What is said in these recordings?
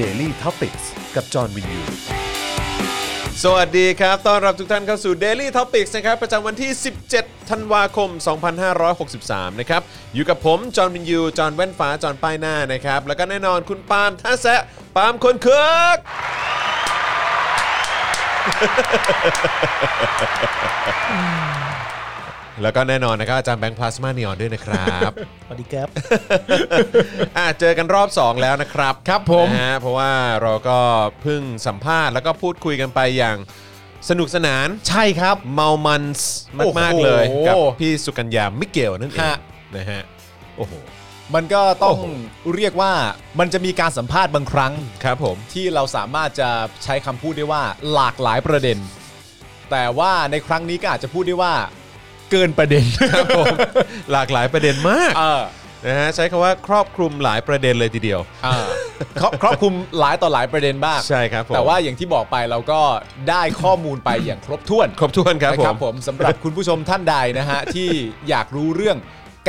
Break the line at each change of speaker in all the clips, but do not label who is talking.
Daily t o p i c กกับจอห์นวินยู
สวัสดีครับ ต้อนรับทุกท่านเข้าสู่ Daily Topics นะครับ ประจำวันที่ 17 ธันวาคม 2563 นะครับ อยู่กับผม จอห์นวินยู จอห์นแว่นฟ้า จอห์นป้ายหน้านะครับ แล้วก็แน่นอนคุณปาล์มท่าแซะปาล์มคนคึก แล้วก็แน่นอนนะครับอาจารย์แบงค์พลาสมานีออนด้วยนะครับ
สวัสดีครับ
อ่ะเจอกันรอบ 2 แล้วนะครับ
ครับผม
นะฮะเพราะว่าเราก็เพิ่งสัมภาษณ์แล้วก็พูดคุยกันไปอย่างสนุกสนาน
ใช่ครับ
เมามันส์มากๆ
โอ้โห
เลย กับพี่สุกัญญามิเกลนั่นเองนะฮะ โอ้โห
มันก็ต้อ
โอ้
ง
โห
เรียกว่ามันจะมีการสัมภาษณ์บางครั้ง
ครับผม
ที่เราสามารถจะใช้คำพูดได้ว่าหลากหลายประเด็น แต่ว่าในครั้งนี้ก็อาจจะพูดได้ว่า เกินประเด็น
ครับผม หลากหลายประเด็นมาก
เออ
นะฮะใช้คำว่าครอบคลุมหลายประเด็นเลยทีเดียว
เออครอบครอบคลุมหลายต่อหลายประเด็นบ้าง
ใช่ครับผม
แต่ว่าอย่างที่บอกไปเราก็ได้ข้อมูลไปอย่างครบถ้วน
ครบถ้วนครับ
นะ
ผ
ครับ
ม
ผมสำหรับคุณผู้ชมท่านใดนะฮะ ที่อยากรู้เรื่อง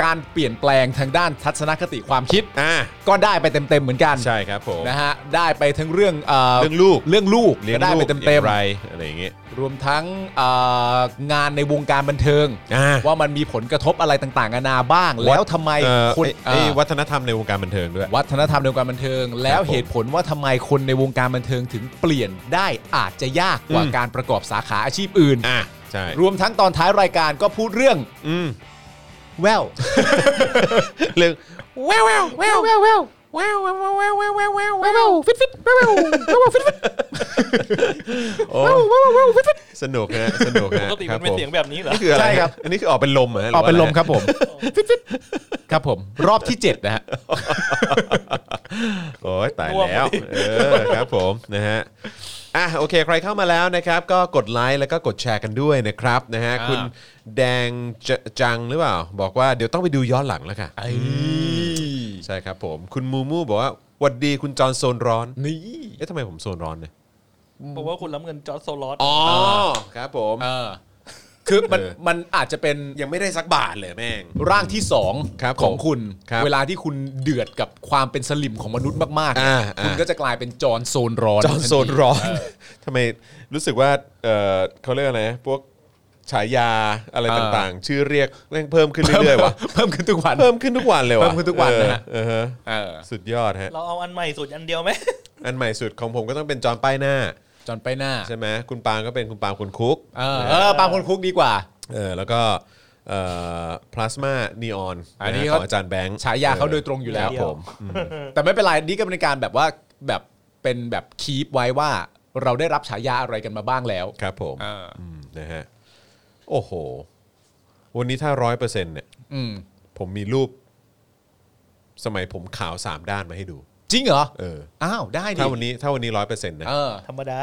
การเปลี่ยนแปลงทางด้านทัศนคติความคิด
อ่า
ก็ได้ไปเต็มๆเหมือนกัน
ใช่ครับผม
นะฮะได้ไปทั้งเรื่องเอ่อ
เรื่องลูก
เรื่องลูก
เลี้ยง
ก็ได้
ลู
ไป
ก
เต็ม
อย่างไรอะไรอย่างเงี้ย
ๆรวมทั้งเอ่องานในวงการบันเทิง
อ่า
ว่ามันมีผลกระทบอะไรต่างๆนานาบ้าง แล้วทำไม
เอ่อ
คน
ไอ้ไอ้
เอ่อ
วัฒนธรรมในวงการบันเทิงด้วย
วัฒนธรรมในวงการบันเทิง แล้วเหตุผลว่าทำไมคนในวงการบันเทิงถึงเปลี่ยนได้อาจจะยากกว่า
อืม
การประกอบสาขาอาชีพอื่น
อ่าใช่
รวมทั้งตอนท้ายรายการก็พูดเรื่อง
อืม
แวว
เรื่อง
Wow, wow, wow, wow, wow. Wow, wow, wow, wow, wow, wow, wow, wow. Fit, fit. Wow, wow, wow, wow, fit, fit.
โอ้
Wow, wow, wow, fit, fit.
สนุกฮะสนุก
ป
ฮะ
กติ
ค
มั
รับ
นเป็น
ผม
เสียงแบบนี้เหรอ
นี่คืออะไร
ใช่ครับ
อันนี้คือออกเป็นลมเหรอหรื
เอา
ว่า
เป็นลม
อะไร
ครับผม ครับผม รอบที่ 7 นะฮะ
โอ้ยตาย
ร่วง
แล้ว
พอดี
เออครับผมนะฮะอ่ะโอเค ใครเข้ามาแล้วนะครับ ก็กดไลค์แล้วก็กดแชร์กันด้วยนะครับนะฮะ
อ่า
คุณแดงจะจังหรือเปล่า บอกว่าเดี๋ยวต้องไปดูย้อนหลังแล้วค่ะ ใช่ครับผม คุณมูมูบอกว่าหวัดดีคุณจอนโซนร้อน
นี่
เอ๊ะทำไมผมโซนร้อนเนี่ย
เพราะว่าคุณรับเงินจอร์จโซลอส
อ๋อครับผม
เออ คือมัน
เออ
มันอาจจะเป็น
ยังไม่ได้สักบาทเลยแม่ง
ร่างที่สอง
ครับ
ของ
ผม
คุณ
ครับ
เวลาที่คุณเดือดกับความเป็นสลิมของมนุษย์มาก
อ่าอ่า
ๆ คุณก็จะกลายเป็นจอร์นโซนร้อน
จอห์นโซนร้อนทำไมรู้สึกว่าเออเขาเรียกอะไรนะพวกฉายาอะไรต่างๆ ชื่อเรียกแม่งเพิ่มขึ้น
เพิ่ม
เรื่อยๆว่ะ
เพิ่มขึ้นทุกวัน
เพิ่มขึ้นทุกวันเลยว่ะ
เพิ่มขึ้นทุกวันนะฮะ
เออเออ
เออ
สุดยอดฮะ
เราเอาอันใหม่สุดอันเดียวไหม
อันใหม่สุดของผมก็ต้องเป็นจอห์นป้ายหน้า
จอร์นไปหน้า
ใช่ไหมคุณปาล์มก็เป็นคุณปาล์มคนคุก
เออเออปาล์มคนคุกดีกว่า
เออแล้วก็เอ่อพลาสมานีออน
อัน
ข
นี้เขา
องอาจารย์แบงค์
ฉายาเขาโดยตรงอยู่แล้ว
ครับผม
แต่ไม่เป็นไรนี่ก็เป็นการแบบว่าแบบเป็นแบบคีปไว้ว่าเราได้รับฉายาอะไรกันมาบ้างแล้ว
ครับผม
อ่า
อืมนะฮะโอ้โห วันนี้ถ้าร้อยเปอร์เซ็นต์เนี่ย
อืม
ผมมีรูป สมัยผมขาวสามด้านมาให้ดู
จริงเหรอ
เออ
อ้าวได้ดิ
ถ้าวันนี้ถ้าวันนี้ร้อยเปอร์เซ็นต์นะ
เออ
ธรรมดา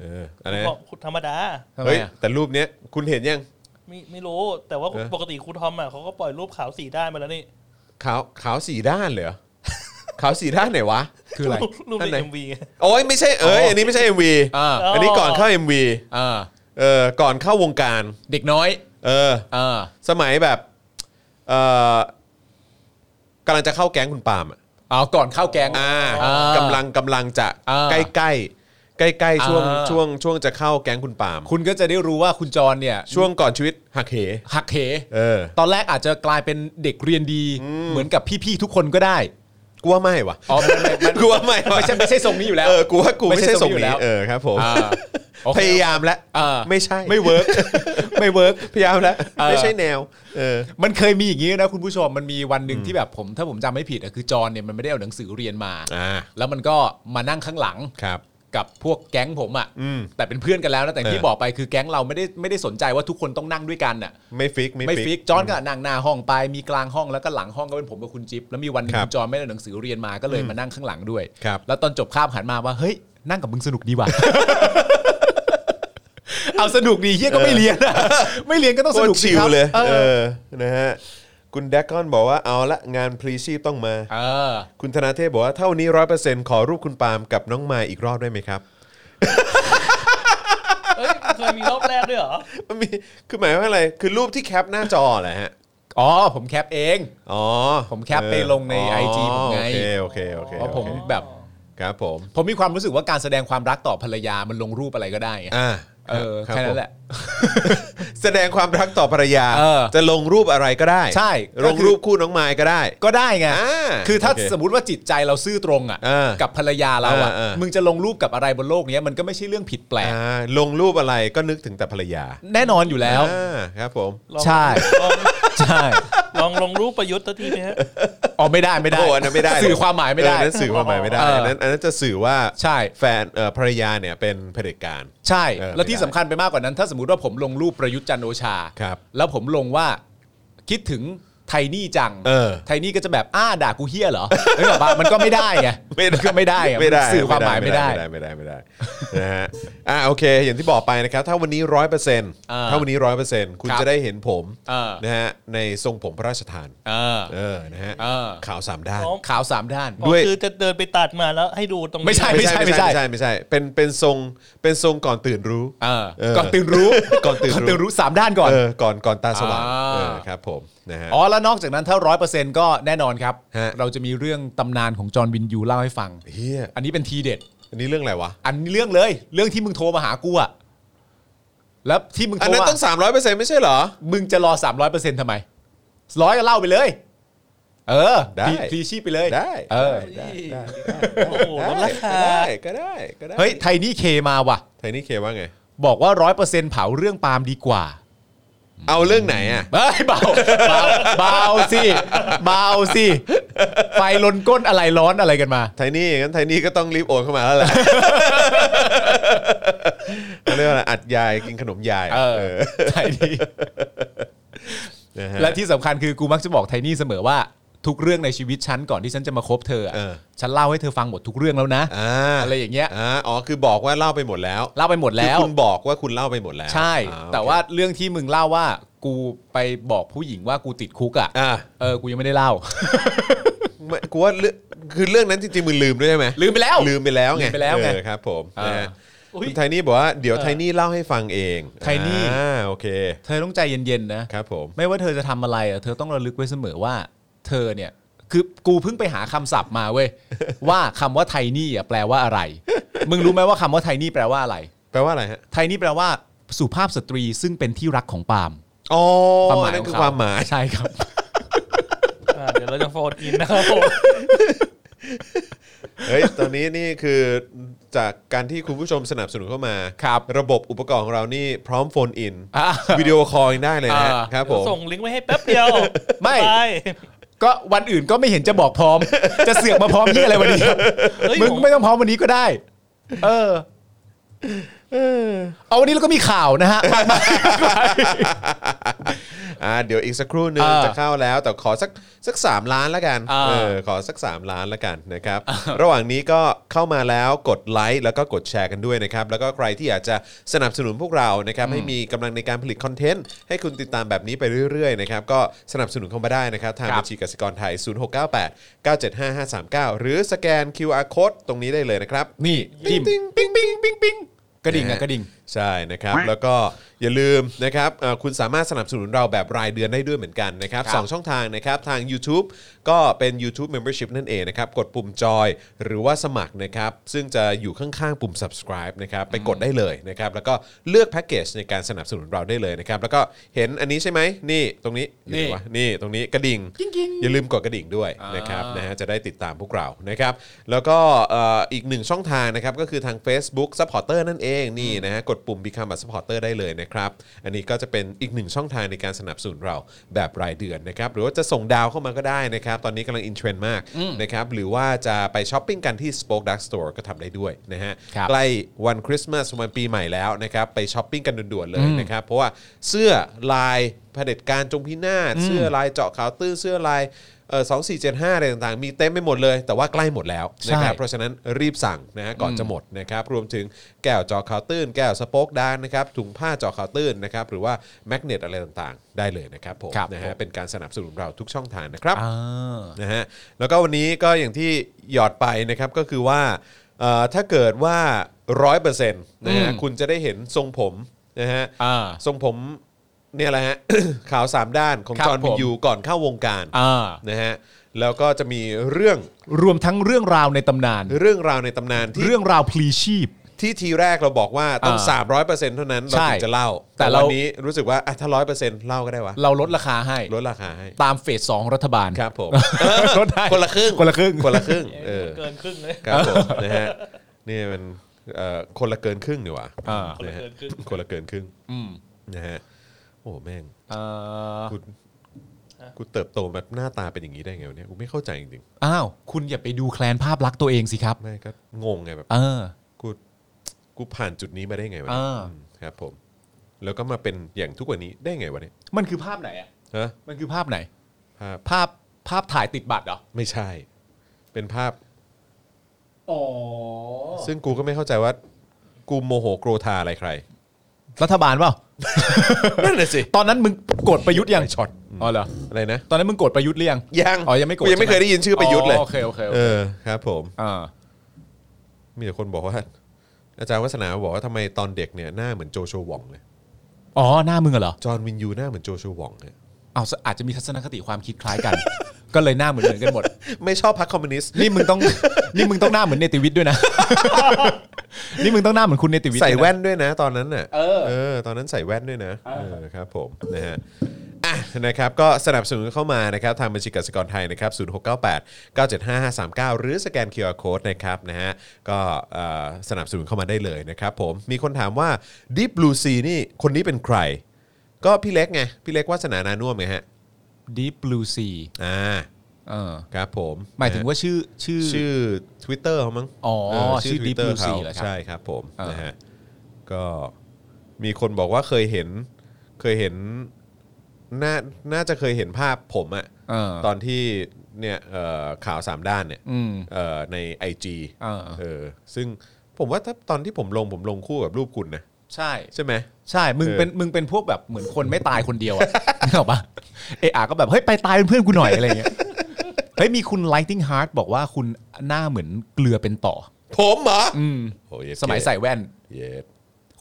เอออันนี้น
บอกคุณธรรมดา
ทำไม
เฮ้ย
อ่ะ
แต่รูปเนี้ยคุณเห็นยัง
ไม่ไม่รู้ แต่ว่า
เออ
ปกติครูทอมอ่ะเขาก็ปล่อยรูปขาวสีด้านมาแล้วนี่
ขาวขาวสี่ด้านเหรอ ขาวสี่ด้านไหนวะ
คืออะไร
รูป
อัน
ใน
ไหน
เอ็มวี
โอ้ยไม่ใช่เอ้ย
อ๋ออั
อันนี้ไม่ใช่ MV
อ่า
อันนี้ก่อนเข้า MV
เออ
เออก่อนเข้าวงการ
เด็กน้อย
เออ
เออ
สมัยแบบเออกำลังจะเข้าแก๊งคุณปาล์มอะ
เอาก่อนเข้าแกง
อ่า
อ่าก
กำลังกำลังจะ
อ่า
ใกล้ใกล้ใกล้ใกล้ๆช่วง
อ่า
ช่วงช่วงจะเข้าแก๊งคุณปาล์ม
คุณก็จะได้รู้ว่าคุณจรเนี่ย
ช่วงก่อนชีวิตหักเห
หักเห
เออ
ตอนแรกอาจจะกลายเป็นเด็กเรียนดี เหมือนกับพี่ๆทุกคนก็ได้
กูว่าไม่วะ
อ๋อมันมัน
กูว่าไม่วะ
ไม่ใช่ไม่ใช่ทรงนี้อยู่แล้ว
เออกูว่ากูไม่ใช่ส่ง
ไม่ใช่ทรงนี้อยู่แล้
นี้
ว
เออครับผม
อ่าโอเค
พยายามแล้ว
อ่า
ไม่ใช่
ไม่ เวิร์กไม่เวิร์ก
พยายามแล้ว
เออ
ไม่ใช่แนว เออ
มันเคยมีอย่างนี้นะคุณผู้ชมมันมีวันหนึ่งที่แบบผม ถ้าผมจำไม่ผิดอะคือจอนเนี่ยมันไม่ได้เอาหนังสือเรียนมา
อ่า
แล้วมันก็มานั่งข้างหลัง
ครับ
กับพวกแก๊งผมอะ่ะ
อืม
แต่เป็นเพื่อนกันแล้วนะแต่ที่
เออ
บอกไปคือแก๊งเราไม่ได้ไม่ได้สนใจว่าทุกคนต้องนั่งด้วยกันอ่ะ
ไม่ฟิก ไม่
ไม่ฟิ
ฟิก
กจอนก็นั่งหน้าห้องไปมีกลางห้องแล้วก็หลังห้องก็เป็นผมกับคุณจิ๊บแล้วมีวันหนึง
ครับ
คุณจอนไม่ได้เอาหนังสือเรียนมาก็เลยมานั่งข้างหลังด้วย
ครับ
แล้วตอนจบคาบหันมาว่าเฮ้ยนั่งกับมึงสนุกดี ว่ะ เอาสนุกดีเฮียก็ไม่เรียนอะไม่เรียนก็ต้อง
โค
ส
ต
นุ
ร
กสิ
ชิล
ครับ
เลย
เอ
เอ
อ
อนะฮะคุณแดกกอนบอกว่าเอาละงานพรีชีพต้องมา
เออ
คุณธนาเทพบอกว่าเท่านี้ร้อยเปอร์เซ็นต์ขอรูปคุณปาล์มกับน้องมายอีกรอบได้ไหมครับ
เอ้ยเคยมีรอบแรกด้วยเหรอ
มันมีคือหมายว่าอะไร คือรูปที่แคปหน้าจอแหละฮะ
อ๋อ ผมแคปเอง
อ๋อ
ผมแคปไปลงใน IG ผมไง
โอเคโอเคโอเค
เพราะ
โอเค
ผมแบบ
ครับผม
ผมมีความรู้สึกว่าการแสดงความรักต่อภรรยามันลงรูปอะไรก็ได้ไง
อ่า
เออ
รับ
แค่นั้นแหละ
ผมแสดงความรักต่อภรรยา
เออ
จะลงรูปอะไรก็ได้
ใช่
ล
ก็
ง
คือ
รูปคู่น้องไม้ก็ได้
ก็ได้ไง
อ่า
คือถ้า
โอเค
สมมติว่าจิตใจเราซื่อตรงอ่ะ
อ่ากั
กับภรรยาเราอ่ะ
อ่าอ่ามึ
มึงจะลงรูปกับอะไรบนโลกเนี้ยมันก็ไม่ใช่เรื่องผิดแปลก
อ่าลงรูปอะไรก็นึกถึงแต่ภรรยา
แน่นอนอยู่แล้ว
อ่าครับผม
ลอง
ใช่
ลอง
ใช่
ลองลงรูปประยุทธ์สักทีไหมฮะ
อ๋อไม่ได้ไม่ได้
โอ้อันนั้นไม่ได้เลย
สื่อความหมายไม่ได้
เออนั่นสื่อความหมายไม่ได้
เอออั
นนั้นอันนั้นจะสื่อว่า
ใช่
แฟนเอ่อภรรยาเนี่ยเป็นเผด็จการ
ใช่
เออ
แล้วที่
ไม่ได้
สำคัญไปมากกว่านั้น ถ้าสมมติว่าผมลงรูปประยุทธ์จันทร์โอชา
ครับ
แล้วผมลงว่าคิดถึงไทนี่จัง
เออ
ไทนี่ก็จะแบบอ้าด่ากูเฮี้ยเหรอเออแบบมันก็ไม่ได้ไง
ไม่ได้
นก็ไม่ได้อะ
ไม่ได้
สื่อความหมายไม่ได้
ไม่ได้ไม่ได้ไม่ได้ไม่ได้นะฮะอ่าโอเค อย่างที่บอกไปนะครับ ถ้าวันนี้ร้อยเปอร์เซ็นต์
อ่า
ถ้าวันนี้ร้อยเปอร์เซ็นต์คุณ
ครับ
จะได้เห็นผม
เออ
นะฮะในทรงผมพระราชทาน
เออ
เออนะฮะ
เออ
ขาวสามด้าน
อ๋อ
ขาวสามด้าน
ด้วย
อ๋อคือจะเดินไปตัดมาแล้วให้ดูตรงนี้
ไม่ใช่
ไม่ใช่ไม่ใช่ไม่ใช่เป็นเป็นทรงเป็นทรงก่อนตื่นรู้
เออ
เออ
ก่อนตื่นรู้
ก่อนตื่นรู้
สามด้านก่อน
เออก่อนก่อนตาสว่าง
อ่า
เออครับผมนะฮะ
อ๋อแล้วนอกจากนั้นถ้าร้อยเปอร์เซ็นต์ก็แน่นอนครับ
ฮะ
เราจะมีเรื่องตำนานของจอห์นวินยูเล่าให้ฟัง
เฮีย
อันนี้เป็นทีเด็ด
อันนี้เรื่องอะไรวะ
อันนี้เรื่องเลย เรื่องที่มึงโทรมาหากูอะแล้วที่มึง
อั
โท
น
ร
นั้น
มา
ต้องสามร้อยเปอร์เซ็นต์ไม่ใช่เหรอ
มึงจะรอสามร้อยเปอร์เซ็นต์ทำไมร้อยก็เล่าไปเลย เออ
ได้
พลีพลีชีพไปเลย
ได้
เออ
ได้ได้
โอ้โหลดราคา
ได้ก็ได้ก็ได้
เฮ้ยไทนี่เคมาว่ะ
ไทนี่เคว่าไง
บอกว่าร้อยเปอร์เซ็นต์เผาเรื่องปาล์มดีกว่า
เอาเรื่องไหนอ่ะ
เฮ้ยเบาเบาเบาสิเบาสิไฟลนก้นอะไรร้อนอะไรกันมา
ไทนี่งั้นไทนี่ก็ต้องรีบโอนเข้ามา แล้วแหละ เขาเรียกว่าอะไรอัดยายกินขนมยาย
เอ
อะ
อไทนี่
นะฮะ
และที่สำคัญคือกูมักจะบอกไทนี่เสมอว่าทุกเรื่องในชีวิตฉันก่อนที่ฉันจะมาคบเธออะ
เออ
ฉันเล่าให้เธอฟังหมดทุกเรื่องแล้วนะ
อ่า
อะไรอย่างเงี้ย
อ่าอ๋อคือบอกว่าเล่าไปหมดแล้ว
เล่าไปหมดแล้ว
คือคุณบอกว่าคุณเล่าไปหมดแล้ว
ใช่
อ่
แต่ว่าเรื่องที่มึงเล่าว่า กูไปบอกผู้หญิงว่ากูติดคุกอ่ะ
อ่า
เออกูยังไม่ได้เล่า
ไม่กูว่าเรื่องคือเรื่องนั้นจริงๆมึงลืมด้วยใช่ไหม
ลืมไปแล้ว
ลืมไปแล้วไง
ลืมไปแล้วไง
เออครับผม
อ่าน
นะฮะ
อุ๊ย
คุณไทนี่บอกว่าเดี๋ยวไทนี่เล่าให้ฟังเอง
ไทนี่
อ่าโอเค
เธอต้องใจเย็นๆนะครับ
ผม
ไม่ว่าเธอจะทำอะไรอ่ะเธอต้องระลึกไว้เสมอว่า เธอเนี่ย คือกูเพิ่งไปหาคำศัพท์มาเว้ย ว่าคำว่าไทนี่อ่ะแปลว่าอะไร มึงรู้ไหมว่าคำว่าไทนี่แปลว่าอะไร
แปลว่าอะไรฮะ
ไทนี่แปลว่าสุภาพสตรีซึ่งเป็นที่รักของปาล์ม
อ๋อ
ความหมาย
นั่นคือ
ขงเข
ความหมาย
ใช่ครับ
อ่าเดี๋ยวเราจะโฟนอินนะครับผม
เฮ้ย ตอนนี้นี่คือจากการที่คุณผู้ชมสนับสนุนเข้ามา
ครับ
ระบบอุปกรณ์ของเรานี่พร้อมโฟนอิน
อ่า
วิดีโอคอลยังได้เลยนะฮะ
อ่า
ครับผ
เดี๋ย
ม
วส่งลิงก์ไว้ให้แป๊บเดียว
ไม่
ป
ก็วันอื่นก็ไม่เห็นจะบอกพ ร้อม จะเสือกมาพร้อมที่อะไรวันนี้ครับ
เฮ้ย
มึง
ผ
ไม่ต้องพร้อมวันนี้ก็ได้ เออ เอาวันนี้เราก็มีข่าว นะฮะ
อ่าเดี๋ยวอีกสักครู่หนึง
อ่า
จะเข้าแล้วแต่ขอสักสักสามล้านละกัน
อ่า
เออขอสัก 3 ล้านละกันนะครับ ระหว่างนี้ก็เข้ามาแล้วกดไลค์แล้วก็กดแชร์กันด้วยนะครับ แล้วก็ใครที่อยากจะสนับสนุนพวกเรานะครับให้มีกำลังในการผลิตคอนเทนต์ให้คุณติดตามแบบนี้ไปเรื่อยๆนะครับก็สนับสนุนเข้ามาได้นะครับ ทาง
ครับ
บัญชีกสิกรไทย 0698 975 539 หรือสแกน QR code ตรงนี้ได้เลยนะครับ
นี่จิ้ม
ติ๊งปิ๊งปิ๊งปิ๊งปิ๊ง
กระดิ่งอะกระดิ่ง
ใช่นะครับ แล้วก็อย่าลืมนะครับเอ่อคุณสามารถสนับสนุนเราแบบรายเดือนได้ด้วยเหมือนกันนะครับ
ครับ
สองช่องทางนะครับ ทาง YouTube ก็เป็น YouTube Membership นั่นเองนะครับ กดปุ่มจอยหรือว่าสมัครนะครับ ซึ่งจะอยู่ข้างๆ ปุ่ม subscribe นะครับ ไปกดได้เลยนะครับ แล้วก็เลือกแพ็กเกจในการสนับสนุนเราได้เลยนะครับ แล้วก็เห็นอันนี้ใช่ไหมนี่ตรงนี้อยู่ไห
นี่
วะ นี่ตรงนี้กระดิ่งอย่าลืมกดกระดิ่งด้วยนะครับนะฮะจะได้ติดตามพวกเรานะครับ แล้วก็เอ่ออีกหนึ่งช่องทางนะครับ ก็คือทาง Facebook Supporter นั่นเองนี่นะฮะกดปุ่ม Become a Supporter ได้เลยนะครับ อันนี้ก็จะเป็นอีกหนึ่งช่องทางในการสนับสนุนเราแบบรายเดือนนะครับ หรือว่าจะส่งดาวเข้ามาก็ได้นะครับ ตอนนี้กำลังอินเทรนด์มากนะครับหรือว่าจะไปช้อปปิ้งกันที่ Spoke Dark Store ก็ทำได้ด้วยนะฮะ
ครับ
ใกล้วันคริสต์มาสวันปีใหม่แล้วนะครับ ไปช้อปปิ้งกันด่วนๆเลยนะครับ เพราะว่าเสื้อลายเผด็จการจงพินาศเสื้อลายเจาะขาวตื้อเสื้อลายสองสี่เจ็ดห้าอะไรต่างๆ มีเต็มไปหมดเลย แต่ว่าใกล้หมดแล้วนะครับ
ใช่
เพราะฉะนั้นรีบสั่งนะฮะก่อนจะหมดนะครับ รวมถึงแก้วเจอขาวตื้น แก้วสโป๊กดาร์กนะครับถุงผ้าเจอขาวตื้นนะครับ หรือว่าแมกเนตอะไรต่างๆ ได้เลยนะครับผม
ครับ
นะฮะเป็นการสนับสนุนเราทุกช่องทางนะครับ
อ่า
นะฮะแล้วก็วันนี้ก็อย่างที่หยอดไปนะครับก็คือว่าเอ่อถ้าเกิดว่าร้อยเปอร์เซ็นต์นะฮะ
อืม
คุณจะได้เห็นทรงผมนะฮะ
อ่า
ทรงผมเนี่ยแหละฮะ ขาวสามด้านของ
ครับ
จอห์นวิ
ผ
น
ม
ยูก่อนเข้าวงการ
อ่า
นะฮะ แล้วก็จะมีเรื่อง
รวมทั้งเรื่องราวในตำนาน
เรื่องราวในตำนานที่
เรื่องราวพลีชีพ
ที่ทีแรกเราบอกว่าต้อง
อ่
300%เท่านั้น เรา
ใช่
ถึงจะเล่า
แต่
แต่
เรา
วันนี้รู้สึกว่าอ่ะถ้าร้อยเปอร์เซ็นต์เล่าก็ได้วะ
เราลดราคาให้
ลดราคาให้
ตามเฟสสองรัฐบาล
ครับผม
ลดได้
คนละครึ่ง
คนละครึ่ง
คนละครึ่งเออ
เกินครึ่งเลย
ครับผมนะฮะนี่มันเอ่อคนละเกินครึ่งดีกว่า
อ่า
นะฮะ
คนละเกินครึ่ง
คนละเกินครึ่ง
อืม
นะฮะโอ้แม่ง
เอ่อ
กูกูเติบโตแบบหน้าตาเป็นอย่างนี้ได้ไงวะเนี่ยกูไม่เข้าใจจริง
อ้าว คุณอย่าไปดูแคลนภาพลักษณ์ตัวเองสิครับ
ๆไม่ก็งงไงแบบ
เออ
กูกูผ่านจุดนี้มาได้ไงวะ
อ่า
อืมครับผม แล้วก็มาเป็นอย่างทุกวันนี้ได้ไงวะเนี่ย
มันคือภาพไหนอ่ะ
ฮะ
มันคือภาพไหน
ภาพ
ภาพภาพถ่ายติดบัตรเหรอ
ไม่ใช่ เป็นภาพ
อ๋อ
ซึ่งกูก็ไม่เข้าใจว่า กูโมโหโกรธาอะไรใคร
รัฐบาลเปล่า
นั่นแหละสิ
ตอนนั้นมึงโกรธประยุทธ์ยัง
ไม่ช็อต
อ๋อเหรอ
อะไรนะ
ตอนนั้นมึงโกรธประยุทธ์หรือยัง
ยัง
อ๋อยังไม่โกรธ
ยังไม่
ใช่
เคย
ไหม
ได้ยินชื่อประยุทธ์เลย
โอเคโอเคโอ
เอ
เค
อครับผม
อ่า
มีแต่คนบอกว่า อาจารย์วัฒนาบอกว่าทำไมตอนเด็กเนี่ยหน้าเหมือนโจโชวองเลย
อ๋อหน้ามึงอะเหรอ
จอห์นวินยูหน้าเหมือนโจโชวองเลย
เอาสอาจจะมีทัศนคติความคิดคล้ายกัน ก็เลยหน้าเหมือนเหมือนกันหมด
ไม่ชอบพรรคคอมมิวนิสต์
นี่มึงต้องนี่มึงต้องหน้าเหมือนเนติวิทย์ด้วย นะ นี่มึงต้องหน้าเหมือนคุณเนติวิทย์
ใส่
ด้วยนะ
แว่นด้วยนะตอนนั้นน่ะ
เออ
เออ ตอนนั้นใส่แว่นด้วยนะเออครับผมนะฮะอ่ะนะครับก็สนับสนุนเข้ามานะครับทางบัญชีกสิกรไทยนะครับ0698 975 539 หรือสแกน QR Code นะครับนะฮะก็เอ่อสนับสนุนเข้ามาได้เลยนะครับผมมีคนถามว่า Deep Blue Sea นี่คนนี้เป็นใคร ก็พี่เล็กไง พี่เล็กวาสนานานุ่วมไงฮะ
Deep Blue Sea
อ่า
เออ
ครับผม
หมายถึงว่าชื่อชื่อ
ชื่อ Twitter เขามั้ง
อ๋อ
เ
ชื่อ Deep
Twitter
Blue
เขา
Sea เหรอครับ
ใช่ครับผม
อ่าน
นะฮะก็มีคนบอกว่าเคยเห็นเคยเห็นน่าน่าจะเคยเห็นภาพผมอะ
เออ
ตอนที่เนี่ยเอ่อข่าวสามด้านเนี่ย
อืม
เอ่อในไอจี
เออ
เออซึ่งผมว่าถ้าตอนที่ผมลงผมลงคู่กับรูปคุณนะ
ใช่
ใช่ไหม
ใช่ มึง
เออ
เป็นมึงเป็นพวกแบบเหมือนคนไม่ตายคนเดียวอะ นึกออกปะเออาก็แบบ เฮ้ย ไปตายเป็นเพื่อนกูหน่อยอะไรเงี้ ย เฮ้ย มีคุณ Lighting Heart บอกว่าคุณหน้าเหมือนเกลือเป็นต่อ
ผมเหรอ
อืม
โอ้
สมัยใส่แว่น
เย็ด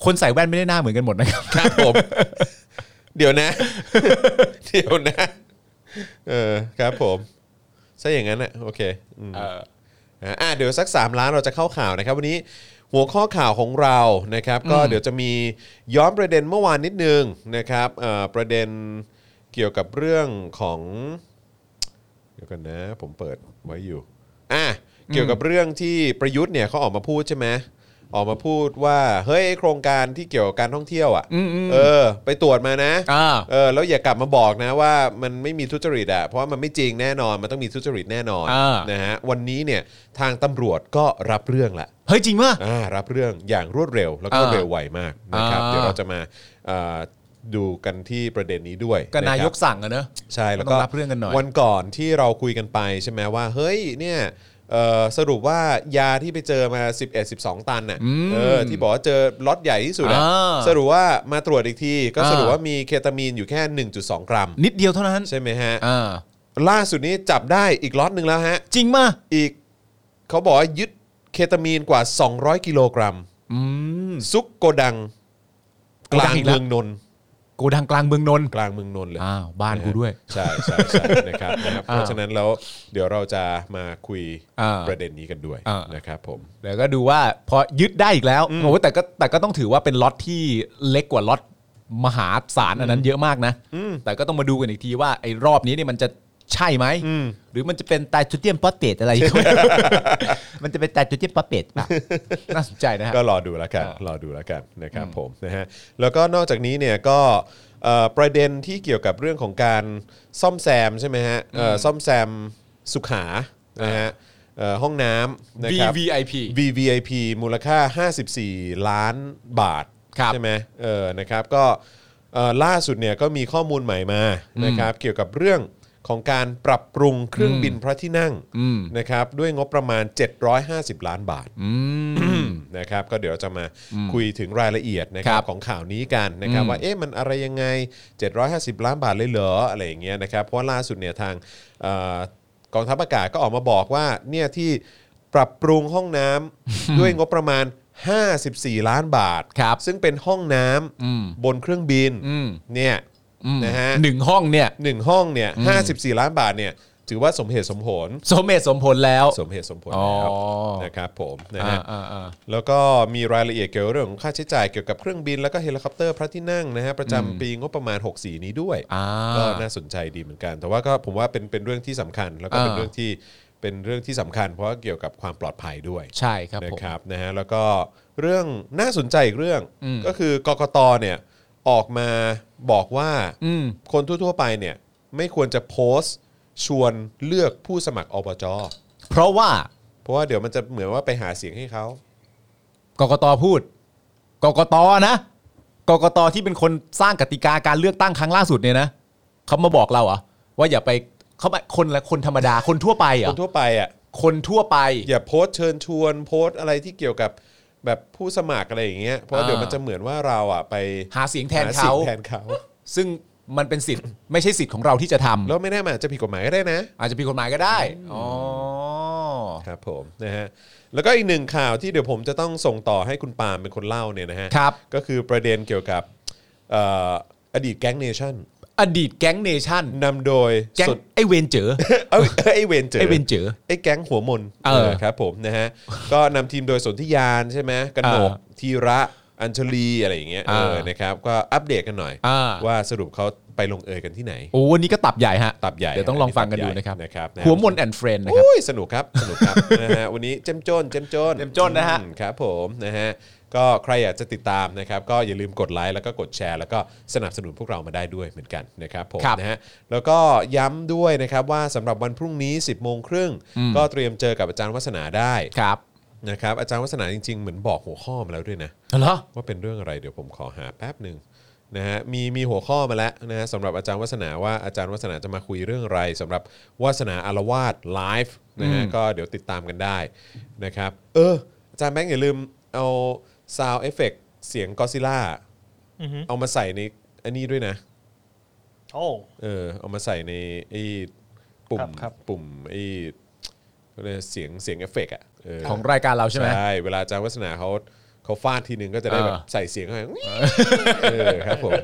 คนใส่แว่นไม่ได้หน้าเหมือนกันหมดนะครับ
ครับผม เดี๋ยวนะ เดี๋ยวนะเออครับผมถ้าอย่างนั้นอะโอเคอืม นะอ่ะเดี๋ยวสัก 3 ล้านเราจะเข้าข่าวนะครับ วันนี้หัวข้อข่าวของเรานะครับก็เดี๋ยวจะมีย้อนประเด็นเมื่อวานนิดนึงนะครับเอ่อประเด็นเกี่ยวกับเรื่องของ เดี๋ยวกันนะ ผมเปิดไว้อยู่อ่ะเกี่ยวกับเรื่องที่ประยุทธ์เนี่ยเขาออกมาพูดใช่ไหมออกมาพูดว่าเฮ้ยโครงการที่เกี่ยวกับการท่องเที่ยวอ่ะเออ ไปตรวจมานะ
อ่า
เออแล้วอย่ากลับมาบอกนะว่ามันไม่มีทุจริตอ่ะเพราะว่ามันไม่จริงแน่นอนมันต้องมีทุจริตแน่นอน
อ่าน
นะฮะวันนี้เนี่ยทางตำรวจก็รับเรื่องละ
เฮ้ย จริงป่ะ
อ่ารับเรื่องอย่างรวดเร็วแล้วก็
อ่า
เร็วไวมากนะครับ
อ่า
เดี๋ยวเราจะมาเอ่อดูกันที่ประเด็นนี้ด้วย
ก็นายก
ะครับ
สั่งอะเนอะ
ใช่แล้ว
ต้
ก็
องรับเรื่องกันหน่อย
วันก่อนที่เราคุยกันไปใช่ไหมว่าเฮ้ยเนี่ยเอ่อสรุปว่ายาที่ไปเจอมา 11 12 ตันน่ะเออที่บอกว่าเจอล็อตใหญ่ที่สุดอะ
อ่า
สรุปว่ามาตรวจอีกทีก็สรุปว่ามีเคตามีนอยู่แค่ 1.2 กรัม
นิดเดียวเท่านั้น
ใช่ไหมฮะ
อ่า
ล่าสุดนี้จับได้อีกล็อตหนึ่งแล้วฮะ
จริงป่ะ
อีกเขาบอกว่ายึดเคตามีนกว่า 200 กิโลกรัม
อืม
ซุกโกดัง กลาง
โกดังอีกแล้ว
เมืองนนท์
โกดังกลางเมืองนนท์
กลางเมืองนนท์เลย
อ้าวบ้านกูด้วย
ใช่ใช่ใช่นะครับนะครับ เพราะฉะนั้นแล้วเดี๋ยวเราจะมาคุย
อ่า
ประเด็นนี้กันด้วย
อ่าน
นะครับผม
เดี๋ยวก็ดูว่าพอยึดได้อีกแล้วโอ้แต่ก็แต่ก็ต้องถือว่าเป็นล็อตที่เล็กกว่าล็อตมหาศาลอันนั้นเยอะมากนะ แต่ก็ต้องมาดูกันอีกทีว่าไอ้รอบนี้เนี่ยมันจะใช่ไหม หรือมันจะเป็นไตรจูเทียมฟอสเฟตอะไรก็ไม่รู้ มันจะเป็นไตรจูเทียมฟอสเฟตป่ะน่าสนใจนะฮะ
ก็รอดูแล้วกัน
อ่าร
อดูแล้วกันนะครับผมนะฮะแล้วก็นอกจากนี้เนี่ยก็เอ่อประเด็นที่เกี่ยวกับเรื่องของการซ่อมแซมใช่ไหมฮะเอ่อซ่อมแซมสุขานะฮะเอ่อห้องน้ำนะครับ
VVIP
VVIP มูลค่า 54 ล้านบาท
ครับ
ใช่ไหมเออนะครับก็เอ่อล่าสุดเนี่ยก็มีข้อมูลใหม่มานะครับเกี่ยวกับเรื่องของการปรับปรุงเครื่องบินพระที่นั่ง
อืม
นะครับด้วยงบประมาณ 750 ล้านบาท
อืม
นะครับก็เดี๋ยวจะมาคุยถึงรายละเอียดนะครับ
ครับ
ของข่าวนี้กันนะครับว่าเอ๊ะมันอะไรยังไง 750 ล้านบาทเลยเหรออะไรอย่างเงี้ยนะครับเพราะว่าล่าสุดเนี่ยทางเอ่อกองทัพอากาศก็ออกมาบอกว่าเนี่ยที่ปรับปรุงห้องน้ำ ด้วยงบประมาณ 54 ล้านบาท
ครับ
ซึ่งเป็นห้องน้
อืม
ำบนเครื่องบิน
อืม
เนี่ย
อืม
นะฮะ
หนึ่งห้องเนี่ย
หนึ่งห้องเนี่ย54 ล้านบาทเนี่ย ถือว่าสมเหตุสมผล
สมเหตุสมผลแล้ว
สมเหตุสมผลแล้ว
อ๋อ
นะครับผมนะ
อ่า
ฮะ
อ่าอ่า
แล้วก็มีรายละเอียดเกี่ยวกับเรื่องของค่าใช้จ่ายเกี่ยวกับเครื่องบินแล้วก็เฮลิคอปเตอร์พระที่นั่งนะฮะประจำปีงบประมาณ 64 นี้ด้วย
อ่า
ก็น่าสนใจดีเหมือนกัน แต่ว่าก็ผมว่าเป็นเป็นเรื่องที่สำคัญ แล้วก็เป็น
อ่า
เรื่องที่เป็นเรื่องที่สำคัญ เพราะว่าเกี่ยวกับความปลอดภัยด้วย
ใช่ครับ
นะ
ผม
ครับนะฮะแล้วก็เรื่องน่าสนใจอีกเรื่อง
อืม
ก็คือกกตเนี่ยออกมาบอกว่า
อืม
คนทั่วๆไปเนี่ยไม่ควรจะโพสต์ชวนเลือกผู้สมัครอบจ
เพราะว่า
เพราะว่าเดี๋ยวมันจะเหมือนว่าไปหาเสียงให้เขา
กกตพูดกกตนะกกตที่เป็นคนสร้างกติกาการเลือกตั้งครั้งล่าสุดเนี่ยนะเขามาบอกเราเหรอว่าอย่าไปเขาไปคนละคนธรรมดาคนทั่วไปเหร
ค
อน
ทั่วไปอ่ะ
คนทั่วไป
อย่าโพสต์เชิญชวนโพสต์อะไรที่เกี่ยวกับแบบผู้สมัครอะไรอย่างเงี้ยเพราะ
อ่า
เดี๋ยวมันจะเหมือนว่าเราอ่ะไป
หาเสียงแทน
หสีย
เขา
งแทนเขา
ซึ่งมันเป็นสิทธิ์ไม่ใช่สิทธิ์ของเราที่จะทำ
แล้วไม่แน่มันอาจจะผิดกฎหมายก็ได้นะ
อาจจะผิดกฎหมายก็ได้อ๋อ
ครับผมนะฮะแล้วก็อีกหนึ่งข่าวที่เดี๋ยวผมจะต้องส่งต่อให้คุณปาล์มเป็นคนเล่าเนี่ยนะฮะ
ครับ
ก็คือประเด็นเกี่ยวกับเอ่ออดีตแก๊งเนชั่น
อดีตแก๊งเนชั่น
นำโดย
แก๊ง
สุด
ไอเวนเจอ
เอ้ยเอ้ยไอเวนเจอ
ไอเวนเจอ
ไอแก๊งหัวมน
เออ
ครับผมนะฮะ ก็นำทีมโดยสนธิยานใช่ไหมกนก
อ่า
ธีระอัญชลีอะไรอย่างเงี้ยเออ
อ่าน
นะครับก็อัปเดตกันหน่อย
อ่า
ว่าสรุปเขาไปลงเอยกันที่ไหน
โอ้วันนี้ก็ตับใหญ่ฮะ
ตับใหญ่
เดี๋ยวต้องลองฟังกันดู
ตัใหญ่
นะครับ
นะครับ
หัวมนแอนเฟรนนะครับ
โอ้ยสนุกครับ สนุกครับ นะฮะวันนี้เจ้มจนเจ้มจน
เจ้มจ้นนะฮะ
อืมครับผมนะฮะก็ใครอยากจะติดตามนะครับ ก็อย่าลืมกดไลค์แล้วก็กดแชร์ แล้วก็สนับสนุนพวกเรามาได้ด้วยเหมือนกันนะครับผมนะฮะแล้วก็ย้ำด้วยนะครับว่าสำหรับวันพรุ่งนี้ 10บโมงครึ่งก็เตรียมเจอกับอาจารย์วัฒนาได้
ครับ
นะครับอาจารย์วัฒนาจริงๆเหมือนบอกหัวข้อมาแล้วด้วยนะ
เหรอ
ว่าเป็นเรื่องอะไรเดี๋ยวผมขอหาแป๊บหนึ่งนะฮะมีมีหัวข้อมาแล้วนะฮะสำหรับอาจารย์วัฒนาว่าอาจารย์วัฒนาจะมาคุยเรื่องอะไรสำหรับวาสนาอารวาสไลฟ์นะฮะก็เดี๋ยวติดตามกันได้นะครับ เอออาจารย์แบงค์อย่าลืมเอาซาวเอฟเฟกเสียงก็ซิล่า
อือฮึ
เอามาใส่ในอันนี้ด้วยนะ
โอ้
เออเอามาใส่ในไอ้ปุ่ม
ครับครับ
ปุ่มไอ้เขาเรียกเสียงเสียงเอฟเฟกต์อ่ะเออ
ของรายการเราใช่ไหม
ใช่ เวลาอาจารย์วัฒนาเขาเขาฟาดทีนึงก็จะได้
อ่า
แบบใส่เสียงเข้าไปเออครับผม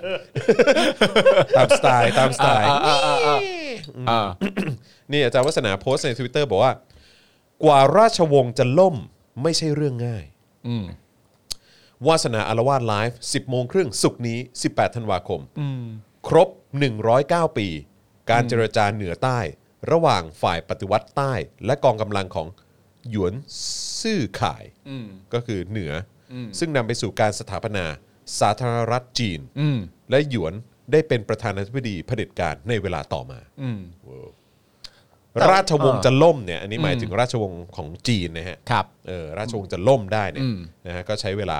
ตามสไตล์ตามสไตล์
อ่า
นี่อาจารย์วัฒนาโพสต์ใน Twitter บอกว่า กว่าราชวงศ์จะล่มไม่ใช่เรื่องง่าย
อืม
วาสนาอารวาสไลฟ์10โมงครึ่งสุกร์นี้ 18 ธันวาคม
อืม
ครบ 109 ปี การเจรจาเหนือใต้ ระหว่างฝ่ายปฏิวัติใต้ และกองกำลังของหยวนซื่อข่าย
อืม
ก็คือเหนืออ
ม
ซึ่งนำไปสู่การสถาปนาสาธารณรัฐจีน
อืม
และหยวนได้เป็นประธานาธิบดีเผด็จการในเวลาต่อมา
อืม
ราชวงศ์จะล่มเนี่ยอันนี้หมาย
อืม
ถึงราชวงศ์ของจีนนะฮะ
ครับ
เออราชวงศ์จะล่มได้เนี่ย
อืม
นะฮะก็ใช้เวลา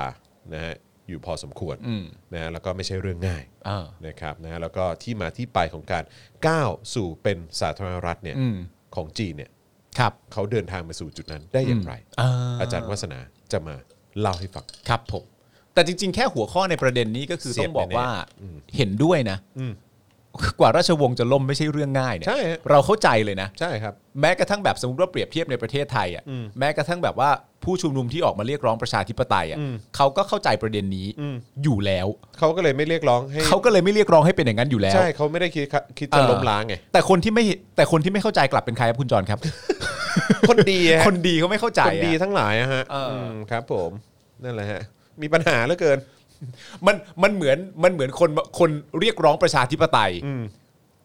นะฮะอยู่พอสมควร
อืม
นะฮะแล้วก็ไม่ใช่เรื่องง่าย
อ่า
นะครับนะฮะแล้วก็ที่มาที่ไปของการก้าวสู่เป็นสาธารณรัฐเนี่ย
อืม
ของจีนเนี่ย
ครับ
เขาเดินทางมาสู่จุดนั้นได้อย่างไร
อ่า
อาจารย์วัฒนาจะมาเล่าให้ฟัง
ครับผม แต่จริง ๆ แค่หัวข้อในประเด็นนี้ก็คือ
เสี
ต้
ย
อบ งบอก
แน่ๆ
ว่า
อืม
เห็นด้วยนะ
อืม
กว่าราชวงศ์จะล่มไม่ใช่เรื่องง่ายเนี่ย
ใช่ฮะ
เราเข้าใจเลยนะ
ใช่ครับ
แม้กระทั่งแบบสมมติว่าเปรียบเทียบในประเทศไทยอ่ะ
อืม
แม้กระทั่งแบบว่าผู้ชุมนุมที่ออกมาเรียกร้องประชาธิปไตยอ่ะ
อืม
เขาก็เข้าใจประเด็นนี้
อืม
อยู่แล้ว
เขาก็เลยไม่เรียกร้องให้
เขาก็เลยไม่เรียกร้องให้เป็นอย่างนั้นอยู่แล้ว
ใช่เขาไม่ได้คิดค่ะคิดจะ
เออ
ล้มล้างไง
แต่คนที่ไม่แต่คนที่ไม่เข้าใจกลับเป็นใครครับคุณจรครับ
คนดีอะ
คนดีเขาไม่เข้าใจ
คนดี
อะ
ทั้งหลายอะฮะ
เอออื
มครับผมนั่นแหละฮะมีปัญหาเหลือเกิน
มันมันเหมือนมันเหมือนคนคนเรียกร้องประชาธิปไตย
อืม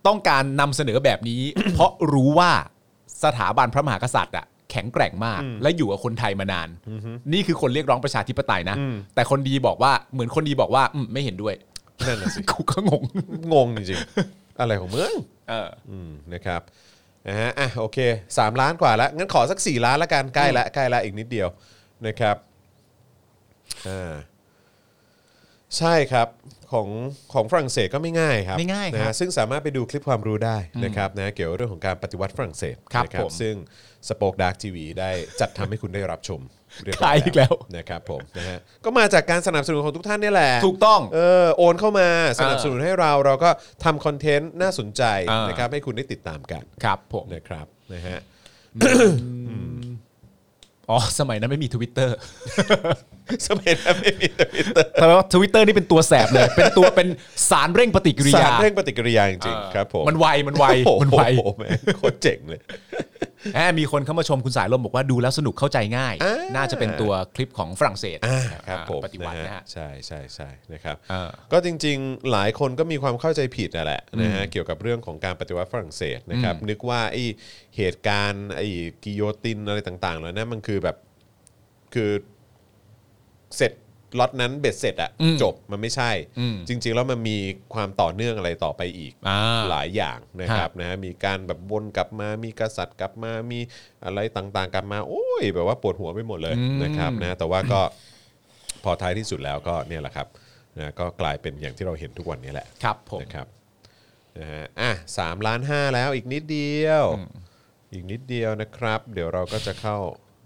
ต้องการนำเสนอแบบนี้ เพราะรู้ว่าสถาบันพระมหากษัตริย์อะแข็งแกร่งมาก และอยู่กับคนไทยมานาน นี่คือคนเรียกร้องประชาธิปไตยนะ
อืม
แต่คนดีบอกว่าเหมือนคนดีบอกว่าอืมไม่เห็นด้วย
นั่นแหละสิ
กูก็งง
งงจริงๆ อะไรของมึง
เออ
อืมนะครับนะฮะอ่ะโอเค 3 ล้านกว่าแล้วงั้นขอสัก 4 ล้านละกันใกล้ละใกล้ละอีกนิดเดียวนะครับอ่าใช่ครับของของฝรั่งเศสก็ไม่ง่ายครับ
ไม่ง่ายครับ
นะฮะซึ่งสามารถไปดูคลิปความรู้ได้นะครับนะเกี่ยวกับเรื่องของการปฏิวัติฝรั่งเศส
ครับ
นะ
ผม
ซึ่งสป o อ e ดาร์กทีวีได้จัดทำให้คุณได้รับชมเรียบร้
ขายอีกแล้ว
นะครับผมนะฮะก็มาจากการสนับสนุนของทุกท่านเนี่ยแหละ
ถูกต้อง
เออโอนเข้ามาสนับสนุนให้เราเราก็ทำคอนเทนต์น่าสนใจ
อ่าน
นะครับ ให้คุณได้ติดตามกัน
ครับผม
นะครับนะฮะ
อ๋อ สมัยนั้นไม่มีทวิตเตอ ร์
สมัยนั้นไม่มีทวิตเตอร์
แปลว่าทวิตเตอร์นี่เป็นตัวแสบเลย เป็นตัวเป็นสารเร่งปฏิกิ
สาย
ริาร
เร่งปฏิกิริยาจริงๆครับผม
มันไวมันไว
โอ้โห
มันไว
โอ้โหแม่งโคตรเจ๋งเลย
แหมมีคนเข้ามาชมคุณสายลมบอกว่าดูแล้วสนุกเข้าใจง่าย
อ่า
น่าจะเป็นตัวคลิปของฝรั่งเศส
อ่าครับผม
ปฏิวัตินะฮะ
ใช่ใช่ใช่นะครับ
เออ
ก็จริงๆหลายคนก็มีความเข้าใจผิดนั่นแหละนะฮะเกี่ยวกับเรื่องของการปฏิวัติฝรั่งเศสนะครับนึกว่าไอเหตุการณ์ไอกิโยตินอะไรต่างๆเหล่านั้นมันคือแบบคือเสร็จล็อตนั้นเบ็ดเสร็จอะ
อืม
จบมันไม่ใช่
อืม
จริง ๆ แล้วมันมีความต่อเนื่องอะไรต่อไปอีก
อ่า
หลายอย่างนะค
ครั
รับบ นะฮะมีการแบบวนกลับมามีกษัตริย์กลับมามีอะไรต่างๆ กลับมาโอ้ยแบบว่าปวดหัวไปหมดเลยนะครับนะแต่ว่าก็ พอท้ายที่สุดแล้วก็เนี่ยแหละครับนะก็กลายเป็นอย่างที่เราเห็นทุกวันนี้แหละ
ครับผม
นะครับนะฮะอ่ะสามล้านห้าแล้วอีกนิดเดียว อีกนิดเดียวนะครับ เดี๋ยวเราก็จะเข้า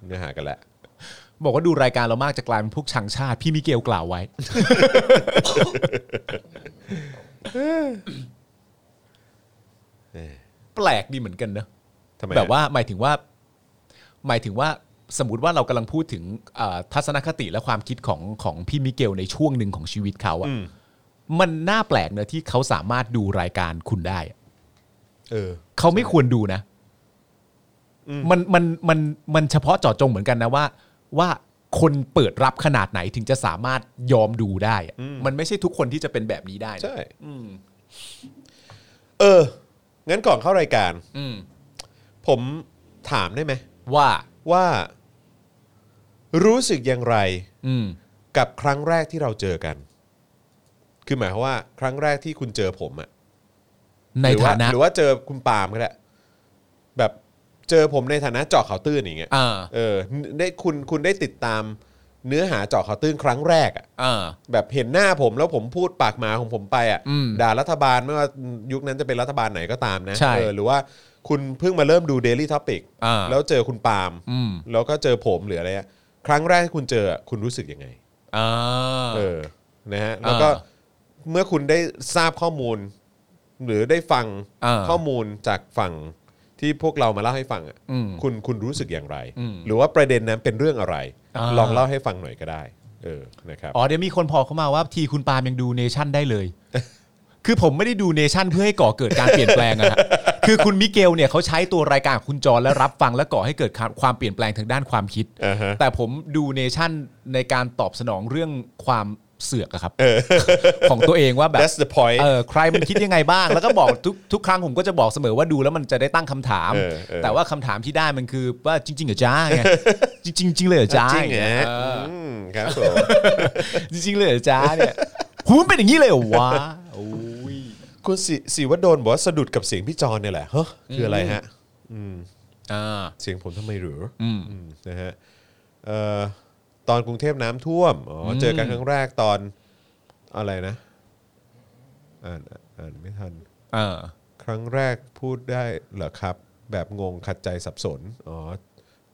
เนื้อหากันแล้ว
บอกว่าดูรายการเรามากจะกลายเป็นพวกชังชาติ พี่มิเกลกล่าวไว้ แปลกดีเหมือนกันเนอะ
ทำไม
แบบว่าหมายถึงว่าหมายถึงว่าสมมติว่าเรากำลังพูดถึงเอ่อทัศนคติและความคิดของของพี่มิเกลในช่วงหนึ่งของชีวิตเขาอะมันน่าแปลกนะที่เขาสามารถดูรายการคุณได้อะ
เออ
เขาไม่ควรดูนะ มันมันมันมันเฉพาะเจาะจงเหมือนกันนะว่า ว่าคนเปิดรับขนาดไหนถึงจะสามารถยอมดูได้อะมันไม่ใช่ทุกคนที่จะเป็นแบบนี้ได้นะ
ใช่เออ งั้นก่อนเข้ารายการ
อืม
ผมถามได้ไหม
ว่า
ว่า รู้สึกอย่างไร
อืม
กับครั้งแรกที่เราเจอกัน คือหมายความว่า ครั้งแรกที่คุณเจอผมอะ
ใน
หรือว่
ฐานะ
หรือว่าเจอคุณปาล์มก็ได้แบบเจอผมในฐานะเจาะข่าวตื้นอย่างเงี้ย
อ่า
เออได้คุณคุณได้ติดตามเนื้อหาเจาะข่าวตื้นครั้งแรกอะ
อ่า
แบบเห็นหน้าผมแล้วผมพูดปากหมาของผมไปอะ
อืม
ด่ารัฐบาลไม่ว่ายุคนั้นจะเป็นรัฐบาลไหนก็ตามนะ
ใช่
เออหรือว่าคุณเพิ่งมาเริ่มดู Daily Topic
อ่า
แล้วเจอคุณปาล์ม
อืม
แล้วก็เจอผมหรืออะไรอะครั้งแรกที่คุณเจออะคุณรู้สึกยังไง
อ่า
เออ นะฮะ แล้วก็
อ่
เมื่อคุณได้ทราบข้อมูล หรือได้ฟัง
อ่า
ข้อมูลจากฝั่งที่พวกเรามาเล่าให้ฟังอ่ะ
อืม
คุณคุณรู้สึกอย่างไร
อืม
หรือว่าประเด็นนั้นเป็นเรื่องอะไร
อ่า
ลองเล่าให้ฟังหน่อยก็ได้ เออ นะครับ
อ๋อเดี๋ยวมีคนพอเข้ามาว่าทีคุณปาล์มยังดูเนชั่นได้เลย คือผมไม่ได้ดูเนชั่นเพื่อให้ก่อเกิดการเปลี่ยนแปลงอะ ฮะ คือคุณมิเกลเนี่ยเขาใช้ตัวรายการของคุณจรและรับฟังและก่อให้เกิดความความเปลี่ยนแปลงทางด้านความคิด
อ่าฮะ
แต่ผมดูเนชั่นในการตอบสนองเรื่องความเสือกอะครับ ของตัวเองว่าแบบ
That's the point
เออใครมันคิดยังไงบ้าง แล้วก็ บอกทุกทุกครั้งผมก็จะบอกเสมอว่าดูแล้วมันจะได้ตั้งคำถาม
เออเออ
แต่ว่าคำถามที่ได้มันคือว่าจริงๆเหรอจ้าไง จริงๆจริงเลยเหรอจ้า
จริงเหรอ
เออ
มครับผม
จริงๆเลยเหรอจ้าเนี่ย หูมันเป็นอย่างนี้เลยเหรอวะโอ้ย
คุณสิสิวดลบอกว่าสะดุดกับเสียงพี่จอนเนี่ยแหละเฮ้อคืออะไรฮะ
อ่า
เสียงผมทำไมหรือออืมนะฮะเอ่อตอนกรุงเทพน้ำท่วมอ๋ออเจอกันครั้งแรกตอนอะไรนะอ่านอ่านไม่ทัน
อ่า
ครั้งแรกพูดได้เหรอครับ แบบงงขัดใจสับสนอ๋อ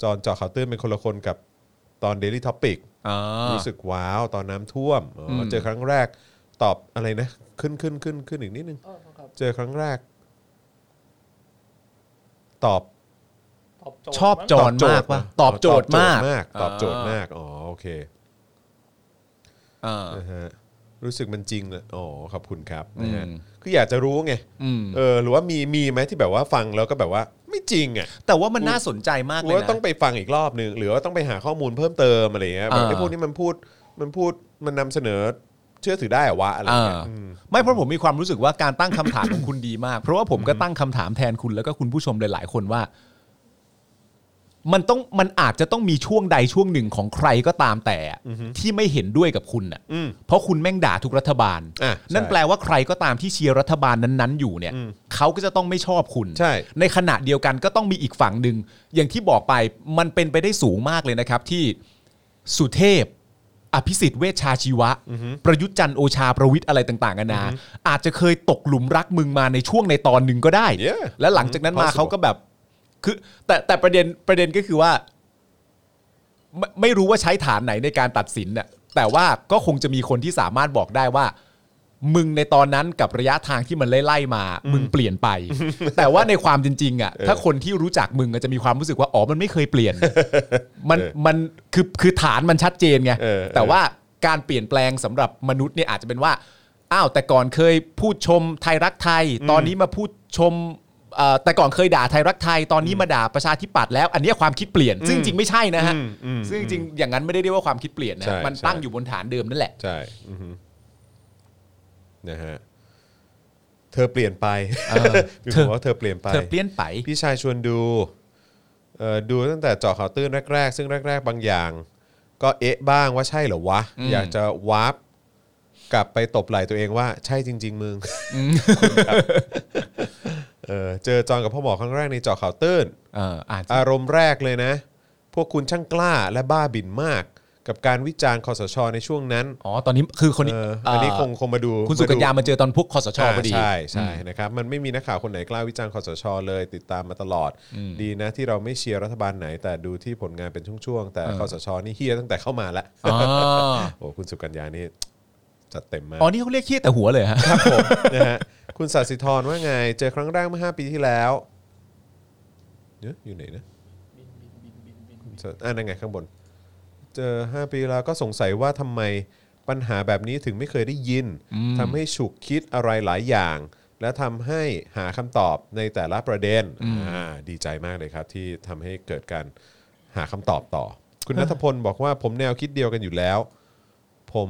จอนจอข่าวตื้นเป็นคนละคนกับตอน Daily Topic
อ่า
รู้สึกว้าวตอนน้ำท่วมอ๋ออ
ม
เจอครั้งแรกตอบอะไรนะ ขึ้นขึ้นขึ้นขึ้นอีกนิดนึง เจอครั้งแรก ตอบ
ตอบโจทย์
ชอบจ
มั้ง
อนมากว่ะตอบโจทย์มาก
ตอบโจทย์มาก อ๋อโอเค
อ่า
นะฮะรู้สึกมันจริงเลยอ๋อขอบคุณครับนะฮะ
อืม
คืออยากจะรู้ไง
อืม
เออหรือว่ามีมีไหมที่แบบว่าฟังแล้วก็แบบว่าไม่จริงอ่ะ
แต่ว่ามันน่าสนใจมาก
ห
เล
รื
ย
อว่า
นะ
ต้องไปฟังอีกรอบนึงหรือว่าต้องไปหาข้อมูลเพิ่มเติมอะไรอย่างเงี้ยแบบ
อ่า
ไอ้พวกนี้มันพูดมันพูดมันนำเสนอเชื่อถือได้เหรอวะอะไรอ
อ่า
ย่างเงี้ยอืม
ไม่เพราะผมมีความรู้สึกว่าการตั้งคำถามของคุณดีมาก เพราะว่าผมก็ตั้งคำถามแทนคุณแล้วก็คุณผู้ชมหลายๆคนว่า มันต้องมันอาจจะต้องมีช่วงใดช่วงหนึ่งของใครก็ตามแต่อะที่ไม่เห็นด้วยกับคุณอ่ะ
อืม
เพราะคุณแม่งด่าทุกรัฐบาล
อ่ะใช่
นั่นแปลว่าใครก็ตามที่เชียร์รัฐบาลนั้นๆอยู่เนี่ย เขาก็จะต้องไม่ชอบคุณ
ใช่
ในขณะเดียวกันก็ต้องมีอีกฝั่งหนึ่ง อย่างที่บอกไปมันเป็นไปได้สูงมากเลยนะครับ ที่สุเทพ อภิสิทธิ์เวชชาชีวะ ประยุทธ์จันทร์โอชาประวิทย์อะไรต่างๆกันานาอาจจะเคยตกหลุมรักมึงมาในช่วงในตอนหนึ่งก็ได้
Yeah
และหลังจากนั้นมา
Possible
เขาก็แบบ คือ แต่แต่ประเด็นประเด็นก็คือว่า ไม่ไม่รู้ว่าใช้ฐานไหนในการตัดสินน่ะแต่ว่าก็คงจะมีคนที่สามารถบอกได้ว่า มึงในตอนนั้นกับระยะทางที่มันไล่ๆมา มึงเปลี่ยน ไป แต่ว่าในความจริงๆอ่ะถ้าคนที่รู้จักมึงอะจะมีความรู้สึกว่าอ๋อมันไม่เคยเปลี่ยน มันมันคือคือฐานมันชัดเจนไง
เออเออ
แต่ว่าการเปลี่ยนแปลงสำหรับมนุษย์เนี่ยอาจจะเป็นว่าอ้าวแต่ก่อนเคยพูดชมไทยรักไทย ตอนนี้มาพูดชมเอ่อแต่ก่อนเคยด่าไทยรักไทย ตอนนี้มาด่าประชาธิปัตย์แล้ว อันเนี้ยความคิดเปลี่ยน ซึ่งจริงไม่ใช่นะฮะ
อืมอืม
ซึ่งจริงอย่างนั้นไม่ได้เรียกว่าความคิดเปลี่ยนนะ
ใช่
ฮะมัน
ใช่
ตั้งอยู่บนฐานเดิมนั่นแหละ
ใช่อือฮึนะฮะ เธอเปลี่ยนไป
เออ
พี่
เธ
บอ
อ
กว่าเธอเปลี่ยนไป
เธอเปลี่ยนไป
พี่ชายชวนดูเอ่อดูตั้งแต่เจาะข่าวตื้นแรก ๆ ซึ่งแรก ๆ บางอย่าง ก็เอ๊ะบ้างว่าใช่เหรอวะ
อืม
อยากจะวาร์ปกลับไปตบไหล่ตัวเองว่าใช่จริง ๆ มึงเออเจอจอนกับพ่อหมอครั้งแรกในเจาะข่าวตื้น
เอออ่านสิ
อารมณ์แรกเลยนะ พวกคุณช่างกล้าและบ้าบิ่นมาก กับการวิจารณ์คอสชในช่วงนั้น
อ๋อตอนนี้คือคนนี้
เอออันนี้
เ
คงคงมาดู
คุณสุกัญญา
ดู
มาเจอตอนพวกคอสช
อ่า
พอดี
ใช่ใช่นะครับมันไม่มีนักข่าวคนไหนกล้าวิจารณ์คอสชเลย ติดตามมาตลอด ดีนะที่เราไม่เชียร์รัฐบาลไหน แต่ดูที่ผลงานเป็นช่วงๆ แต่คอสชนี่เฮียตั้งแต่เข้ามาแล้ว
อ๋อ
โอ้คุณสุกัญญานี่จัดเต็มมาก
อ๋อนี่เขาเรียกขี้แต่หัวเลยฮะ
ครับผมนะฮะคุณศาสิธรว่าไง เจอครั้งแรกเมื่อ 5 ปีที่แล้วเนอะอยู่ไหนนะอ่านั่นไงข้างบน เจอ 5 ปีแล้วก็สงสัยว่าทำไมปัญหาแบบนี้ถึงไม่เคยได้ยินทำให้ฉุกคิดอะไรหลายอย่าง และทำให้หาคำตอบในแต่ละประเด็นอ่าดีใจมากเลยครับ ที่ทำให้เกิดการหาคำตอบต่อ คุณนัทพลบอกว่าผมแนวคิดเดียวกันอยู่แล้ว ผม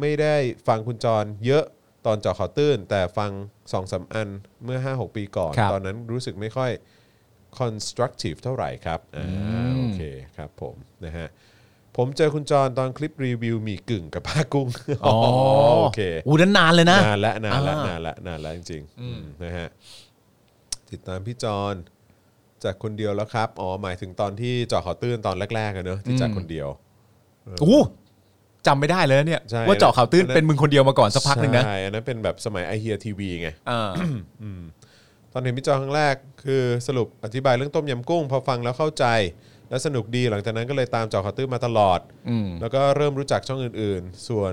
ไม่ได้ฟังคุณจรเยอะตอนเจอข่าวตื้น แต่ฟังสองสามอันเมื่อ 5-6 ปีก่อน
ครับ
ตอนนั้นรู้สึกไม่ค่อย constructive เท่าไหร่ครับอ่าโอเคครับผมนะฮะผมเจอคุณจรตอนคลิปรีวิวหมีกึ่งกับผ้ากุ้ง
อ๋อ
โอเค
อู้นั้นนานเลยนะ
นานและนานและ
อ่าน
นานและนานและจริงๆอืมนะฮะติดตามพี่จรจากคนเดียวแล้วครับอ๋อหมายถึงตอนที่เจอข่าวตื้นตอนแรกๆอะเนอะที่จากคนเดียว
อู้จำไม่ได้เลยเนี่ย
ใช่
ว่าเจาะข่าวตื้น
อันนั้น
เป็นมึงคนเดียวมาก่อนสักพักหนึ่งนะ
ใช่อันนั้นเป็นแบบสมัยไอเฮียทีวีไง
อ่า
ตอนเห็นพี่จอครั้งแรกคือสรุปอธิบายเรื่องต้มยำกุ้ง พอฟังแล้วเข้าใจ และสนุกดีหลังจากนั้นก็เลยตามจอคาวตื้อมาตลอด
อืม
แล้วก็เริ่มรู้จักช่องอื่นๆ ส่วน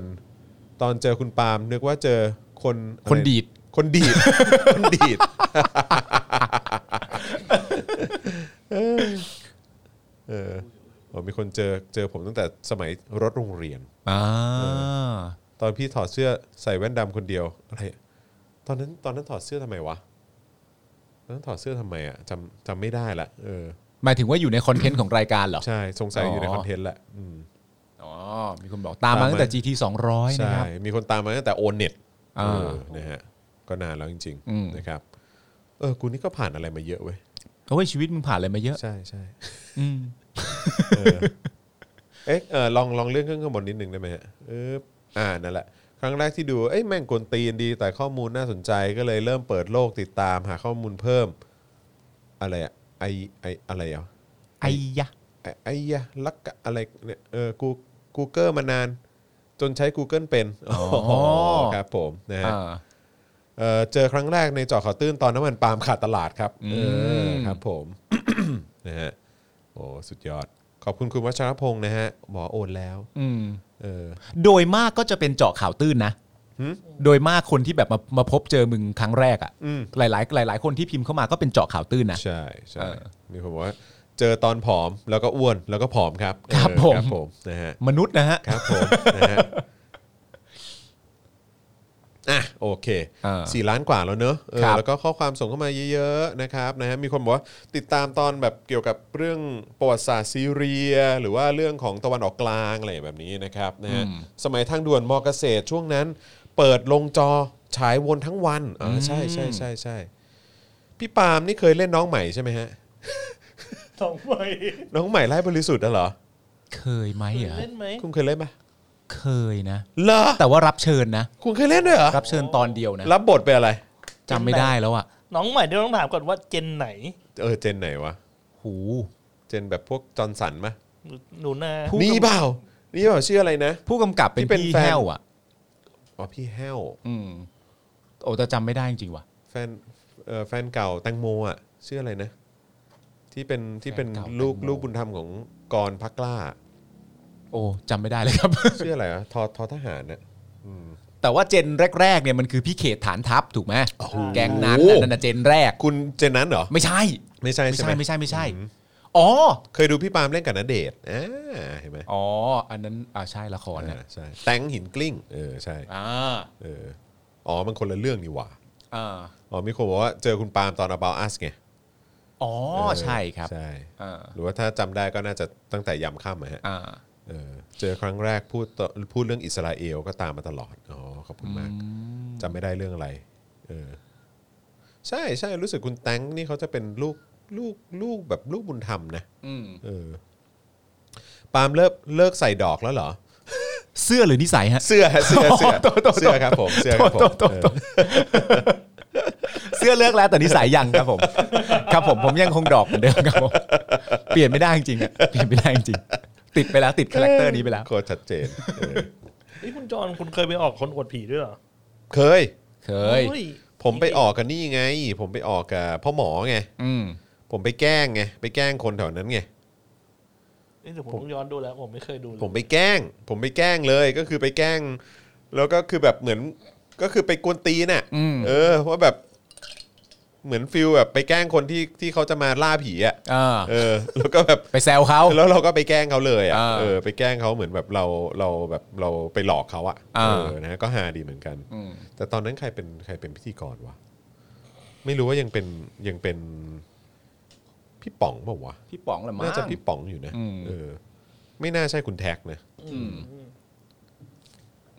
ตอนเจอคุณปาล์มนึกว่าเจอคนอะไร
คนดีด
คนดีด คนดีด เออเออผมมีคนเจอเจอผมตั้งแต่สมัยรถโรงเรียน
อ่า
ตอนพี่ถอดเสื้อใส่แว่นดำคนเดียวอะไรตอนนั้นตอนนั้นถอดเสื้อทำไมวะตอนนั้นถอดเสื้อทำไมอ่ะจำจำไม่ได้ละเออ
หมายถึงว่าอยู่ในคอนเทนต์ของรายการเหรอ
ใช่สงสัยอยู่ใน
อ๋อ
คอนเทนต์แหละอืม
อ๋อ มีคนบอกตามมาตั้งแต่ GT 200 นะ
ใช่
ครับ
มีคนตามมาตั้งแต่โอนเน็ต
อ่า
นะฮะก็นานแล้วจริง
อืม
ๆนะครับเออกูนี่ก็ผ่านอะไรมาเยอะเว้ย
เพราะว่าชีวิตมึงผ่านอะไรมาเยอะ
ใช่ใช่
อืม
เออเอ๊ะเออลองลองเลื่อนขึ้นข้างบนนิดนึงได้ไหมฮะเอออ่านั่นแหละ ครั้งแรกที่ดูเอ้ยแม่งกวนตีนดี แต่ข้อมูลน่าสนใจก็เลยเริ่มเปิดโลกติดตามหาข้อมูลเพิ่ม อะไรอะไอไออะไรอ่ะ
ไอ้ยะ
ไอ้ไอ้ยะลักกะอะไรเนี่ยเออกูกูเกิลมานาน จนใช้ Google เป็น
อ๋อ
ครับผมนะฮะ
อ่า
เอ่อเจอครั้งแรกในเจอข่าวตื้นตอนน้ำมันปาล์มขาดตลาดครับเออครับผม นะฮะโอ้สุดยอด ขอบคุณคุณวัชรพงศ์นะฮะหมอโอนแล้ว
อืม
เออ
โดยมากก็จะเป็นเจาะข่าวตื้นนะ โดยมากคนที่แบบมามาพบเจอมึงครั้งแรก
อืม
อะ่ะ หลายหลายหลายหลาย ๆ คนที่พิมพ์เข้ามาก็เป็นเจาะข่าวตื้นนะ
ใช่ใช่
เออ
มีคนบอกว่า เจอตอนผอมแล้วก็อ้วนแล้วก็ผอมครับ
ครับ
เออ
ผม
ครับผมนะฮะ
มนุษย์นะฮะ
ครับผม นะฮะ อ่ะโอเค
อ่า
สี่ล้านกว่าแล้วเนอะเออ
ครับ
แล้วก็ข้อความส่งเข้ามาเยอะๆนะครับนะฮะมีคนบอกว่าติดตามตอนแบบเกี่ยวกับเรื่องประวัติศาสตร์ซีเรีย หรือว่าเรื่องของตะวันออกกลางอะไรแบบนี้นะครับนะฮะสมัยทางด่วนมอเกษตรช่วงนั้น เปิดลงจอฉายวนทั้งวันอ่าใช่ใช่ใช่ใช่พี่ปาล์มนี่เคยเล่นน้องใหม่ใช่ไหมฮะ
สองใบ
น้องใหม่ไล่บริสุทธิ์อะเหรอ
เคยไหมเหรอ
เล่นไหม
คุณเคยเล่นปะ
เคยนะ
เหรอ
แต่ว่ารับเชิญนะ
คุณเคยเล่นด้วยเหรอ
รับเชิญตอนเดียวนะ
รับบทเป็นอะไร
จำไม่ได้แล้วอ่ะ
น้องใหม่เดี๋ยวต้องถามก่อนว่าเจนไหน
เออเจนไหนวะ
หู
เจนแบบพวกจอร์นสันมะ
หนูนา
ผู้
นี่เปล่านี่เปล่าชื่ออะไรนะ
ผู้กำกับเป็น
ที่เป็น
พี่
แฟน
แห้วอ่ะ
อ๋อพี่แห้ว
อืมโอ้แต่จำไม่ได้จริงๆว่ะ
แฟนเอ่อแฟนเก่าแตงโมอ่ะชื่ออะไรนะ ที่เป็นที่เป็น
แฟนเก่า
ลูก
แตงโม
ลูกบุญธรรมของกร พักกล้า
โอ้จำไม่ได้เลยครับ
ชื่ออะไรอะทอทอทหารนะอืม
แต่ว่าเจนแรกๆเนี่ยมันคือพี่เขตฐานทัพถูกไหมแกงนั้นน่ะนั่นนะเจนแรก
คุณเจนนั้นเหรอ
ไม่ใช่
ไม่ใช่
ไม่
ใช่
ใช่
ไหม
ไม่ใช่ไม่ใช่อ๋อ
เคยดูพี่ปาล์มเล่นกับนเดชน์อ่าเห็นไหม
อ๋ออันนั้นอ่าใช่ละครนะ
อ่าใช่แตงหินกลิ้งเออใช่
อ่า
เอออ๋อมันคนละเรื่องนี่หว่า
อ่า
อ๋อมีคนบอกว่าเจอคุณปาล์มตอน about us ไง
อ๋อ
เ
ใช่ครับ
ใช่
อ่า
หรือว่าถ้าจำได้ก็น่าจะตั้งแต่ยำค่ำอะฮะ
อ่า
เออเจอครั้งแรกพูดต่อพูดเรื่องอิสราเอลก็ตามมาตลอดอ๋อขอบคุณมากจำไม่ได้เรื่องอะไรเออใช่ใช่รู้สึกคุณแตงนี่เขาจะเป็นลูกลูกลูกแบบลูกบุญธรรมนะ
อืม
เออปาล์มเลิกเลิกใส่ดอกแล้วเหรอ
เสื้อหรือนิสัยฮะ
เสื้อฮะเสื้อเสื้อ
โตโตโต
เสื้อครับผมเสื้อครับผม
โตโตโตเสื้อเลือกแล้วแต่นิสัยยังครับ ผม ครับผมผมยังคงดอกเหมือนเดิมครับผมเปลี่ยนไม่ได้จริงๆอะเปลี่ยนไม่ได้จริงๆติดไปแล้วติดคาแรคเตอร์นี้ไปแล้ว
โคตรชัดเจนเออ
นี่คุณจอนคุณเคยไปออกคนอวดผีด้วยเหรอ
เคย
เคย
ฮ้
ผมไปออกกับนี่ไง ผมไปออกกับพ่อหมอไง
อืม
ผมไปแกล้งไง ไปแกล้งคนแถวนั้นไง
นี่แต่ผมต้องย้อนดูแล้วผมไม่เคยดูเลย
ผมไปแกล้ง ผมไปแกล้งเลยก็คือไปแกล้ง แล้วก็คือแบบเหมือนก็คือไปกวนตีน่ะเออว่าแบบ เหมือนฟิลแบบไปแกล้งคนที่ที่เขาจะมาล่าผีอ่ะ
อ่า
เออ แล้วก็แบบ
ไปแซวเขา
แล้วเราก็ไปแกล้งเขาเลยอ่ะ
อ่า
เออไปแกล้งเขาเหมือนแบบเราเราแบบเราไปหลอกเขาอ่ะ
อ่า
เออนะก็ฮาดีเหมือนกัน แต่ตอนนั้นใครเป็นใครเป็นพิธีกรวะไม่รู้ว่ายังเป็นยังเป็นพี่ป๋องเปล่าวะ
พี่ป๋องละมั้ง
น่าจะพี่ป๋องอยู่นะ
อืม
เออ ไม่น่าใช่คุณแท็กนะ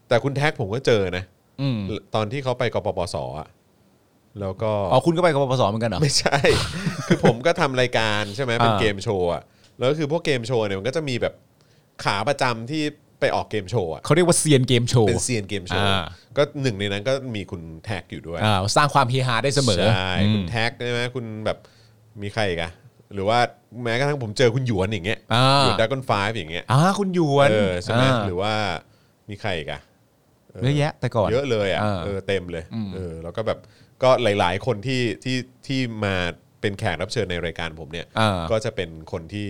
แต่คุณแท็กผมก็เจอนะ
อืม
ตอนที่เขาไปกปปสอ่ะแล้วก็
อ๋อคุณก็ไปกับปปสเหมือนกันเหรอ
ไม่ใช่ คือผมก็ทำรายการใช่ไหมเป็น
อ่า
เกมโชว์อะแล้วคือพวกเกมโชว์เนี่ยมันก็จะมีแบบขาประจำที่ไปออกเกมโชว์อะ
เขาเรียกว่าเซียนเกมโชว์
เป็นเซียนเกมโชว์
อ่า
ก็หนึ่งในนั้นก็มีคุณแท็กอยู่ด้วย
อ่าสร้างความเฮฮาได้เสมอ
ใช่
อื
คุณ
ม
แท็กใช่ไหมคุณแบบมีใครอีกอะหรือว่าแม้กระทั่งผมเจอคุณหยวนอย่างเงี้ย
อ่า
หยวนดักกอนไฟอย่างเงี้ย
อ่าคุณหยวน
เออใช่ไหมา หรือว่ามีใครอีกอะเออ
เยอะแยะแต่ก่อน
เยอะเลยอ่ะ
เออ
เออเต็มเลยเออแล้วก็แบบก็หลาย ๆ คนที่ที่ที่มาเป็นแขกรับเชิญในรายการผมเนี่ย
เออ
ก็จะเป็นคนที่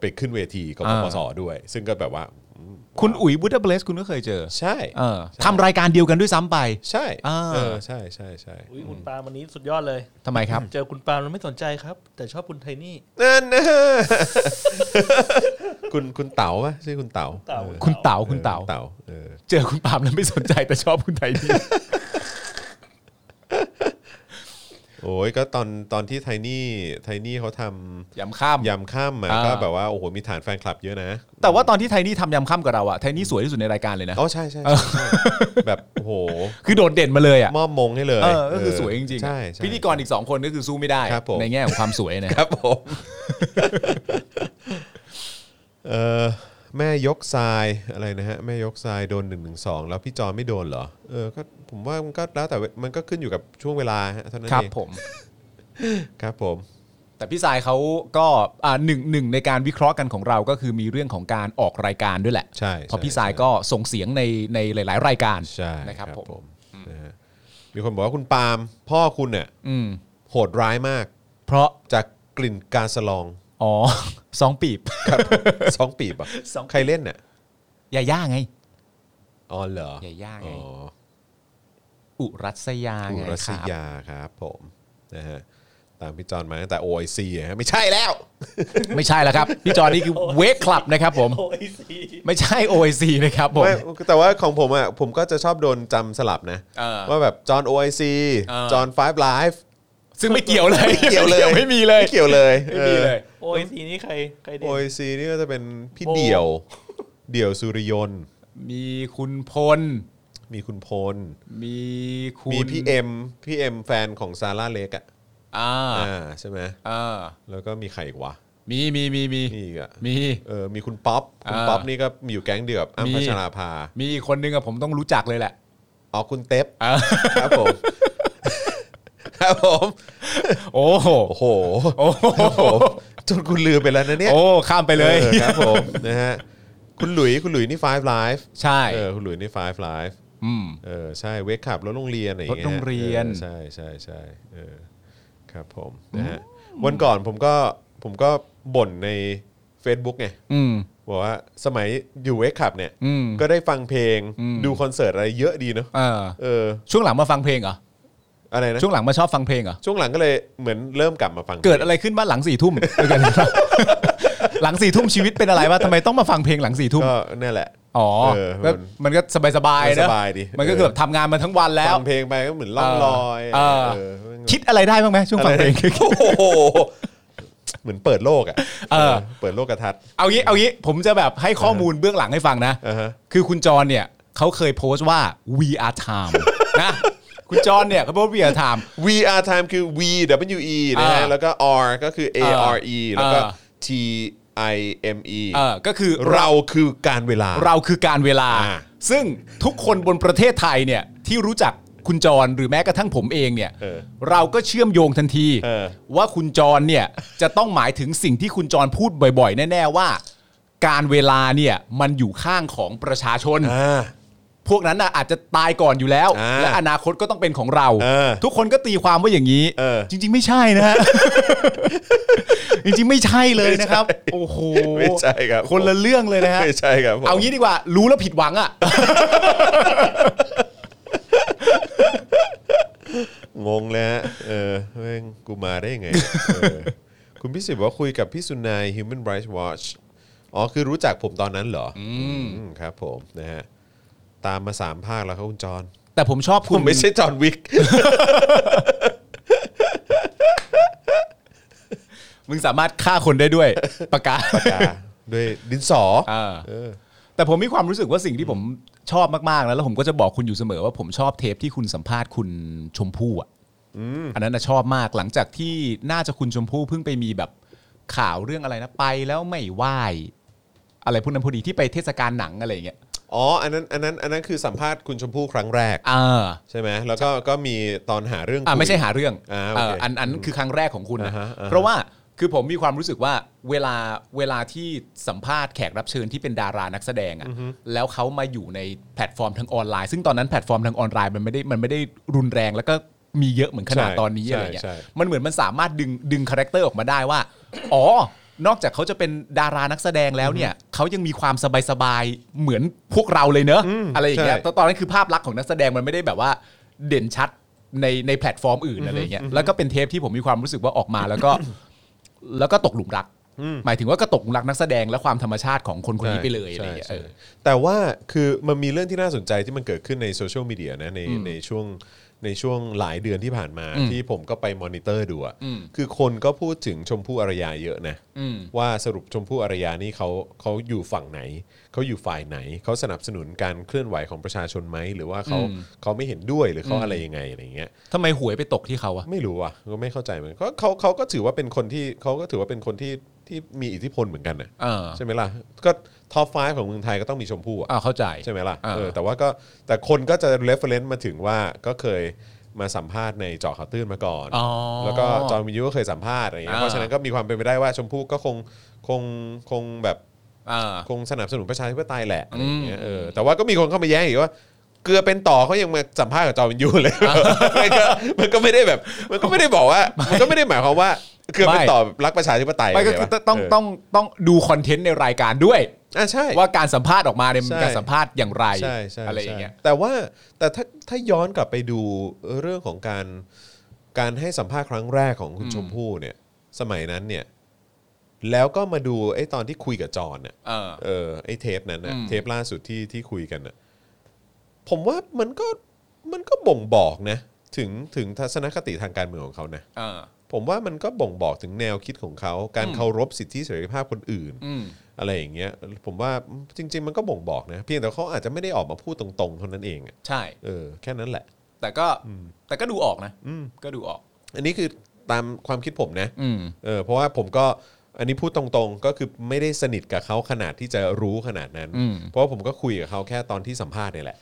ไปขึ้นเวทีกบ
เออ
พสด้วย ซึ่งก็แบบว่าอืม
คุณอุ๋ยบุดาเบสคุณก็เคยเจอ
ใช่
เออทำรายการเดียวกันด้วยซ้ำไป
ใช่
อ่า
เออใช่ใช่ใช่
อุ๊ยคุณปาล์มวันนี้สุดยอดเลย
ทำไมครับ
เจอคุณปาล์มแล้วไม่สนใจครับ แต่ชอบคุณไทนี่
นั่น นะ คุณคุณเต๋าปะชื่อคุณเต๋า
เต๋า
ออ
คุณเต๋าคุณเต๋า
ออเต๋าเออ
เจอคุณปาล์มแล้ว ไม่สนใจแต่ชอบคุณไทยดี
โอ้ยก็ตอนตอนที่ไทนี่ไทนี่เขาท
ยำข้าม
ำยำข้ามมา
อ่า
ก็แบบว่าโอ้โหมีฐานแฟนคลับเยอะนะ
แต่ว่าตอนที่ไทยนี่ทำยำข้ามกับเราอะไทยนี่สวยที่สุดในรายการเลยนะ
อ๋อใช่ใช่ใช่ใช่แบบโอ้โห
คือโดดเด่นมาเลยอะ
มอบมงให้เลย
เออก็คือสวยจริงๆอะ
ใช่ใช่
พิธีกรอีก 2 คนก็คือสู้ไม่ได้
ครับผม
ในแง่ของความสวยนะ
ครับผมเออแม่ยกทรายอะไรนะฮะ แม่ยกทรายโดน1นึแล้วพี่จอนไม่โดนเหรอ เออก็ผมว่ามันก็แล้วแต่มันก็ขึ้นอยู่กับช่วงเวลาฮะเท่านั้น
ครับ
เอง
ผม
ครับผม
แต่พี่สายเขาก็อ่าหนึ่งหนึ่งในการวิเคราะห์กันของเราก็คือมีเรื่องของการออกรายการด้วยแหละ
ใช่ใช่
เพราะพี่สายก็ส่งเสียงในในหลาย ๆ รายการ
ใช่
นะครับผม
นะฮะมีคนบอกว่าคุณปาล์มพ่อคุณเนี่ย
อืม
โหดร้ายมาก
เพราะ
จากกลิ่นกาสลอง
อ๋อ สองปีบ
สองปีบเหรอ่ะ
สองปีบ
ใครเล่นเนี่ย
ยาย่าไง
อ๋อเหรอย
าย่าไง
อ๋อ
อุรัสยา
อุ
ไง
รัส
ครับ
ยาครับผมนะฮะตามพี่จอนมาตั้งแต่ OIC อะฮะไม่ใช่แล้ว
ไม่ใช่แล้วครับ พี่จอนี่คือเวกคลับนะครับผม
โอ้ยสิ
ไม่ใช่ OIC นะครับผม
ไม่แต่ว่าของผมอ่ะผมก็จะชอบโดนจำสลับนะ
เออ
ว่าแบบจอน OIC
เออ
จอน5 Live
ซึ่งไม่เกี่ยวเลย
ไม่เกี่ยวเลย
ไม่มีเลย
ไม่เกี่ยวเลย
ไม่มีเลย
โอ้ยสินี่ใครใคร
เออ
เด่น
OIC นี่ก็จะเป็นพี่
โอ้
เดี่ยว เดี่ยวสุริยนต์
มีคุณพล
มีคุณพล
มีคุณ
มีพี่เอ็มพี่เอ็มแฟนของซาร่าเล็กอ่ะ
อ่า
อ่าใช่ไหม
อ่า
แล้วก็มีใครอีกวะ
มีมีมีมี
นี่อีกอ่ะ
มี
เออมีคุณป๊อปคุณ
อ่า
ป๊อปนี่ก็อยู่แก๊งเดียวกับอ้ํ
มี
พัชราภา
มีอีกคนนึงอะผมต้องรู้จักเลยแหละ
อ๋อคุณเต็บ
อ่า
ครับผม ครับผม
โอ้โห
โอ้โห
โอ้โห
จนคุณลืมไปแล้วนะเนี่ย
โอ้ข้ามไปเลย
ออครับผม นะฮะคุณหลุยคุณหลุยนี่ Five Live
ใช่
เออคุณหลุยนี่ Five Live
อืม
เออใช่เวกขับรถโรงเรียนอะไรอย่างเงี้ย
รถโรงเรียน
ออใช่ใช่ใช่เออครับผมนะฮะวันก่อนผมก็ผมก็บ่นใน Facebook ไง
อืม
บอกว่าสมัยอยู่เวกขับเนี่ย
อืม
ก็ได้ฟังเพลง
อืม
ดูคอนเสิร์ตอะไรเยอะดีเนอะ
เออ
เออ
ช่วงหลังมาฟังเพลงเหรอ
อะไรนะ
ช่วงหลังมาชอบฟังเพลงเหรอ
ช่วงหลังก็เลยเหมือนเริ่มกลับมาฟัง
เกิดอะไรขึ้นบ้างหลังสี่ทุ่มเออเกิดอะไรขึ้นหลังสี่ทุ่มชีวิตเป็นอะไรวะทำไมต้องมาฟังเพลงหลังสี่ทุ่ม
ก็นั่นแหละ
อ๋อ
เออมัน
แล้วมันก็สบายๆ
มัน
เนอะ
สบายดี
มันก็
เออ
คือแบบทำงานมาทั้งวันแล้ว
ฟังเพลงไปก็เหมือนล่องลอย
เออ
เออ
คิดอะไรได้บ้างไหมช่วงฟังเพลง
โอ้โหเหมือนเปิดโลกอ่ะ
เออ
เปิดโลกกระทัด
เอางี้เอางี้ผมจะแบบให้ข้อมูลเบื้องหลังให้ฟังนะ
อ่าฮะ
คือคุณจรเนี่ยเขาเคยโพสต์ว่า we are time นะ คุณจรเนี่ยเขาโพสต์ we are time
VR time คือ V W E นะฮะ
อ่า
แล้วก็ R ก็คือ A R E แล้วก็
อ่า
T I M E
เออก็คือเรา
เราคือการเวลา
เราคือการเวลา
อ่า
ซึ่งทุกคนบนประเทศไทยเนี่ยที่รู้จักคุณจรหรือแม้กระทั่งผมเองเนี่ย
เออ
เราก็เชื่อมโยงทันที
เออ
ว่าคุณจรเนี่ยจะต้องหมายถึงสิ่งที่คุณจรพูดบ่อย ๆ แน่ ๆ ว่า การเวลาเนี่ยมันอยู่ข้างของประชาชน
อ่า
พวกนั้นน่ะอาจจะตายก่อนอยู่แล้ว
อ่า
และอนาคตก็ต้องเป็นของเรา
เออ
ทุกคนก็ตีความว่าอย่างนี้
เออ
จริง ๆ ไม่ใช่นะ ฮะ จริง ๆ ไม่ใช่เลยนะครับ โอ้โห
ไม่ใช่ครับ
คนละเรื่องเลยนะฮะ
ไม่ใช่ครับผม
เอางี้ดีกว่า รู้แล้วผิดหวังอ่ะ
งงแล้วเออแม่งกูมาได้ยังไงเออคุณพิสิทธิ์บอกว่าคุยกับพี่สุนาย Human Rights Watch อ๋อ คือรู้จักผมตอนนั้นเหรอ อืมครับผมนะฮะ ตามมาสามภาคแล้วครับคุณจอน
แต่ผมชอบ
ผ
คุณ
มไม่ใช่จอนวิก
มึงสามารถฆ่าคนได้ด้วย ปากกา
ด้วยดินสอ
เออ
เออ
แต่ผมมีความรู้สึกว่าสิ่งที่ผมชอบมากๆนะแล้วผมก็จะบอกคุณอยู่เสมอว่าผมชอบเทปที่คุณสัมภาษณ์คุณชมพู่อ่ะ อันนั้นนะชอบมากหลังจากที่น่าจะคุณชมพู่เพิ่งไปมีแบบข่าวเรื่องอะไรนะไปแล้วไม่ไหวอะไรพวกนั้นพอดีที่ไปเทศกาลหนังอะไรอย่างเงี้ย
อ๋อ อันนั้น อันนั้น อันนั้นคือสัมภาษณ์คุณชมพู่ครั้งแรก
เออ
ใช่ไหม แล้วก็ ก็มีตอนหาเรื่อง
อ่ะ
คุย
ไม่ใช่หาเรื่อง
อ่าโอ
เอ
เค
ออันอันนั้นคือครั้งแรกของคุณนะ
อ่าฮะอ่าฮะ
เพราะว่าคือผมมีความรู้สึกว่าเวลาเวลาที่สัมภาษณ์แขกรับเชิญที่เป็นดารานักแสดงอะ่ะแล้วเขามาอยู่ในแพลตฟอร์มทางออนไลน์ ซึ่งตอนนั้นแพลตฟอร์มทางออนไลน์มันไม่ได้มันไม่ได้รุนแรงแล้วก็มีเยอะเหมือนขนาด
ใช่
ตอนนี้อะไรอย่างเงี้ย
ใช่ใช่
มันเหมือนมันสามารถดึงดึงคาแรคเตอร์ออกมาได้ว่า อ๋อ นอกจากเขาจะเป็นดารานักแสดงแล้วเนี่ยเขายังมีความสบายๆ เหมือนพวกเราเลยเนอะอะไรอย่างเงี้ย
ใช่
ตอนตอนนั้นคือภาพลักษณ์ของนักแสดงมันไม่ได้แบบว่าเด่นชัดในในแพลตฟอร์มอื่นอะไรอย่างเงี้ยแล้วก็เป็นเทปที่ผมมีความรู้สึกว่าออกมาแล้วก็ แล้วก็ตกหลุมรัก หมายถึงว่าก็ตกหลุมรักนักแสดงและความธรรมชาติของคนคนนี้ไปเลยอะไรอย่างเงี้ย
ใช่
เอ
ใช่
อ
แต่ว่าคือมันมีเรื่องที่น่าสนใจที่มันเกิดขึ้นในโซเชียลมีเดียนะในในช่วงในช่วงหลายเดือนที่ผ่านมาที่ผมก็ไปมอนิเตอร์ดูอะคือคนก็พูดถึงชมพู่อารยาเยอะนะว่าสรุปชมพู่อารยานี่เขาเขาอยู่ฝั่งไหน เขาอยู่ฝ่ายไหน เขาสนับสนุนการเคลื่อนไหวของประชาชนไหมหรือว่าเขาเขาไม่เห็นด้วยหรือเขาอะไรยังไงอะไรอย่างเงี้ย
ทำไมหวยไปตกที่เขาอะ
ไม่รู้อ่ะก็ไม่เข้าใจเหมือนกันเขาเขาเขาก็ถือว่าเป็นคนที่เขาก็ถือว่าเป็นคนที่ที่มีอิทธิพลเหมือนกันนะ
เออ
ใช่ไหมล่ะ ก็ท็อปไฟของเมืองไทยก็ต้องมีชมพู่อ่ะ
อ่าเข้าใจ
ใช่ไหมล่ะ
อ่า
เออแต่ว่าก็แต่คนก็จะเรฟเฟรนซ์มาถึงว่าก็เคยมาสัมภาษณ์ในเจาะข่าวตื้นมาก่อน
อ๋อ
แล้วก็จอห์นวินยูก็เคยสัมภาษณ์อะไรอย่างเงี้ย
อ่า
เพราะฉะนั้นก็มีความเป็นไปได้ว่าชมพู่ก็คงคงคงแบบ
อ่า
คงสนับสนุนประชาธิปไตยแหละอะไรอย่างเงี้ยเออแต่ว่าก็มีคนเข้ามาแย้งอีกว่า เกลือเป็นต่อเขายังมาสัมภาษณ์กับจอห์นวินยูเลยมันก็มันก็ไม่ได้แบบ มันก็ไม่ได้บอกว่า มันก็ไม่ได้หมายความว่าเกลือเป็นต่อรักประชาธิปไตย
ไม่ก็คือต้องต้องต้องต้องดูคอนเทนต์ในรายการด้วย
อ่ะใช่
ว่าการสัมภาษณ์ออกมาเนี่ยมัน
ใช่
การสัมภาษณ์อย่างไร
ใช่ใช่
อะไรอย่างเงี้ย
ใช่แต่ว่าแต่ถ้าถ้าย้อนกลับไปดูเรื่องของการการให้สัมภาษณ์ครั้งแรกของคุณชมพู่เนี่ย สมัยนั้นเนี่ย แล้วก็มาดูไอ้ตอนที่คุยกับจอนเนี่ย
เออ
เออไอ้เทปนั้นนะ
อืม
เทปล่าสุดที่ที่คุยกันนะผมว่ามันก็มันก็บ่งบอกนะ ถึงถึงทัศนคติทางการเมืองของเขานะ
เออ
ผมว่ามันก็บ่งบอกถึงแนวคิดของเขา การเคารพสิทธิเสรีภาพคนอื่น
อืม
อะไรอย่างเงี้ย ผมว่าจริง ๆ มันก็บ่งบอกนะ เพียงแต่เขาอาจจะไม่ได้ออกมาพูดตรงๆเท่านั้นเองอะ
ใช่
เออแค่นั้นแหละ
แต่ก็แต่ก็ดูออกนะก็ดูออก
อันนี้คือตามความคิดผมนะ
อืม
เออเพราะว่าผมก็อันนี้พูดตรงๆ ก็คือไม่ได้สนิทกับเขาขนาดที่จะรู้ขนาดนั้น
อืม
เพราะว่าผมก็คุยกับเขาแค่ตอนที่สัมภาษณ์เนี่ยแหละ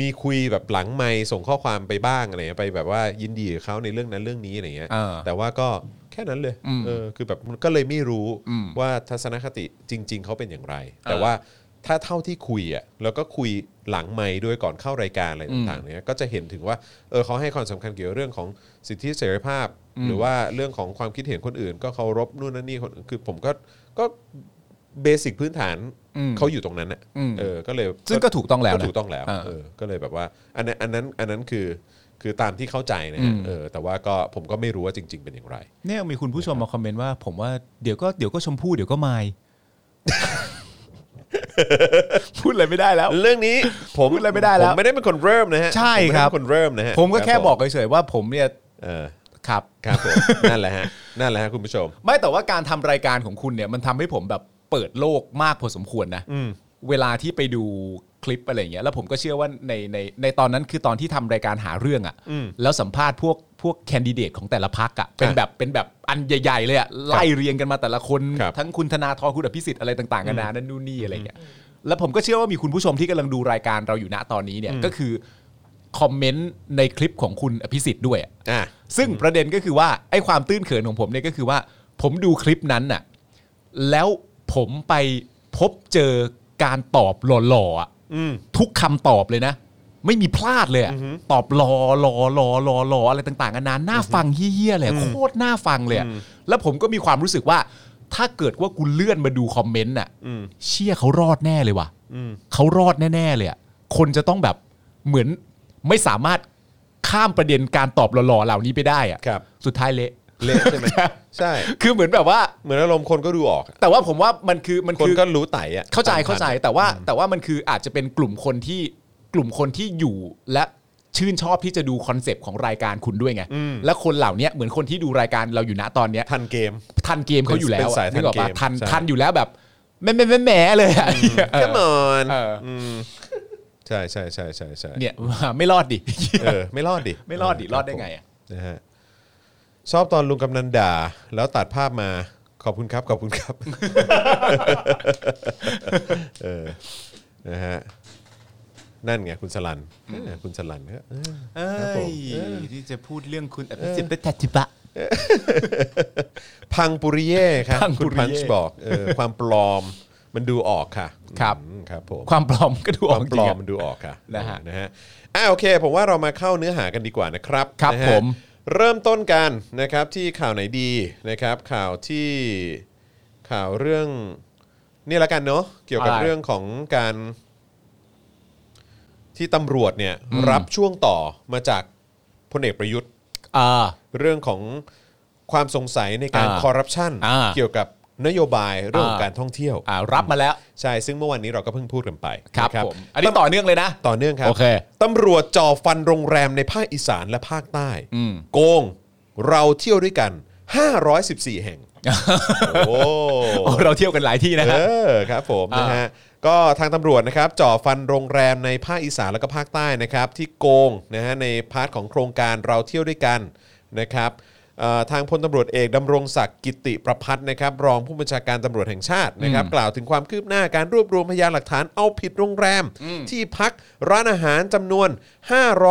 มีคุยแบบหลังไมค์ส่งข้อความไปบ้างอะไรเงี้ยไปแบบว่ายินดีกับเขาในเรื่องนั้นเรื่องนี้อะไรเงี้ย
เออ
แต่ว่าก็แค่นั้นเลย
อืม
เออคือแบบก็เลยไม่รู้
อืม
ว่าทัศนคติจริง ๆ เขาเป็นอย่างไร แต่
เออ
ว่าถ้าเท่าที่คุยอ่ะแล้วก็คุยหลังไมค์ด้วยก่อนเข้ารายการอะไรต่างๆเนี่ยก็จะเห็นถึงว่าเออเขาให้ความสำคัญเกี่ยวกับเรื่องของสิทธิเสรีภาพ
อืม
หรือว่า ว่าเรื่องของความคิดเห็นคนอื่นก็เคารพนู่นนั่นนี่คนคือผมก็ก็ เบสิกพื้นฐาน
อืม
เขาอยู่ตรงนั้นน่ะ
อืม
เออก็เลย
ซึ่งก็ถูกต้องแล้ว
ก็
นะ
ถูกต้องแล้ว
อ่า
เออก็เลยแบบว่าอันนั้นอันนั้นอันนั้นคือคือตามที่เข้าใจนะ
อื
ฮะ
ม
เออแต่ว่าก็ผมก็ไม่รู้ว่าจริง ๆ เป็นอย่างไร
เนี่ยมีคุณผู้ชมมาคอมเมนต์ว่า ผมว่าเดี๋ยวก็เดี๋ยวก็ชมพู่เดี๋ยวก็ ไมาย พูดอะไรไม่ได้แล้ว
เรื่องนี้ผม
พูดอะไรไม่ได้แล้ว
ผมไม่ได้เป็นคนเริ่มนะฮะ
ใช่
ผมไม่ได้
ครับ
เป็นคนเริ่มนะฮะ
ผมก็แค่
รั
บอกเฉยๆว่าผมเนี่ย
เออ
ครับ
ครับผม นั่นแหละฮะนั่นแหละฮะคุณผู้ชม
ไม่แต่ว่าการทำรายการของคุณเนี่ยมันทำให้ผมแบบเปิดโลกมากพอสมควรนะ
อืม
เวลาที่ไปดูคลิปอะไรอย่างเงี้ยแล้วผมก็เชื่อว่าในในในตอนนั้นคือตอนที่ทำรายการหาเรื่องอะ่ะ
อืม
แล้วสัมภาษณ์พวกพวกแคนดิเดตของแต่ละพักอะ่ะเป็นแบบเป็นแบบอันใหญ่ๆเลยอะ่ะไล่เรียงกันมาแต่ละคน
ครับ
ทั้งคุณธนาธรคุณอภิสิทธิ์อะไรต่างๆกันานานั่นนู่นนี่อะไรอย่างเงี้ยแล้วผมก็เชื่อว่ามีคุณผู้ชมที่กำลังดูรายการเราอยู่ณตอนนี้เนี่ย
อืม
ก็คือคอมเมนต์ในคลิปของคุณอภิสิทธิ์ด้วยอะ
อ่ะ
ซึ่งประเด็นก็คือว่าไอ้ความตื้นเขินของผมเนี่ยก็คือว่า ผมดูคลิปนั้นน่ะแล้วผมไปพบเจอการตอบหล่อๆอะ
อืม
ทุกคำตอบเลยนะ ไม่มีพลาดเลยอะตอบหลอหลอหลอหลอหลออะไรต่างๆนานาน่าฟังเฮี้ยๆเลยอะโคตรน่าฟังเลยอะแล้วผมก็มีความรู้สึกว่า ถ้าเกิดว่ากูเลื่อนมาดูคอมเมนต์น่ะ
อืม
เชี่ยเขารอดแน่เลยว่ะ
อืม
เขารอดแน่ๆเลยอะคนจะต้องแบบเหมือนไม่สามารถข้ามประเด็นการตอบหล่อๆเหล่านี้ไปได้อะ
ครับ
สุดท้ายเละ
เละใช่ไหม ใช่
คือเหมือนแบบว่า
เหมือนอารมณ์คนก็ดูออกอะ
แต่ว่าผมว่ามันคือมัน
คน
คือ
ก็รู้ไต่อะ
เข้าใจ
ตมทัน
เข้าใจแต่ว่าแต่ว่ามันคืออาจจะเป็นกลุ่มคนที่กลุ่มคนที่อยู่และชื่นชอบที่จะดูคอนเซปต์ของรายการคุณด้วยไง
อืม
และคนเหล่าเนี้ยเหมือนคนที่ดูรายการเราอยู่ณตอนเนี้ย
ทันเกม
ทันเกมเขาอยู่แล้ว
เป็นสาย
อะนึกออกปะ
ทันเกม
ทัน
ใช่
ทันอยู่แล้วแบบแม่แม่แม่แม่เลยอะเออ
ก็มอน
เอออื
ใช่ใช่ใช่ใช่ใช่
เนี่ยไม่รอดดิ
เออไม่รอดดิ
ไม่รอดดิ
เ
รอดได้ไงอะ
นะฮะชอบตอนลุงกำนันด่า แล้วตัดภาพมาขอบคุณครับ ขอบคุณครับ เออนะฮะนั่นไงคุณสลันเออคุณสลันก็เออ
เอ้
ครับผม
ยนี่จะพูดเรื่องคุณอภิสิทธิ์ทัตจิปะ
พังปุริเย่ครับ
พังปุ
คุณ
ริเย่
พันช์บอกเออความปลอมมันดูออกค่ะ
ครับ
อืมครับผม
ความปลอมก็ดู
ค
ออก
วาม
จ
ป
ริ
ล
ง
อม
ๆอะ
มันดูออกค่ะ
นะฮะ
นะฮะอ่าโอเค ผมว่าเรามาเข้าเนื้อหากันดีกว่านะครับ
ครับ
นะฮะ
ผม
เริ่มต้นกันนะครับที่ข่าวไหนดีนะครับ ข่าวที่ข่าวเรื่องนี่ละกันเนาะเกี่ยวกับเรื่องของการ ที่ตำรวจเนี่ยรับช่วงต่อมาจากพลเอกประยุทธ์
อ่า
เรื่องของความสงสัยในการ
อ่า
คอร์รัปชัน
อ่า
เกี่ยวกับนโยบายเรื่องของ
อ่า
การท่องเที่ยว
อ่ารับมาแล้ว
ใช่ ซึ่งเมื่อวานนี้เราก็เพิ่งพูดกันไป
ครับ
นะ
ผม อันนี้ต่อเนื่องเลยนะ
ต่อเนื่องครับ
โอเค
ตำรวจจ่อฟันโรงแรมในภาคอีสานและภาคใต้
อืม
โกงเราเที่ยวด้วยกัน 514 แห่ง โอ้
โอ้เราเที่ยวกันหลายที่นะฮะ
เออครับผมนะฮะก็ทางตำรวจนะครับจ่อฟันโรงแรมในภาคอีสานแล้วก็ภาคใต้นะครับที่โกงนะฮะในพาร์ทของโครงการเราเที่ยวด้วยกันนะครับเอ่อทางพลตำรวจเอกดำรงศักดิ์กิติประพัฒน์นะครับรองผู้บัญชาการตำรวจแห่งชาตินะครับกล่าวถึงความคืบหน้าการรวบรวมพยานหลักฐานเอาผิดโรงแรม ที่พักร้านอาหารจำนวน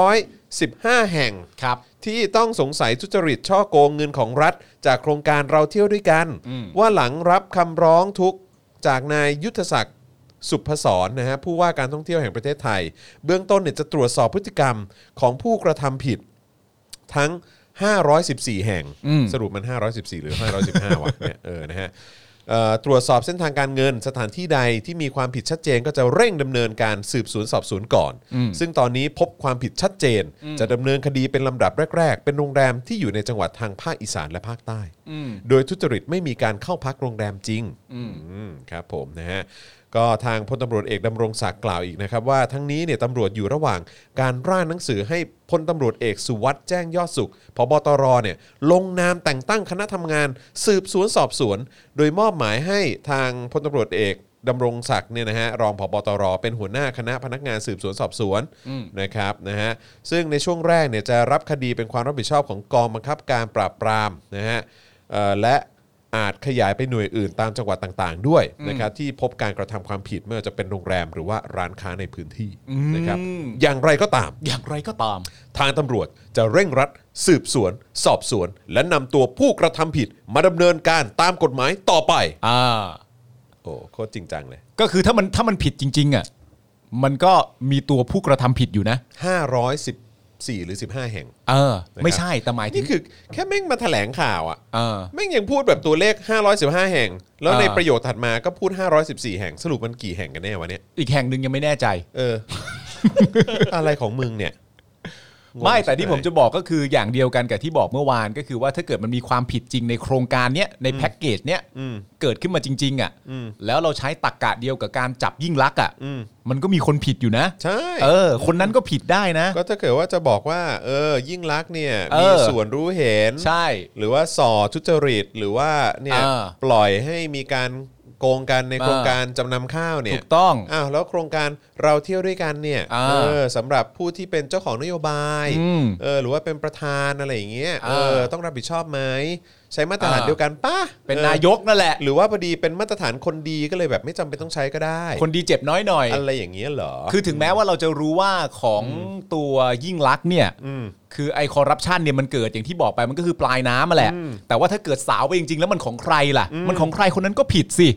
515 แห่ง
ครับ
ที่ต้องสงสัยทุจริตช่อโกงเงินของรัฐ จากโครงการเราเที่ยวด้วยกัน ว่าหลังรับคำร้องทุกข์จากนายยุทธศักดิ์สุพศรนะฮะผู้ว่าการท่องเที่ยวแห่งประเทศไทย เบื้องต้นเนี่ยจะตรวจสอบพฤติกรรมของผู้กระทำผิดทั้ง 514 แห่ง
อืม
สรุปมัน 514 หรือ 515 วะเนี่ยเออนะฮะเอ่อตรวจสอบเส้นทางการเงินสถานที่ใดที่มีความผิดชัดเจนก็จะเร่งดำเนินการสืบสวนสอบสวนก่อน ซึ่งตอนนี้พบความผิดชัดเจน จะดำเนินคดีเป็นลำดับแรก ๆ เป็นโรงแรมที่อยู่ในจังหวัดทางภาคอีสานและภาคใต้ โดยทุจริตไม่มีการเข้าพักโรงแรมจริงอืมครับผมนะฮะก็ทางพลตำรวจเอกดำรงศักดิ์กล่าวอีกนะครับ ว่าทั้งนี้เนี่ยตำรวจอยู่ระหว่างการร่างหนังสือให้พลตำรวจเอกสุวัสด์แจ้งยอดสุขพบตรเนี่ยลงนามแต่งตั้งคณะทำงาน สืบสวนสอบสวน โดยมอบหมายให้ทางพลตำรวจเอกดำรงศักดิ์เนี่ยนะฮะรองผบตร เป็นหัวหน้าคณะพนักงานสืบสวนสอบสวนนะครับนะฮะซึ่งในช่วงแรกเนี่ยจะรับคดีเป็นความรับผิดชอบของกองบังคับการปราบปรามนะฮะ เอ่อและอาจขยายไปหน่วยอื่นตามจังหวัดต่างๆ ด้วยนะครับที่พบการกระทำความผิดไม่ว่าจะเป็นโรงแรมหรือว่าร้านค้าในพื้นที่นะครับอย่างไรก็ตาม
อย่างไรก็ตาม
ทางตำรวจจะเร่งรัด สืบสวน สอบสวน และนำตัวผู้กระทำผิด มาดำเนินการตามกฎหมายต่อไป
อ่า
โอ้โคตรจริงจังเลย
ก็คือถ้ามันถ้ามันผิดจริง ๆ อ่ะ มันก็มีตัวผู้กระทำผิดอยู่นะ
510 14 หรือ 15 แห่ง
เออ
นะครับ
ไม่ใช่แต่หมายถึ
นี่
ง
คือแค่แม่งมาแถลงข่าวอะ
เออ
แม่งยังพูดแบบตัวเลข 515 แห่ง แล้วใน
เออ
ประโยคถัดมาก็พูด 514 แห่ง สรุปมันกี่แห่งกันแน่วะเนี่ย
อีกแห่งหนึ่งยังไม่แน่ใจ
เออ อะไรของมึงเนี่ยงง
ไม่แต่ที่
ชิบหาย
ผมจะบอกก็คืออย่างเดียวกันกับที่บอกเมื่อวานก็คือว่าถ้าเกิดมันมีความผิดจริงในโครงการเนี้ยในแพ็กเกจเนี้ย
อืม
เกิดขึ้นมาจริง ๆ อ่ะ
อืม
แล้วเราใช้ตรกกะเดียวกับการจับยิ่งลักษณ์อ่ะ
อืม
มันก็มีคนผิดอยู่นะ
ใช่
เออ คนนั้นก็ผิดได้นะ
ก็ถ้าเกิดว่าจะบอกว่า เออ ยิ่งรักษณ์เนี่ย
เอ
มี
อ
ส่วนรู้เห็น
ใช่
หรือว่าส่อทุจริตหรือว่าเนี่ย
เออ
ปล่อยให้มีการโกงกันใน
เออ
โครงการจำนำข้าวเนี่
ถู
ย
กต้อง
อ้าวแล้วโครงการเราเที่ยวด้วยกันเนี่ย
อ่า
เออสำหรับผู้ที่เป็นเจ้าของนโยบาย
อืม
เออหรือว่าเป็นประธานอะไรอย่างเงี้ย
อ่า
เออต้องรับผิดชอบไหมใช้มาตรฐาน
อ่า
เดียวกันป่ะ
เป็
ออน
นายกนั่นแหละ
หรือว่าพอดีเป็นมาตรฐานคนดีก็เลยแบบไม่จำเป็นต้องใช้ก็ได้
คนดีเจ็บน้อยหน่อย
อะไรอย่างเงี้ยเหรอ
คือถึงแม้ว่าเราจะรู้ว่าของตัวยิ่งลักษณ์เนี่ย
อืม
คือไอคอร์รัปชันเนี่ยมันเกิดอย่างที่บอกไปมันก็คือปลายน้ำมาแหละ แต่ว่าถ้าเกิดสาวไปจริงๆ แล้วมันของใครล่ะ มันของใครคนนั้นก็ผิดสิ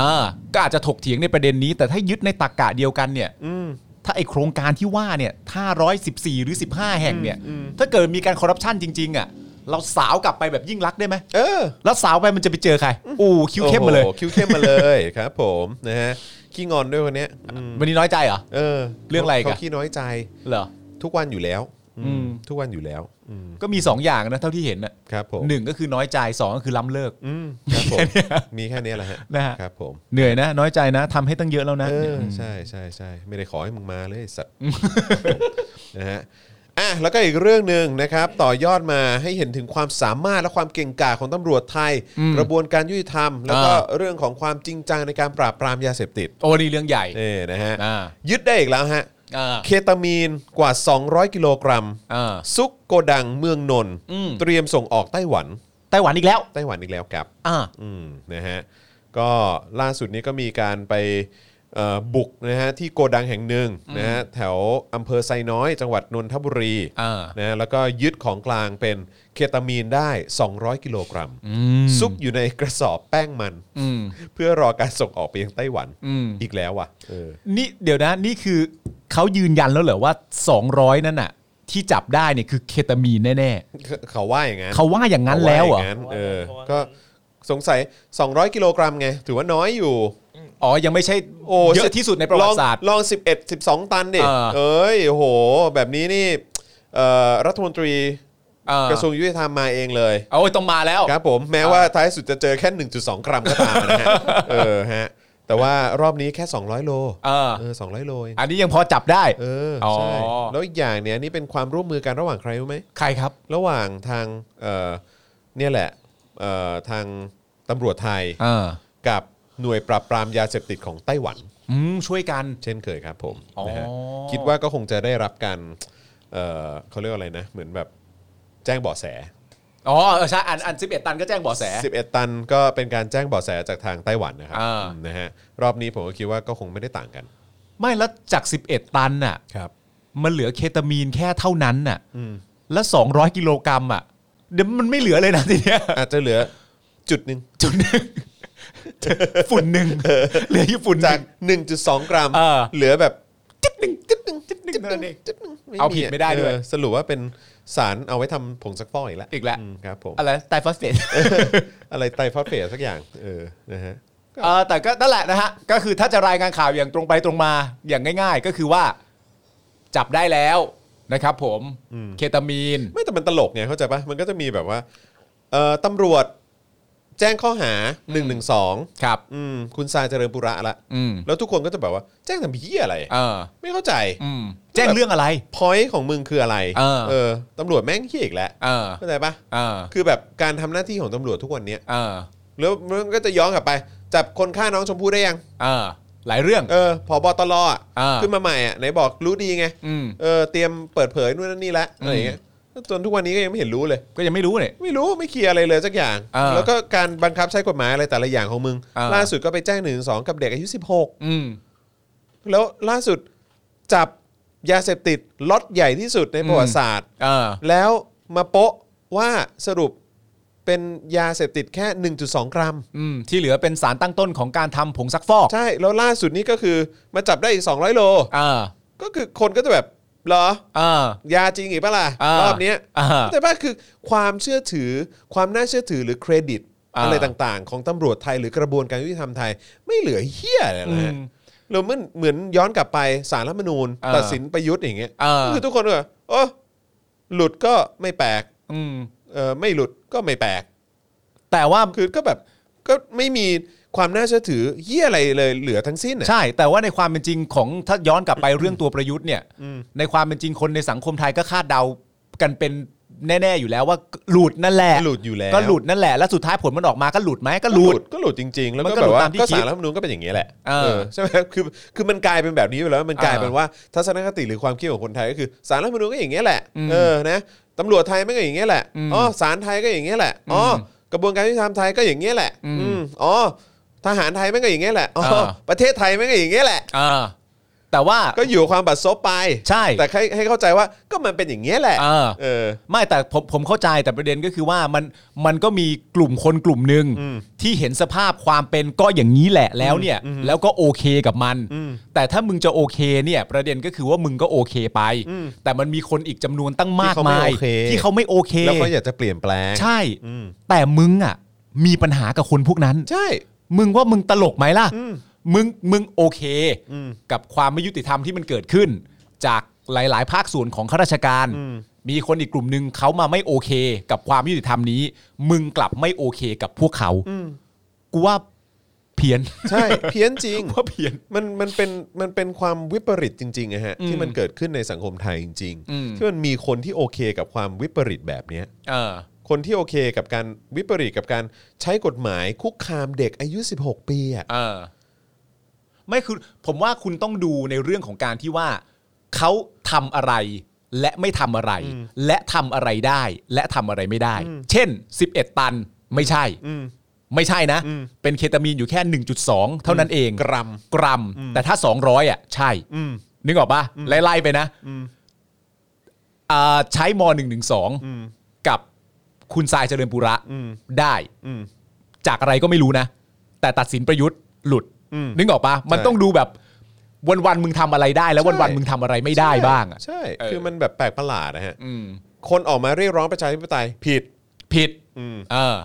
อ่าก็อาจจะถกเถียงในประเด็นนี้ แต่ถ้ายึดในตรกกะเดียวกันเนี่ยถ้าไอโครงการที่ว่าเนี่ยถ้า114 หรือ 15 แห่งเนี่ย ถ้าเกิดมีการคอร์รัปชันจริง ๆ อ่ะ เราสาวกลับไปแบบยิ่งรักษณ์ได้ไหม
เออ
แล้วสาวไปมันจะไปเจอใครอู้คิ้วเข้มมาเลย
โอ้โหคิวเข้มมาเลย ครับผมนะฮะขี้งอนด้วยคนเนี้ยอืม
วันนี้น้อยใจเหรอ
เออ
เรื่องอะไรอีกอะ
เขาขี้น้อยใจ
เหรอ
ทุกวันอยู่แล้ว
อืม
ทุกวันอยู่แล้วอืม
ก็มี 2 อย่างนะเท่าที่เห็นน่ะ
ครับผม
หนึ่งก็คือน้อยใจสองก็คือล้ำเลิก
อืมครับผมมีแค่เนี้ยแหละฮะ
นะฮะ
ครับผม
เหนื่อยนะ น้อยใจนะทำให้ตั้งเยอะแล้วนะ
เออใช่ใช่ใช่ไม่ได้ขอให้มึงมาเลยไอ้สัตว์นะฮะอ่ะแล้วก็อีกเรื่องหนึ่งนะครับ ต่อยอดมาให้เห็นถึงความสามารถและความเก่งกาจของตำรวจไทย กระบวนการยุติธรรม แล้วก็
อ่า
เรื่องของความจริงจังในการปราบปรามยาเสพติด
โอ้นี่เรื่องใหญ่
นี่นะฮะ
อ่า
ยึดได้อีกแล้วฮะ
อ่า
เคตามีนกว่า 200 กิโลกรัม
เออ
ซุกโกดังเมืองนนท์
อืม
เตรียมส่งออกไต้หวัน
ไต้หวันอีกแล้ว
ไต้หวันอีกแล้วครับ
อ่า
อืมนะฮะ ก็ล่าสุดนี้ก็มีการไปเอ่อบุกนะฮะที่โกดังแห่งหนึ่งนะฮะแถวอำเภอไซน้อยจังหวัดนนทบุรี
อ่าน
นะฮะแล้วก็ยึดของกลางเป็นเคตามีนได้ 200 กิโลกรัม ซุกอยู่ในกระสอบแป้งมัน
อืม
เพื่อรอการส่งออกไปยังไต้หวัน
อืม
อีกแล้วว่ะ เออ
นี่เดี๋ยวนะนี่คือเขายืนยันแล้วเหรอว่า 200 นั่นน่ะ ที่จับได้เนี่ยคือเคตามีนแน่
เขาเขาว่าอย่างนั้น
ๆเขาว่าอย่างนั้นแล้วเหรอ
เาย่างนั้นเออ ก็สงสัย 200 กิโลกรัมไง ถือว่าน้อยอยู่
อ๋อ ยังไม่ใช่
โอ้
เยอะที่สุดในประวัติศาสตร์
ลองลอง 11 12 ตันดิ
เออ
เอ้ยโอ้โห แบบนี้นี่เอ่อรัฐมนตรี
เออก
ระทรวงยุติธรรมมาเองเลย
โอ้ยต้องมาแล้ว
ครับผมแม้ว่าท้ายสุดจะเจอแค่ 1.2 กรัมก็ตามนะฮะ เออฮะ แต่ว่ารอบนี้แค่ 200 โล
เออ
เออ200 โลเอง
อันนี้ยังพอจับได้
เออใช่
อ๋อ
แล้วอีกอย่างเนี่ยนี่เป็นความร่วมมือกันระหว่างใครรู้ไหม
ใครครับ
ระหว่างทางเอ่อเนี่ยแหละเอ่อทางตำรวจไทย
เออ
กับหน่วยปราบปรามยาเสพติดของไต้หวัน
อืม ช่วยกัน
เช่นเคยครับผม
อ๋อ
นะฮะคิดว่าก็คงจะได้รับการเอ่อเขาเรียกว่าอะไรนะ เหมือนแบบแจ้งเบาะแส
อ๋อเออใช่อันอัน11 ตันก็แจ้งเบาะแส
11 ตันก็เป็นการแจ้งเบาะแสจากทางไต้หวันนะครับ
อ่า
อืมนะฮะรอบนี้ผมก็คิดว่าก็คงไม่ได้ต่างกัน
ไม่แล้วจาก 11 ตันน่ะ
ครับ
มันเหลือเคตามีนแค่เท่านั้นน่ะแล้ว 200 กิโลกรัมอ่ะ เดี๋ยวมันไม่เหลือเลยนะทีเนี้ย
อาจจะเหลือจุดหนึ่ง
จุดหนึ่งฝุ่นหนึ่ง เหลืออยู่ฝุ่นห
จาก
นึ่ง
1.2 กรัม
เออ
เหลือแบบจิ๊ดหนึ่งจิ๊ดหนึ่งจิ๊ดหนึ่ง
จิ๊ดหนึ่ง
จิ๊ดหนึ่ง
เอาผิดไม่ได้ด้วย
เออสรุปว่าเป็นสารเอาไว้ทำผงซักฟอกอีกแล้ว
อีกแล้ว
อืมครับผม
อะไรไตรฟอสเฟต
อะไรไตรฟอสเฟตสักอย่างเออนะฮะ
เออแต่ก็นั่นแหละนะฮะ ก็คือถ้าจะรายงานข่าวอย่างตรงไปตรงมาอย่างง่าย ๆ ก็คือว่า จับได้แล้วนะครับผมเคตามีน
ไม่แต่มันตลกไงเข้าใจปะมันก็จะมีแบบว่าเอ่อตำรวจแจ้งข้อหา1นึ
ครับ
อืมคุณทรายเจริญปุระละ
อืม
แล้วทุกคนก็จะแบบว่าแจ้งทำเพี้ยอะไร
เออ
ไม่เข้าใจ
อืมแจ้งเรื่องอะไร
พอยต์ของมึงคืออะไร
เอ
อ
อ
ตำรวจแม่งเฮี้ยอีกแล้ว
เออ
เข้าใจปะ
เออ
คือแบบการทำหน้าที่ของตำรวจทุกวันเนี้ย
เออ
แล้วมันก็จะย้อนกลับไป จับคนฆ่าน้องชมพู่ได้ยัง
เออหลายเรื่อง
เออพอบอตลออะ
เออ
ขึ้นมาใหม่อ่ะไหนบอกรู้ดีไง
อืม
เออเตรียมเปิดเผยนู่นนั่นนี่ละอะไรอย่างเงี้ยจนทุกวันนี้ก็ยังไม่เห็นรู้เลย
ก็ยังไม่รู้เนี่ย
ไม่รู้ไม่เคลียร์อะไรเลยสักอย่าง
เออ
แล้วก็การบังคับใช้กฎหมายอะไรแต่ละอย่างของมึง
เออ
ล่าสุดก็ไปแจ้งหนึ่งสองกับเด็กอายุ
อืม
16 แล้วล่าสุดจับยาเสพติดล็อตใหญ่ที่สุดในประวัติศาสตร์
เออ
แล้วมาโปะว่าสรุปเป็นยาเสพติดแค่ 1.2 กรัม
อืม ที่เหลือเป็นสารตั้งต้นของการทำผงซักฟอก
ใช่ แล้วล่าสุดนี้ก็คือมาจับได้อีก 200 โล
เออ
ก็คือคนก็จะแบบ เหรอ
เออ
ยาจริงอีกปะล่ะ
อ่าร ร
อบเนี้ย
อ่า
แต่ว่าคือความเชื่อถือความน่าเชื่อถือหรือเครดิต
อ่า
อะไรต่างๆ ของตำรวจไทยหรือกระบวนการยุติธรรมไทยไม่เหลือเฮียอะไร
อื
เลย
ม
นะเราเหมือนเหมือนย้อนกลับไปสารรัฐธรรมนูญ
อ่า
ตัดสินประยุทธ์อย่างเงี้ย
อ่า
คือทุกคนก็แบบโอ้หลุดก็ไม่แปลก
อืม
เออไม่หลุดก็ไม่แปลก
แต่ว่า
คือก็แบบก็ไม่มีความน่าเชื่อถือเฮียอะไรเลยเหลือทั้งสิ้นน่ะ
ใช่ แต่ว่าในความเป็นจริงของถ้าย้อนกลับไปเรื่องตัวประยุทธ์เนี่ยในความเป็นจริงคนในสังคมไทยก็คาดเดากันเป็นแน่ ๆ อยู่แล้วว่าหลุดนั่นแหละ
หลุดอยู่แล้ว
ก็หลุดนั่นแหละแล้วสุดท้ายผลมันออกมาก็หลุดไหมก็หลุด
ก็หลุดจริง ๆ แล้ว
มั
ก็
นก็
แบบ
หลุด
ว่า
ตามที่
ก็
คิ
สา
ด
รรัฐธรรมนูญก็เป็นอย่างนี้ยแหละ
เออ
เออใช่ไหมคือคือมันกลายเป็นแบบนี้ไปแล้วมันกลายเป็นว่าทัศนคติหรือความคิดของคนไทยก็คือสารรัฐธรรมนูญก็อย่างนี้ยแหละเออนะตำรวจไทยไม่ก็อย่างนี้ยแหละ
อืม
อ๋อสารไทยก็อย่างนี้ยแหละอ๋ออ
ม
กระบวนการยุติธรรมไทยก็อย่างนี้ยแหละ
อืม
อืมอ๋อทหารไทยไม่ก็อย่างนี้ยแหละอ๋อ
เออ
ประเทศไทยไม่ก็อย่างนี้ยแหละ
อ่าแต่ว่า
ก็อยู่กับความบัดซบไป
ใช่
แต่ให้ให้เข้าใจว่าก็มันเป็นอย่างนี้ยแหละ
เออ
เออ
ไม่แต่ผมผมเข้าใจแต่ประเด็นก็คือว่ามันมันก็มีกลุ่มคนกลุ่มหนึ่งที่เห็นสภาพความเป็นก็อย่างนี้แหละแล้วเนี่ย แล้วก็โอเคกับมัน แต่ถ้ามึงจะโอเคเนี่ยประเด็นก็คือว่ามึงก็โอเคไป แต่มันมีคนอีกจำนวนตั้งมากมาย
ที่
ที่
เขา
เขา
ไม่
ไม่
โอ
โอ
เค
เค
แล้วก็อยากจะเปลี่ยนแปลง
ใช่
อืม
แต่มึงอ่ะ มีปัญหากับคนพวกนั้น
ใช่
มึงว่ามึงตลกไหมล่ะ มึงมึงโอเค กับความไม่ยุติธรรมที่มันเกิดขึ้น จากหลาย ๆ ภาคส่วนของข้าราชการ มีคนอีกกลุ่มหนึ่งเขามาไม่โอเค กับความยุติธรรมนี้ มึงกลับไม่โอเคกับพวกเขากูว่าเพี้ยน
ใช่ เพี้ยนจริง
ว่าเพี้ยน
มันมันเป็นมันเป็นความวิปริตจริงๆนะฮะ
อืม
ที่มันเกิดขึ้นในสังคมไทยจริง
อืม
ๆที่มันมีคนที่โอเคกับความวิปริตแบบเนี้ย
เออ
คนที่โอเคกับการวิปริตกับการใช้กฎหมายคุกคามเด็กอายุ 16 ปีอ่ะ
เออไม่คือผมว่าคุณต้องดูในเรื่องของการที่ว่าเขาทำอะไร และไม่ทำอะไร และทำอะไรได้ และทำอะไรไม่ได้ เช่น 11 ตันไม่ใช่ ไม่ใช่นะ เป็นเคตามีนอยู่แค่ 1.2 เท่านั้นเอง
กรัม
กรัม แต่ถ้า 200 อ่ะ ใช่ นึกออกปะไล่ๆไปนะอ่าใช้ม .112 กับคุณทรายเจริญปุระได้ จากอะไรก็ไม่รู้นะ แต่ตัดสินประยุทธ์หลุด นึกออกปะมันต้องดูแบบวันวันๆมึงทำอะไรได้ แล้ววันวันๆมึงทำอะไรไม่ได้บ้างอะ
ใช่
เออ
คือมันแบบแปลกประหลาดนะฮะ
อืม
คนออกมาเรียกร้องประชาธิปไตยผิด
ผิด
อืม
เออ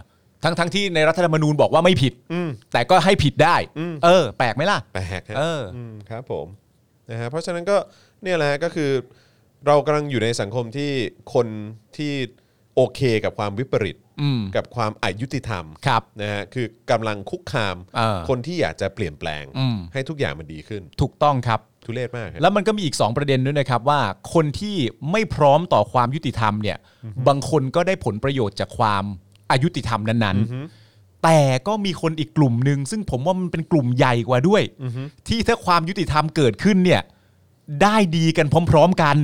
ทั้งทั้งที่ในรัฐธรรมนูญบอกว่าไม่ผิด แต่ก็ให้ผิดได้ เออ แปลกไหมล่ะ
แปลกฮะ
เอออื
มครับผมนะฮะเพราะฉะนั้นก็เนี่ยแหละฮะก็คือ เรากำลังอยู่ในสังคมที่คนที่โอเคกับความวิปริต
อืม
กับความอายุติธรรม
ครับ
นะฮะคือกำลังคุกคาม
เออ
คนที่อยากจะเปลี่ยนแปลง
อืม
ให้ทุกอย่างมันดีขึ้น
ถูกต้องครับ
ทุเรศมากครับ
แล้วมันก็มีอีก 2 ประเด็นด้วยนะครับว่าคนที่ไม่พร้อมต่อความยุติธรรมเนี่ย บางคนก็ได้ผลประโยชน์จากความอายุติธรรมนั้นๆ แต่ก็มีคนอีกกลุ่มหนึ่งซึ่งผมว่ามันเป็นกลุ่มใหญ่กว่าด้วย ที่ถ้าความยุติธรรมเกิดขึ้นเนี่ย ได้ดีกันพร้อม ๆกัน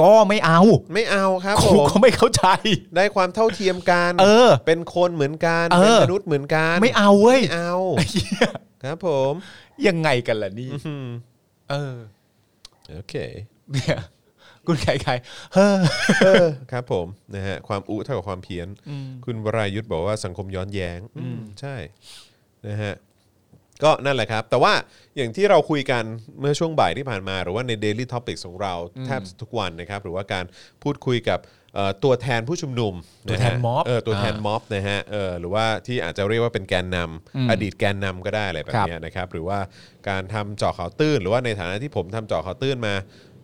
ก็ไม่เอา
ไม่เอาครับผ
กู
ม
ก็ไม่เข้าใจ
ได้ความเท่าเทียมกัน
เออ
เป็นคนเหมือนกัน
เออ
เป็นมนุษย์เหมือนกัน
ไม่เอาเว้ย
ไม่เอา
เหี้ย
ครับผม
ยังไงกันล่ะนี่
อืม
เออ
โอเค
เนี่ยคุณไข่ไข่เฮ้อ
เออครับผมนะฮะความอุเท่ากับความเพี้ยน คุณวรายุทธ์บอกว่าสังคมย้อนแย้งอืมใช่นะฮะก็นั่นแหละครับ แต่ว่าอย่างที่เราคุยกันเมื่อช่วงบ่ายที่ผ่านมา หรือว่าใน Daily Topic ของเราแทบทุกวันนะครับ หรือว่าการพูดคุยกับเอ่อตัวแทนผู้ชุมนุม
ตัวแทนะ
ฮะ
ม็อบ
เออตัวแทน
อ่า
ม็อบนะฮะเออหรือว่าที่อาจจะเรียกว่าเป็นแกนนำอดีตแกนนำก็ได้อะไรแบบเนี้ยนะครับ หรือว่าการทำเจาะข่าวตื้น หรือว่าในฐานะที่ผมทำเจาะข่าวตื้นมา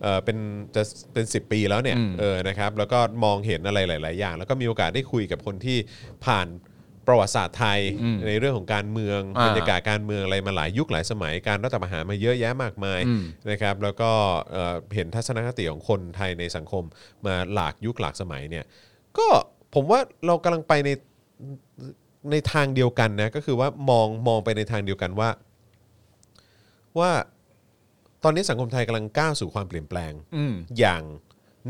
เออเป็นจะเป็น 10 ปีแล้วเนี่ยเออนะครับแล้วก็มองเห็นอะไรหลาย ๆ อย่าง แล้วก็มีโอกาสได้คุยกับคนที่ผ่านประวัติศาสตร์ไทยในเรื่องของการเมือง
อ่า
บรรยากาศการเมืองอะไรมาหลายยุคหลายสมัยการรัฐประหารมาเยอะแยะมากมายนะครับแล้วก็เอ่อเห็นทัศนคติของคนไทยในสังคมมาหลากยุคหลากสมัยเนี่ย ก็ผมว่าเรากำลังไปในในทางเดียวกันนะก็คือว่ามองมองไปในทางเดียวกันว่า ว่าตอนนี้สังคมไทยกำลังก้าวสู่ความเปลี่ยนแปลง
อืม
อย่าง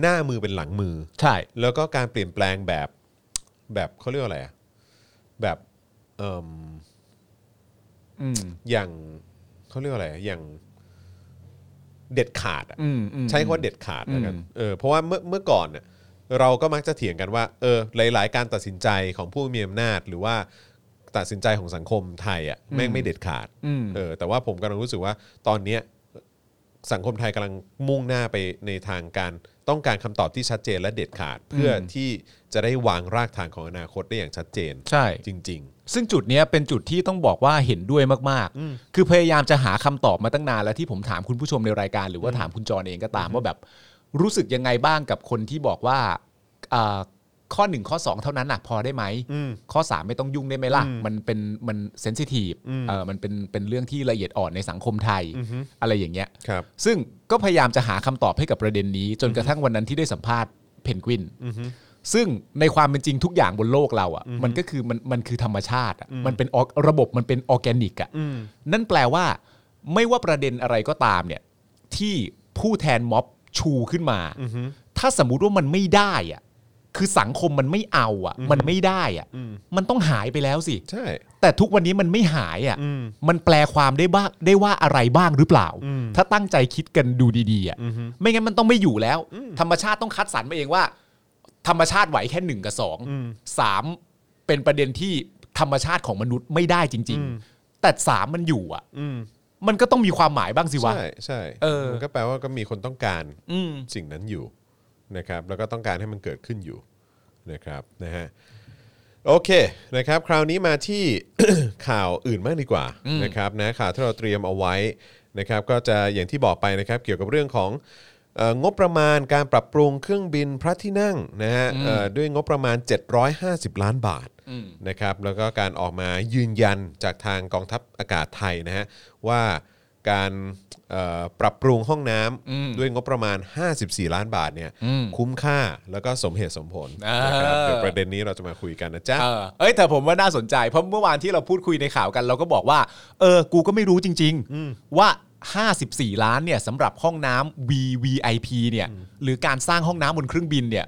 หน้ามือเป็นหลังมือ
ใช่
แล้วก็การเปลี่ยนแปลงแบบแบบเขาเรียกว่าอะไรอะแบบเอ่ม
อืม
อย่างเขาเรียกว่าอะไรอะอย่างเด็ดขาดอะ
อืมอืม
ใช้คำว่าเด็ดขาดนะครับ
อืม
เออเพราะว่าเมื่อเมื่อก่อนเนี่ยเราก็มักจะเถียงกันว่าเออหลาย ๆ การตัดสินใจของผู้มีอำนาจ หรือว่าตัดสินใจของสังคมไทยอ่ะแม่งไม่เด็ดขาด
อืม
เออแต่ว่าผมกำลังรู้สึกว่าตอนเนี้ย สังคมไทยกำลังมุ่งหน้าไปในทางการต้องการคำตอบที่ชัดเจนและเด็ดขาด เพื่อที่จะได้วางรากฐานของอนาคตได้อย่างชัดเจน
ใช่
จริง
ซึ่งจุดเนี้ยเป็นจุดที่ต้องบอกว่าเห็นด้วยมากๆ คือพยายามจะหาคำตอบมาตั้งนานแล้วที่ผมถามคุณผู้ชมในรายการ หรือว่าถามคุณจรเองก็ตามว่าแบบรู้สึกยังไงบ้างกับคนที่บอกว่าอ่าข้อหนึ่งข้อสองเท่านั้นน่ะพอได้ไหม
อืม
ข้อสามไม่ต้องยุ่งได้ไหมล่ะ มันเป็นมันเซนซิทีฟ
อืม
เออมันเป็นเป็นเรื่องที่ละเอียดอ่อนในสังคมไทยอะไรอย่างเงี้ย
ๆ ครับ
ซึ่งก็พยายามจะหาคำตอบให้กับประเด็นนี้ จนกระทั่งวันนั้นที่ได้สัมภาษณ์เพนกวินซึ่งในความเป็นจริงทุกอย่างบนโลกเราอะ่ะมันก็คือมันมันคือธรรมชาติอะมันเป็น org- ระบบมันเป็นออร์แกนิกอ่ะนั่นแปลว่าไม่ว่าประเด็นอะไรก็ตามเนี่ยที่ผู้แทนม็อบชูขึ้นมา ถ้าสมมุติว่ามันไม่ได้อ่ะคือสังคมมันไม่เอาอ่ะ มันไม่ได้อ่ะมันต้องหายไปแล้วสิ
ใช่
แต่ทุกวันนี้มันไม่หายอ่ะ มันแปลความได้บ้างได้ว่าอะไรบ้างหรือเปล่า ถ้าตั้งใจคิดกันดูดีๆอ่ะ ไม่งั้นมันต้องไม่อยู่แล้ว ธรรมชาติต้องคัดสรรมาเองว่า ธรรมชาติไหวแค่หนึ่งกับสองสามเป็นประเด็นที่ธรรมชาติของมนุษย์ไม่ได้จริง ๆ แต่สามมันอยู่อ่ะ
อืม
มันก็ต้องมีความหมายบ้างสิวะ
ใช่ใช่
เออ
มันก็แปลว่าก็มีคนต้องการ
อืม
สิ่งนั้นอยู่นะครับ แล้วก็ต้องการให้มันเกิดขึ้นอยู่นะครับนะฮะโอเคนะครับ คราวนี้มาที่ ข่าวอื่นมากดีกว่านะครับนะข่าวที่เราเตรียมเอาไว้นะครับ ก็จะอย่างที่บอกไปนะครับ เกี่ยวกับเรื่องของเอ่องบประมาณการปรับปรุงเครื่องบินพระที่นั่งนะฮะเอ่อด้วยงบประมาณ 750 ล้านบาท
อืม
นะครับแล้วก็การออกมายืนยันจากทางกองทัพอากาศไทยนะฮะว่าการเอ่อปรับปรุงห้องน้
อืม
ำด้วยงบประมาณ 54 ล้านบาทเนี่ย
อืม
คุ้มค่าแล้วก็สมเหตุสมผล
อ่าน
นะครับเดี๋ยวประเด็นนี้เราจะมาคุยกันนะจ๊ะ
เออเอ้ยแต่ผมว่าน่าสนใจ เพราะเมื่อวานที่เราพูดคุยในข่าวกัน เราก็บอกว่า เออ กูก็ไม่รู้จริง ๆ ว่า 54 ล้านเนี่ยสำหรับห้องน้ำ VVIP เนี่ย หรือการสร้างห้องน้ำบนเครื่องบินเนี่ย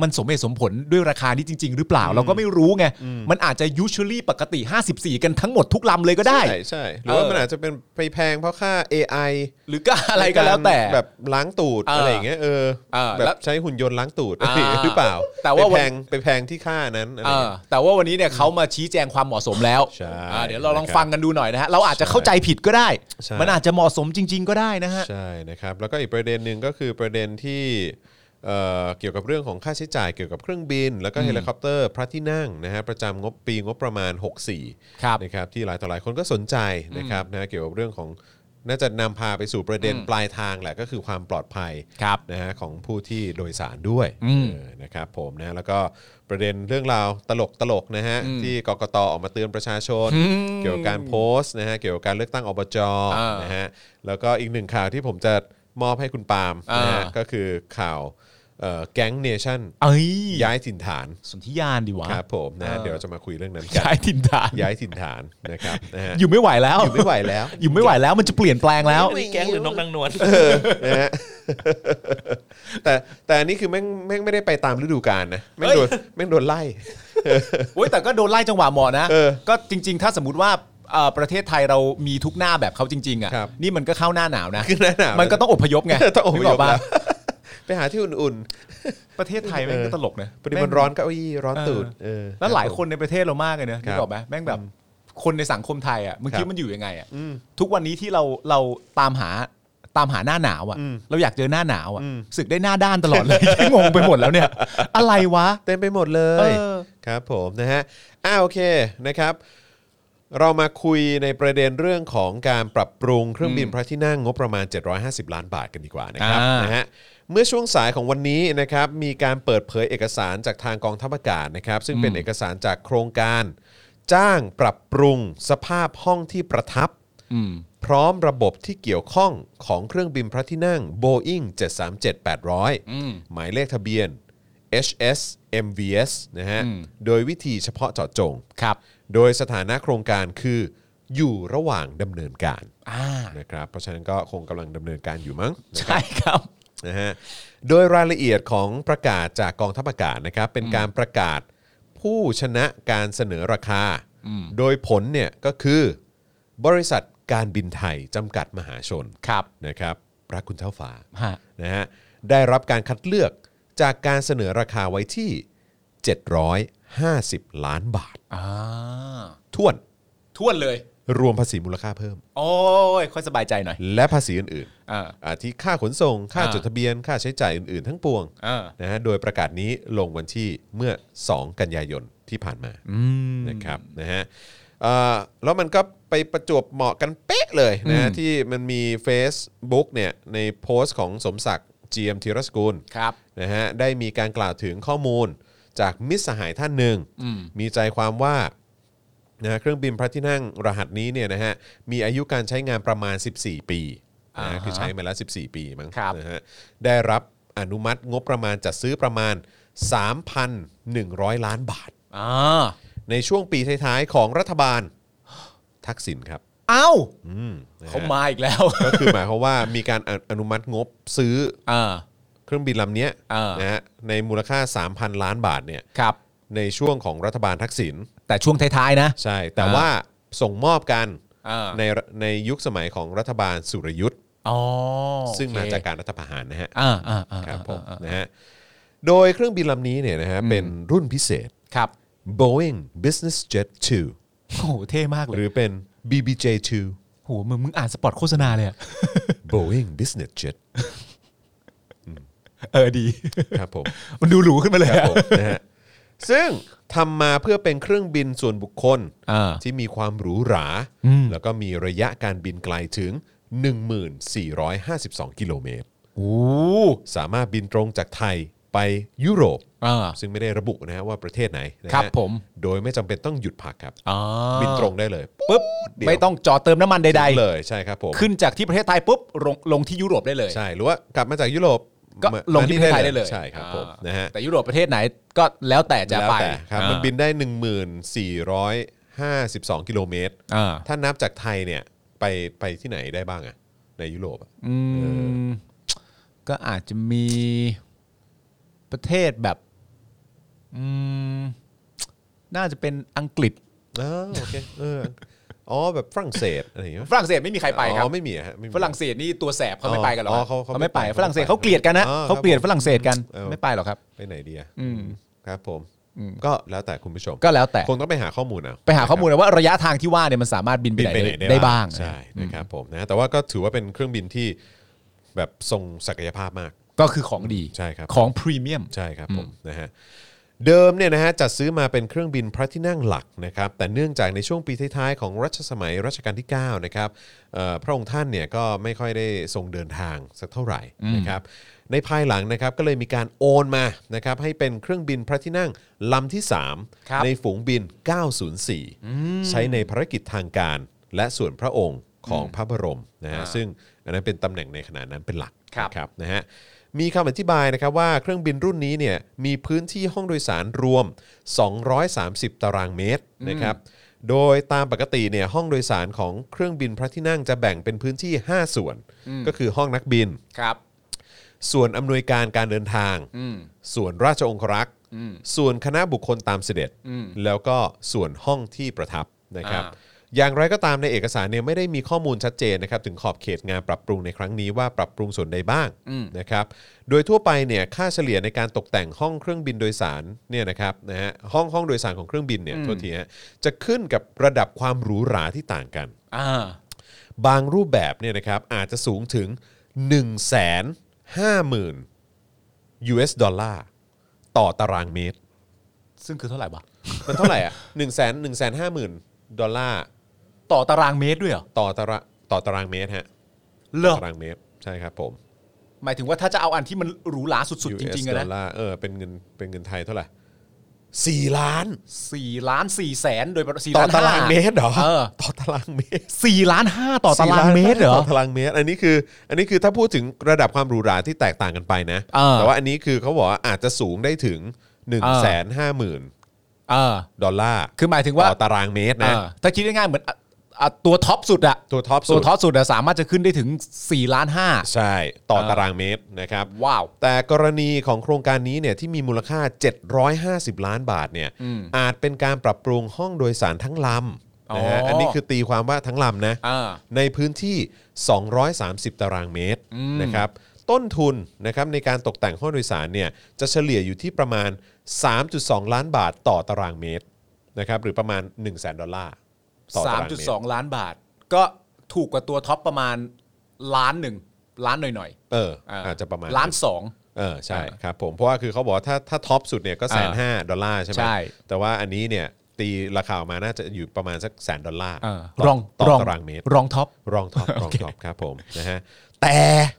มันสมเหตุสมผลด้วยราคานี้จริง ๆ หรือเปล่า เราก็ไม่รู้ไง มันอาจจะ usually ปกติ 54 กันทั้งหมดทุกลำเลยก็ได้
ใช่ใช่หรือว่า
เออ
มันอาจจะเป็นไปแพงเพราะค่า AI
หรือก็อะไรก็แล้วแต่
ารแบบล้างตูด
เอออ
อะไรอย่างเงี้ยเออ
เออ
แบ
แล้ว
บใช้หุ่นยนต์ล้างตูด
อ่า
หรือเปล่า
แต่ว่า
ไป
วั
แพ
น
งไปแพงที่ค่านั้นอะไร
เอ
อย่าง
อ
เงี้ย
แต่ว่าวันนี้เนี่ยเขามาชี้แจงความเหมาะสมแล้ว
ใช่
อ่าเดี๋ยวเราลอง
นะครับ
ฟังกันดูหน่อยนะฮะเราอาจจะเข้าใจผิดก็ได้
ใช่
มันอาจจะเหมาะสมจริง ๆ ก็ได้นะฮะ
ใช่นะครับแล้วก็อีกประเด็นหนึ่งก็คือประเด็นที่เอ่อเกี่ยวกับเรื่องของค่าใช้จ่ายเกี่ยวกับเครื่องบิน แล้วก็เฮลิคอปเตอร์พระที่นั่งนะฮะประจำงบปีงบประมาณ 64
ครับ
นะครับที่หลายต่อหลายคนก็สนใจนะครับนะเกี่ยวกับเรื่องของน่าจะนำพาไปสู่ประเด็นปลายทางแหละก็คือความปลอดภัย
ครับ
นะฮะของผู้ที่โดยสารด้วย
อืม
เออนะครับผมนะแล้วก็ประเด็นเรื่องราวตลกตลกๆนะฮะ
อืม
ที่กกตออกมาเตือนประชาชน
อืม
เกี่ยวกับการโพสต์นะฮะเกี่ยวกับการเลือกตั้งอบจ
อ่าน
นะฮะแล้วก็อีกหนึ่งข่าวที่ผมจะมอบให้คุณปาล์ม
อ่าน
นะฮะก็คือข่าวเอ่อแก๊งเนชั่น
เอ้ย
ย้ายถิ่นฐาน
สนธิยานดีวะ
ครับผมนะฮะเดี๋ยวจะมาคุยเรื่องนั้นกัน
ย้ายถิ่นฐาน
ย้ายถิ่นฐานนะครับนะฮะ
อยู่ไม่ไหวแล้ว
อยู่ไม่ไหวแล้ว
อยู่ไม่ไหวแล้วมันจะเปลี่ยนแปลงแล้ว
อันนี้แก๊งหรือนกนางนวล
นะฮะแต่แต่อันนี้คือแม่งแม่งไม่ได้ไปตามฤดูกาลนะแม่งโดนแม่งโดนไล่
โอ้ยแต่ก็โดนไล่จังหวะเหมาะนะ
เออ
ก็จริง ๆ ถ้าสมมติว่าเอ่อประเทศไทยเรามีทุกหน้าแบบเขาจริง ๆ อ่ะ
ครับ
นี่มันก็เข้าหน้าหนาวนะ
คือหน้าหนาว
มันก็ต้องอพยพไง
ต้องอพย
นึก
พ
กะ
แล้ว ไปหาที่อุ่น
ประเทศไทยแม่งก็ตลกนะ
ๆพอดีมันร้อนเก้าอี้ร้อนตูดเออ
แล้วหลายคนในประเทศเรามากเลยนะ
ครั
นึ
บ
กออกไหมแม่งแบบคนในสังคมไทยอ่ะมึง
ครับ
คิดมันอยู่ยังไงอ่ะทุกวันนี้ที่เราเราตามหาตามหาหน้าหนาวอ่ะ
อืม
เราอยากเจอหน้าหนาวอ่ะ
อืม
สึกได้หน้าด้านตลอดเลย งงไปหมดแล้วเนี่ย อะไรวะ
เต็มไปหมดเลย
เออ
ครับผมนะฮะอ้าโอเคนะครับ เรามาคุยในประเด็นเรื่องของการปรับปรุงเครื่องบินพระที่นั่งงบประมาณ 750 ล้านบาทกันดีกว่านะครับ
อ่าน
นะฮะเมื่อช่วงสายของวันนี้นะครับมีการเปิดเผยเอกสารจากทางกองทัพอากาศนะครับ ซึ่งเป็นเอกสารจากโครงการ จ้างปรับปรุงสภาพห้องที่ประทับ
อืม
พร้อมระบบที่เกี่ยวข้องของเครื่องบินพระที่นั่ง Boeing
ม
737-800 หมายเลขทะเบียน HS MVS นะฮะ
อืม
โดยวิธีเฉพาะเจาะจง
ครับ
โดยสถานะโครงการคืออยู่ระหว่างดำเนินการ
อ่า
นะครับ เพราะฉะนั้นก็คงกำลังดำเนินการอยู่มั้ง
ใช่ครับ
นะฮะโดยรายละเอียดของประกาศจากกองทัพอากาศนะครับเป็นการประกาศผู้ชนะการเสนอราคา โดยผลเนี่ยก็คือบริษัทการบินไทยจำกัดมหาชน
ครับ
นะครับรักคุณเท่าฟ้า
ฮะ
นะฮะได้รับการคัดเลือกจากการเสนอราคาไว้ที่ 750 ล้านบาท
อ่า
ท่วน
ท่วนเลย
รวมภาษีมูลค่าเพิ่ม
โอ้ยค่อยสบายใจหน่อย
และภาษีอื่น
อ่า
ๆอ่าที่ค่าขนส่ง ค่า
อ่า
จดทะเบียน ค่าใช้จ่ายอื่นๆ ทั้งปวง
อ่า
นะฮะโดยประกาศนี้ลงวันที่เมื่อ 2 กันยายนที่ผ่านมา
อืม
นะครับนะฮะเอ่อแล้วมันก็ไปประจวบเหมาะกันเป๊ะเลยนะฮะ
อืม
ที่มันมี Facebook เนี่ยในโพสต์ของสมศักดิ์ GM ธีรสกุล
ครับ
นะฮะได้มีการกล่าวถึงข้อมูลจากมิตรสหายท่านหนึ่ง
อืม
มีใจความว่านะฮะเครื่องบินพระที่นั่งรหัสนี้เนี่ยนะฮะมีอายุการใช้งานประมาณ 14 ปี
อ่า
นะ
ฮะ
ฮะคือใช้มาแล้ว 14 ปีมั้ง
ครับ
นะฮะได้รับอนุมัติงบประมาณจัดซื้อประมาณ 3,100 ล้านบาท
อ่า
ในช่วงปีท้ายๆของรัฐบาล ทักษิณครับ
เอ้า
อืมนะฮะ
เขามาอีกแล้ว
ก็คือหมายความว่ามีการออนุมัติงบซื้อ
อ่า
เครื่องบินลำเนี้ย
อ่าน
นะฮะในมูลค่า 3,000 ล้านบาทเนี่ย
ครับ
ในช่วงของรัฐบาลทักษิณ
แต่ช่วงท้ายๆนะ
ใช่ แต่
อ่า
ว่าส่งมอบกัน
อ่า
ในในยุคสมัยของรัฐบาลสุรยุทธ์
อ๋อ
ซึ่ง
โอเค
มาจากการรัฐประหารนะฮะ
อ่าอ่าอ่า
ครับผม
อ่าอ่า
นะฮะโดยเครื่องบินลำนี้เนี่ยนะฮะ
อืม
เป็นรุ่นพิเศษ
ครับ
Boeing Business Jet
โอ้โหเท่มาก
2
เล
ห
ย
รือเป็น BBJ 2
โหเหมือนมึงอ่านสปอตโฆษณาเลยอะ
Boeing Business Jet
เออดี
ครับผม
มันดูหรูขึ้นมาเลย
ครับ
อะ
ผมนะฮะซึ่งทำมาเพื่อเป็นเครื่องบินส่วนบุคคล
อ่า
ที่มีความหรูหรา
อืม
แล้วก็มีระยะการบินไกลถึง 1452 กิโลเมตร
โอ้
สามารถบินตรงจากไทยไปยุโรป
อ่า
ซึ่งไม่ได้ระบุนะฮะว่าประเทศไหนนะฮะ
ครับผม
โดยไม่จำเป็นต้องหยุดพักครับ
อ่า
บินตรงได้เลยปุ๊บ
ปุ๊บไม่ต้องจอเติมน้ำมันใด
ถึงเลยใช่ครับผม
ๆ ขึ้นจากที่ประเทศไทยปุ๊บลงลงที่ยุโรปได้เลย
ใช่หรือว่ากลับมาจากยุโรป
ก็
มา
ลงที่ประเทศไทยได้เลย
ใช่ครับผม
อ่า
นะฮะ
แต่ยุโรปประเทศไหนก็แล้วแต่จะ
แล้ว
ไป
แต่ครับมันบินได้ 1452 กิโลเมตร
อ่า
ถ้านับจากไทยเนี่ยไปไปที่ไหนได้บ้างอะในยุโรปอะ
อืมก็อาจจะมีประเทศแบบอืมน่าจะเป็นอังกฤษ
อ๋อโอเคเอออ๋อแบบฝรั่งเศสอะไรอย่างเงี้ย
ฝรั่งเศสไม่มีใครไปครับ
อ๋อไม่มีอะฮะไม่มี
ฝรั่งเศสนี่ตัวแสบเขาไม่ไปกันหรอก
อ๋อเขาเขา
เขาไม่ไป
ไม่ไป
ฝรั่งเศสเขาเกลียดกันนะ
อ๋อครับ
เขาเกลียดฝรั่งเศสกัน
เออ
ไม่ไปหรอกครับ
ไปไหนดีอะ
อืม
ครับผม ก็แล้วแต่คุณผู้ชม
ก็แล้วแต่
คงต้องไปหาข้อมูลเอา
ไปหาข้อมูลนะว่าระยะทางที่ว่าเนี่ยมันสามารถบินไป
บิน
ไหน
ไปไหน
ได้
ได้
บ้าง
ใช่นะครับผมนะแต่ว่าก็ถือว่าเป็นเครื่องบินที่แบบทรงศักยภาพมาก
ก็คือของดี
ใช่ครับ
ของพรีเมียม
ใช่ครับผมนะฮะเดิมเนี่ยนะฮะจัดซื้อมาเป็นเครื่องบินพระที่นั่งหลักนะครับแต่เนื่องจากในช่วงปีท้ายๆของรัชสมัยรัชกาลที่9นะครับเอ่อพระองค์ท่านเนี่ยก็ไม่ค่อยได้ทรงเดินทางสักเท่าไหร่นะครับในภายหลังนะครับก็เลยมีการโอนมานะครับให้เป็นเครื่องบินพระที่นั่งลำที่
ครับ
3 ในฝูงบิน 904 ใช้ในภารกิจทางการและส่วนพระองค์ของพระบรมนะฮะซึ่งอันนั้นเป็นตำแหน่งในขณะนั้นเป็นหลัก
ครับ
นะครับนะฮะมีคำอธิบายนะครับว่าเครื่องบินรุ่นนี้เนี่ยมีพื้นที่ห้องโดยสารรวม 230 ตารางเมตรนะครับโดยตามปกติเนี่ยห้องโดยสารของเครื่องบินพระที่นั่งจะแบ่งเป็นพื้นที่ 5 ส่วน ก็คือห้องนักบิน
ครับ
ส่วนอำนวยการการเดินทาง
อืม
ส่วนราชองครักษ์
อืม
ส่วนคณะบุคคลตามเสด็จ
อืม
แล้วก็ส่วนห้องที่ประทับนะครับ
อ่า
อย่างไรก็ตามในเอกสารเนี่ยไม่ได้มีข้อมูลชัดเจนนะครับถึงขอบเขตงานปรับปรุงในครั้งนี้ว่าปรับปรุงส่วนใดบ้างนะครับ โดยทั่วไปเนี่ยค่าเฉลี่ยในการตกแต่งห้องเครื่องบินโดยสารเนี่ยนะครับนะฮะห้องห้องโดยสารของเครื่องบินเนี่ยโทษทีฮะจะขึ้นกับระดับความหรูหราที่ต่างกัน
อ่า
บางรูปแบบเนี่ยนะครับอาจจะสูงถึง 1 5 0 0 0 0 US ดอลลาร์ต่อตารางเมตร
ซึ่งคือเท่าไหร่วะ
มันเท่าไหร่อ่ะ 1 1 5 0 0 0 0 ดอลลาร์
ต่อตารางเมตรด้วยเหรอ
ต่อตาระต่อตารางเมตรฮะ
เหรอ
ตารางเมตร ใช่ครับผม
หมายถึงว่าถ้าจะเอาอันที่มันหรูหราสุดๆ จ
US
ริงๆอะ
ดอ
นะ
ลลาร์เออเป็นเงินเป็นเงินไทยเท่าไหร่สี่ล้าน
สี่ล้านสี่แสนโดยประมาณสี่
ต่อ
ล้าน
ตารางเมตรเหรอ
เออ
ต่อตารางเมตร
สี่ล้านห้าต่อตารางเมตรเหรอ
ต่อตารางเมตร อันนี้คือ อันนี้คือถ้าพูดถึงระดับความหรูหราที่แตกต่างกันไปนะ
เออ
แต่ว่าอันนี้คือเขาบอกว่าอาจจะสูงได้ถึง 1 5 0
เออ
0 0 0
เออ
ดอลลาร์
คือหมายถึงว่า
ต่อตารางเมตรนะ
เออถ้าคิดง่ายๆเหมือนอ่ะอ่ะตัวท็อปสุดอะ
ตัวท็อปสุด
ตัวท็อปสุดอะสามารถจะขึ้นได้ถึง4ล้านห้า
ใช่ ต่อ
เออ
ตารางเมตรนะครับ
ว้าว
แต่กรณีของโครงการนี้เนี่ยที่มีมูลค่า 750 ล้านบาทเนี่ย
อืม
อาจเป็นการปรับปรุงห้องโดยสารทั้งล
อ๋
ำ
อ
นะฮะอันนี้คือตีความว่าทั้งลำนะ
อ่า
ในพื้นที่ 230 ตารางเมตร
อืม
นะครับต้นทุนนะครับในการตกแต่งห้องโดยสารเนี่ยจะเฉลี่ยอยู่ที่ประมาณ 3.2 ล้านบาทต่อตารางเมตรนะครับหรือประมาณ 1 0 0 0 0 0 ดอลลาร์ ต่อตารางเมตร
3.2 ล้านบาท ก็ถูกกว่าตัวท็อปประมาณล้านหนึ่งล้านหน่อย
เออ
ๆอ่
อาจจะประมาณ
ล้านสอง
เออใช่
อ่า
ครับผมเพราะว่าคือเขาบอกว่าถ้าถ้าท็อปสุดเนี่ยก็แสน
อ่
ห้าดอลลาร์ใช่ไหม
ใช่
แต่ว่าอันนี้เนี่ยตีราคาออกมาน่าจะอยู่ประมาณสักแสนดอลลาร์
เออ
ต่
รอง
ต่อ
รอง
ตารางเมตร
รองท็อป
รองท็อปรองท็อปครับผมนะฮะแต่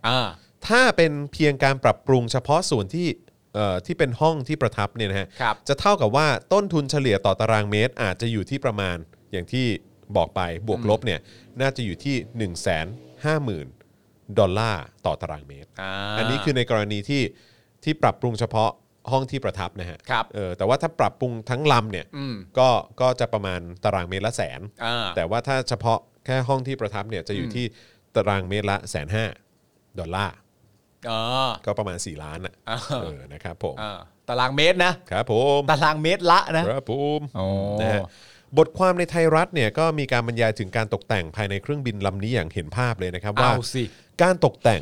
อ่า
ถ้าเป็นเพียงการปรับปรุงเฉพาะส่วนที่เอ่อที่เป็นห้องที่ประทับเนี่ยนะฮะ
ครับ
จะเท่ากับว่าต้นทุนเฉลี่ยต่อตารางเมตร อาจจะอยู่ที่ประมาณอย่างที่บอกไปบวกลบเนี่ยน่าจะอยู่ที่ 1 5 0 0 0 0 ดอลลาร์ต่อตารางเมตร
อ่า
อันนี้คือในกรณีที่ที่ปรับปรุงเฉพาะห้องที่ประทับนะฮะ
ครับ
เออแต่ว่าถ้าปรับปรุงทั้งลำเนี่ย
อืม
ก็ก็จะประมาณตารางเมตรละแสน
อ่า
แต่ว่าถ้าเฉพาะแค่ห้องที่ประทับเนี่ยจะอยู่
อืม
ที่ตารางเมตรละแสนห้าดอลลาร์
อ่า
ก็ประมาณ 4 ล้านอ่ะ
อ่า
เออนะครับผม
อ่าตารางเมตรนะ
ครับผม
ตารางเมตรละนะครับ
ผม
โอ้
นะฮะบทความในไทยรัฐเนี่ยก็มีการบรรยายถึงการตกแต่งภายในเครื่องบินลำนี้อย่างเห็นภาพเลยนะครับว่า
เอาสิ
การตกแต่ง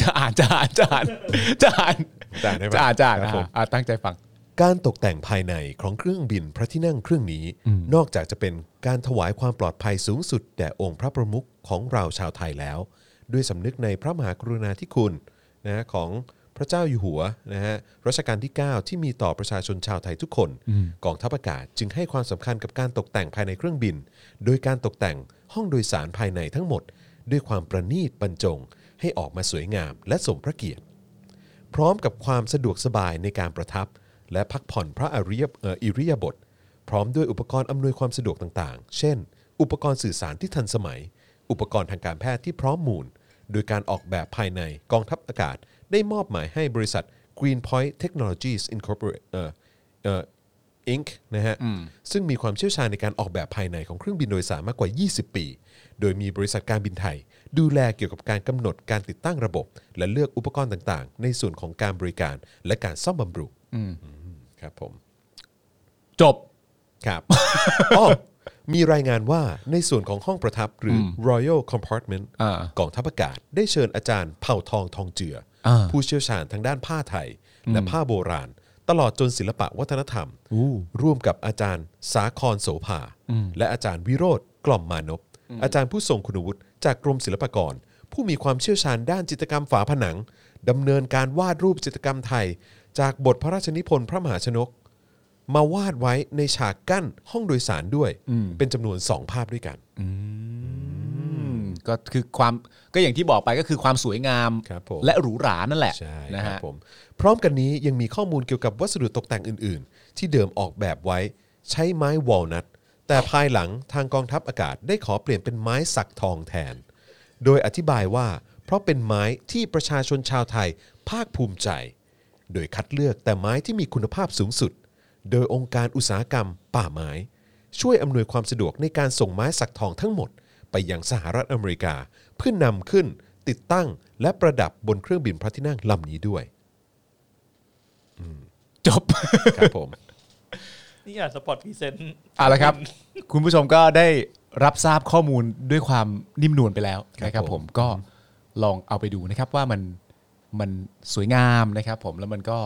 จะอ่านจะอ่านจะอ่านจะอ่าน
จะอ่านได้ไหม
จะอ่านจะอ่าน
ครับผม
อ่าตั้งใจฟัง
การตกแต่งภายในของเครื่องบินพระที่นั่งเครื่องนี้ นอกจากจะเป็นการถวายความปลอดภัยสูงสุด แด่องค์พระประมุขของเราชาวไทยแล้ว ด้วยสำนึกในพระมหากรุณาธิคุณนะฮะของพระเจ้าอยู่หัวนะฮะรัชกาลที่ 9 ที่มีต่อประชาชนชาวไทยทุกคน กองทัพอากาศจึงให้ความสำคัญกับการตกแต่งภายในเครื่องบิน โดยการตกแต่งห้องโดยสารภายในทั้งหมด ด้วยความประณีตบรรจง ให้ออกมาสวยงาม และสมพระเกียรติ พร้อมกับความสะดวกสบายในการประทับ และพักผ่อนพระอริยเอ่ออิริยาบถพร้อมด้วยอุปกรณ์อำนวยความสะดวกต่างๆ เช่น อุปกรณ์สื่อสารที่ทันสมัย อุปกรณ์ทางการแพทย์ที่พร้อมมูล โดยการออกแบบภายในกองทัพอากาศ ได้มอบหมายให้บริษัท Greenpoint Technologies Incorporated เอ่อเอ่อ Inc. นะฮะ ซึ่งมีความเชี่ยวชาญในการออกแบบภายในของเครื่องบินโดยสารมากกว่า 20 ปี โดยมีบริษัทการบินไทย ดูแลเกี่ยวกับการกำหนดการติดตั้งระบบ และเลือกอุปกรณ์ต่างๆ ในส่วนของการบริการและการซ่อมบำรุงอืมครับผม
จบ
ครับ อ๋อมีรายงานว่าในส่วนของห้องประทับหรืออ Royal Compartment
อ่าก
องทัพอากาศได้เชิญอาจารย์เผ่าทองทองเจืออา ผู้เชี่ยวชาญทางด้านผ้าไทย และผ้าโบราณ ตลอดจนศิลปะวัฒนธรรม ร่วมกับอาจารย์สาครโสภา และอาจารย์วิโรธกล่อมมานพ อาจารย์ผู้ทรงคุณวุฒิจากกรมศิลปากร ผู้มีความเชี่ยวชาญด้านจิตรกรรมฝาผนังดำเนินการวาดรูปจิตรกรรมไทย จากบทพระราชนิพนธ์พระมหาชนก มาวาดไว้ในฉากกั้นห้องโดยสารด้วย เป็นจำนวน 2 ภาพด้วยกัน
อืมก็คือความก็อย่างที่บอกไปก็คือความสวยงาม
ครับผม
และหรูหรานั่นแหละ
ใช่
นะครับ ฮะ
ผมพร้อมกันนี้ยังมีข้อมูลเกี่ยวกับวัสดุตกแต่งอื่น ๆ ที่เดิมออกแบบไว้ใช้ไม้วอลนัทแต่ภายหลังทางกองทัพอากาศได้ขอเปลี่ยนเป็นไม้สักทองแทน โดยอธิบายว่า เพราะเป็นไม้ที่ประชาชนชาวไทยภาคภูมิใจ โดยคัดเลือกแต่ไม้ที่มีคุณภาพสูงสุด โดยองค์การอุตสาหกรรม ป่าไม้ ช่วยอำนวยความสะดวกในการส่งไม้สักทองทั้งหมด ไปยังสหรัฐอเมริกา เพื่อนำขึ้น ติดตั้งและประดับบนเครื่องบินพระที่นั่งลำนี้ด้วย
จบ
ครับผม
นี่อ่ะสปอตพรีเซนต์
เอาละครับ คุณผู้ชมก็ได้รับทราบข้อมูลด้วยความนิ่มนวลไปแล้ว
ครับ
นะครับ
ผ
ผม มก็ลองเอาไปดูนะครับว่ามันมันสวยงามนะครับ ผมแล้วมันก็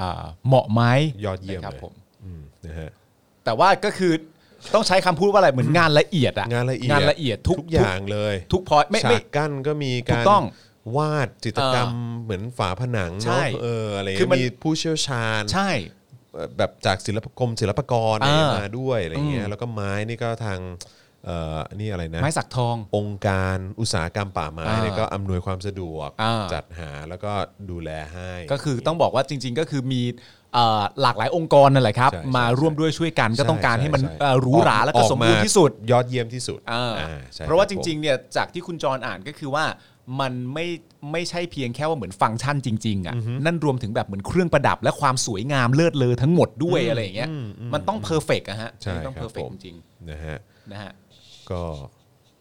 อ่าเหมาะไหม
ยอดเยี่ยม
นะครั
เลย
ผม
อืมนะฮะ
แต่ว่าก็คือต้องใช้คำพูดว่าอะไรเหมือนงานละเอียดอะ
งานละเอียด
งานละเอียดทุก
ทุกอย่างเลย
ทุกพอไม่
ฉา
ไม่
กกั้นก็มี
ถู
กาก ร
ต้อง
วาดจิตรกรรมเหมือนฝาผนัง
ใช่
เนาะเอออะไร
คือมัน
มีผู้เชี่ยวชาญ
ใช่
เอ่อแบบจากศิลปกรมศิลปากรอะไร
อ่า
มาด้วยอะไรเงี้ยแล้วก็ไม้นี่ก็ทางเอ่อนี่อะไรนะ
ไม้สักทอง
องค์การอุตสาหกรรมป่าไม้
อ่า
เนี่ยก็อำนวยความสะดวก
อ่า
จัดหาแล้วก็ดูแลให้
ก็คือต้องบอกว่าจริง ๆ ก็คือมีเอ่อหลากหลายองค์กรนั่นแหละครับ
ใช่ใช่
มาร่วมด้วยช่วยกันก็ต้องการให้มัน
ช่ช่
เอ่อหรูหราและก็
ออ
สมบูรณ์ที่สุด
ยอดเยี่ยมที่สุด
อ่า
อ่ใช่
เพราะ
ค
ว่าจ
บผม
ริงๆเนี่ยจากที่คุณจรอ่านก็คือว่ามันไม่ไม่ใช่เพียงแค่ว่าเหมือนฟังก์ชันจริงๆอ่ะนั่นรวมถึงแบบเหมือนเครื่องประดับ และความสวยงามเลิศเลอทั้งหมดด้วยอะไรอย่างเงี้ยมันต้องเพอร์เฟกต์อะฮะ
ใช่
มันต้อง
ครับ
เพอร์เฟก
ผม
จริง
นะฮะ
ๆนะฮะ
ก็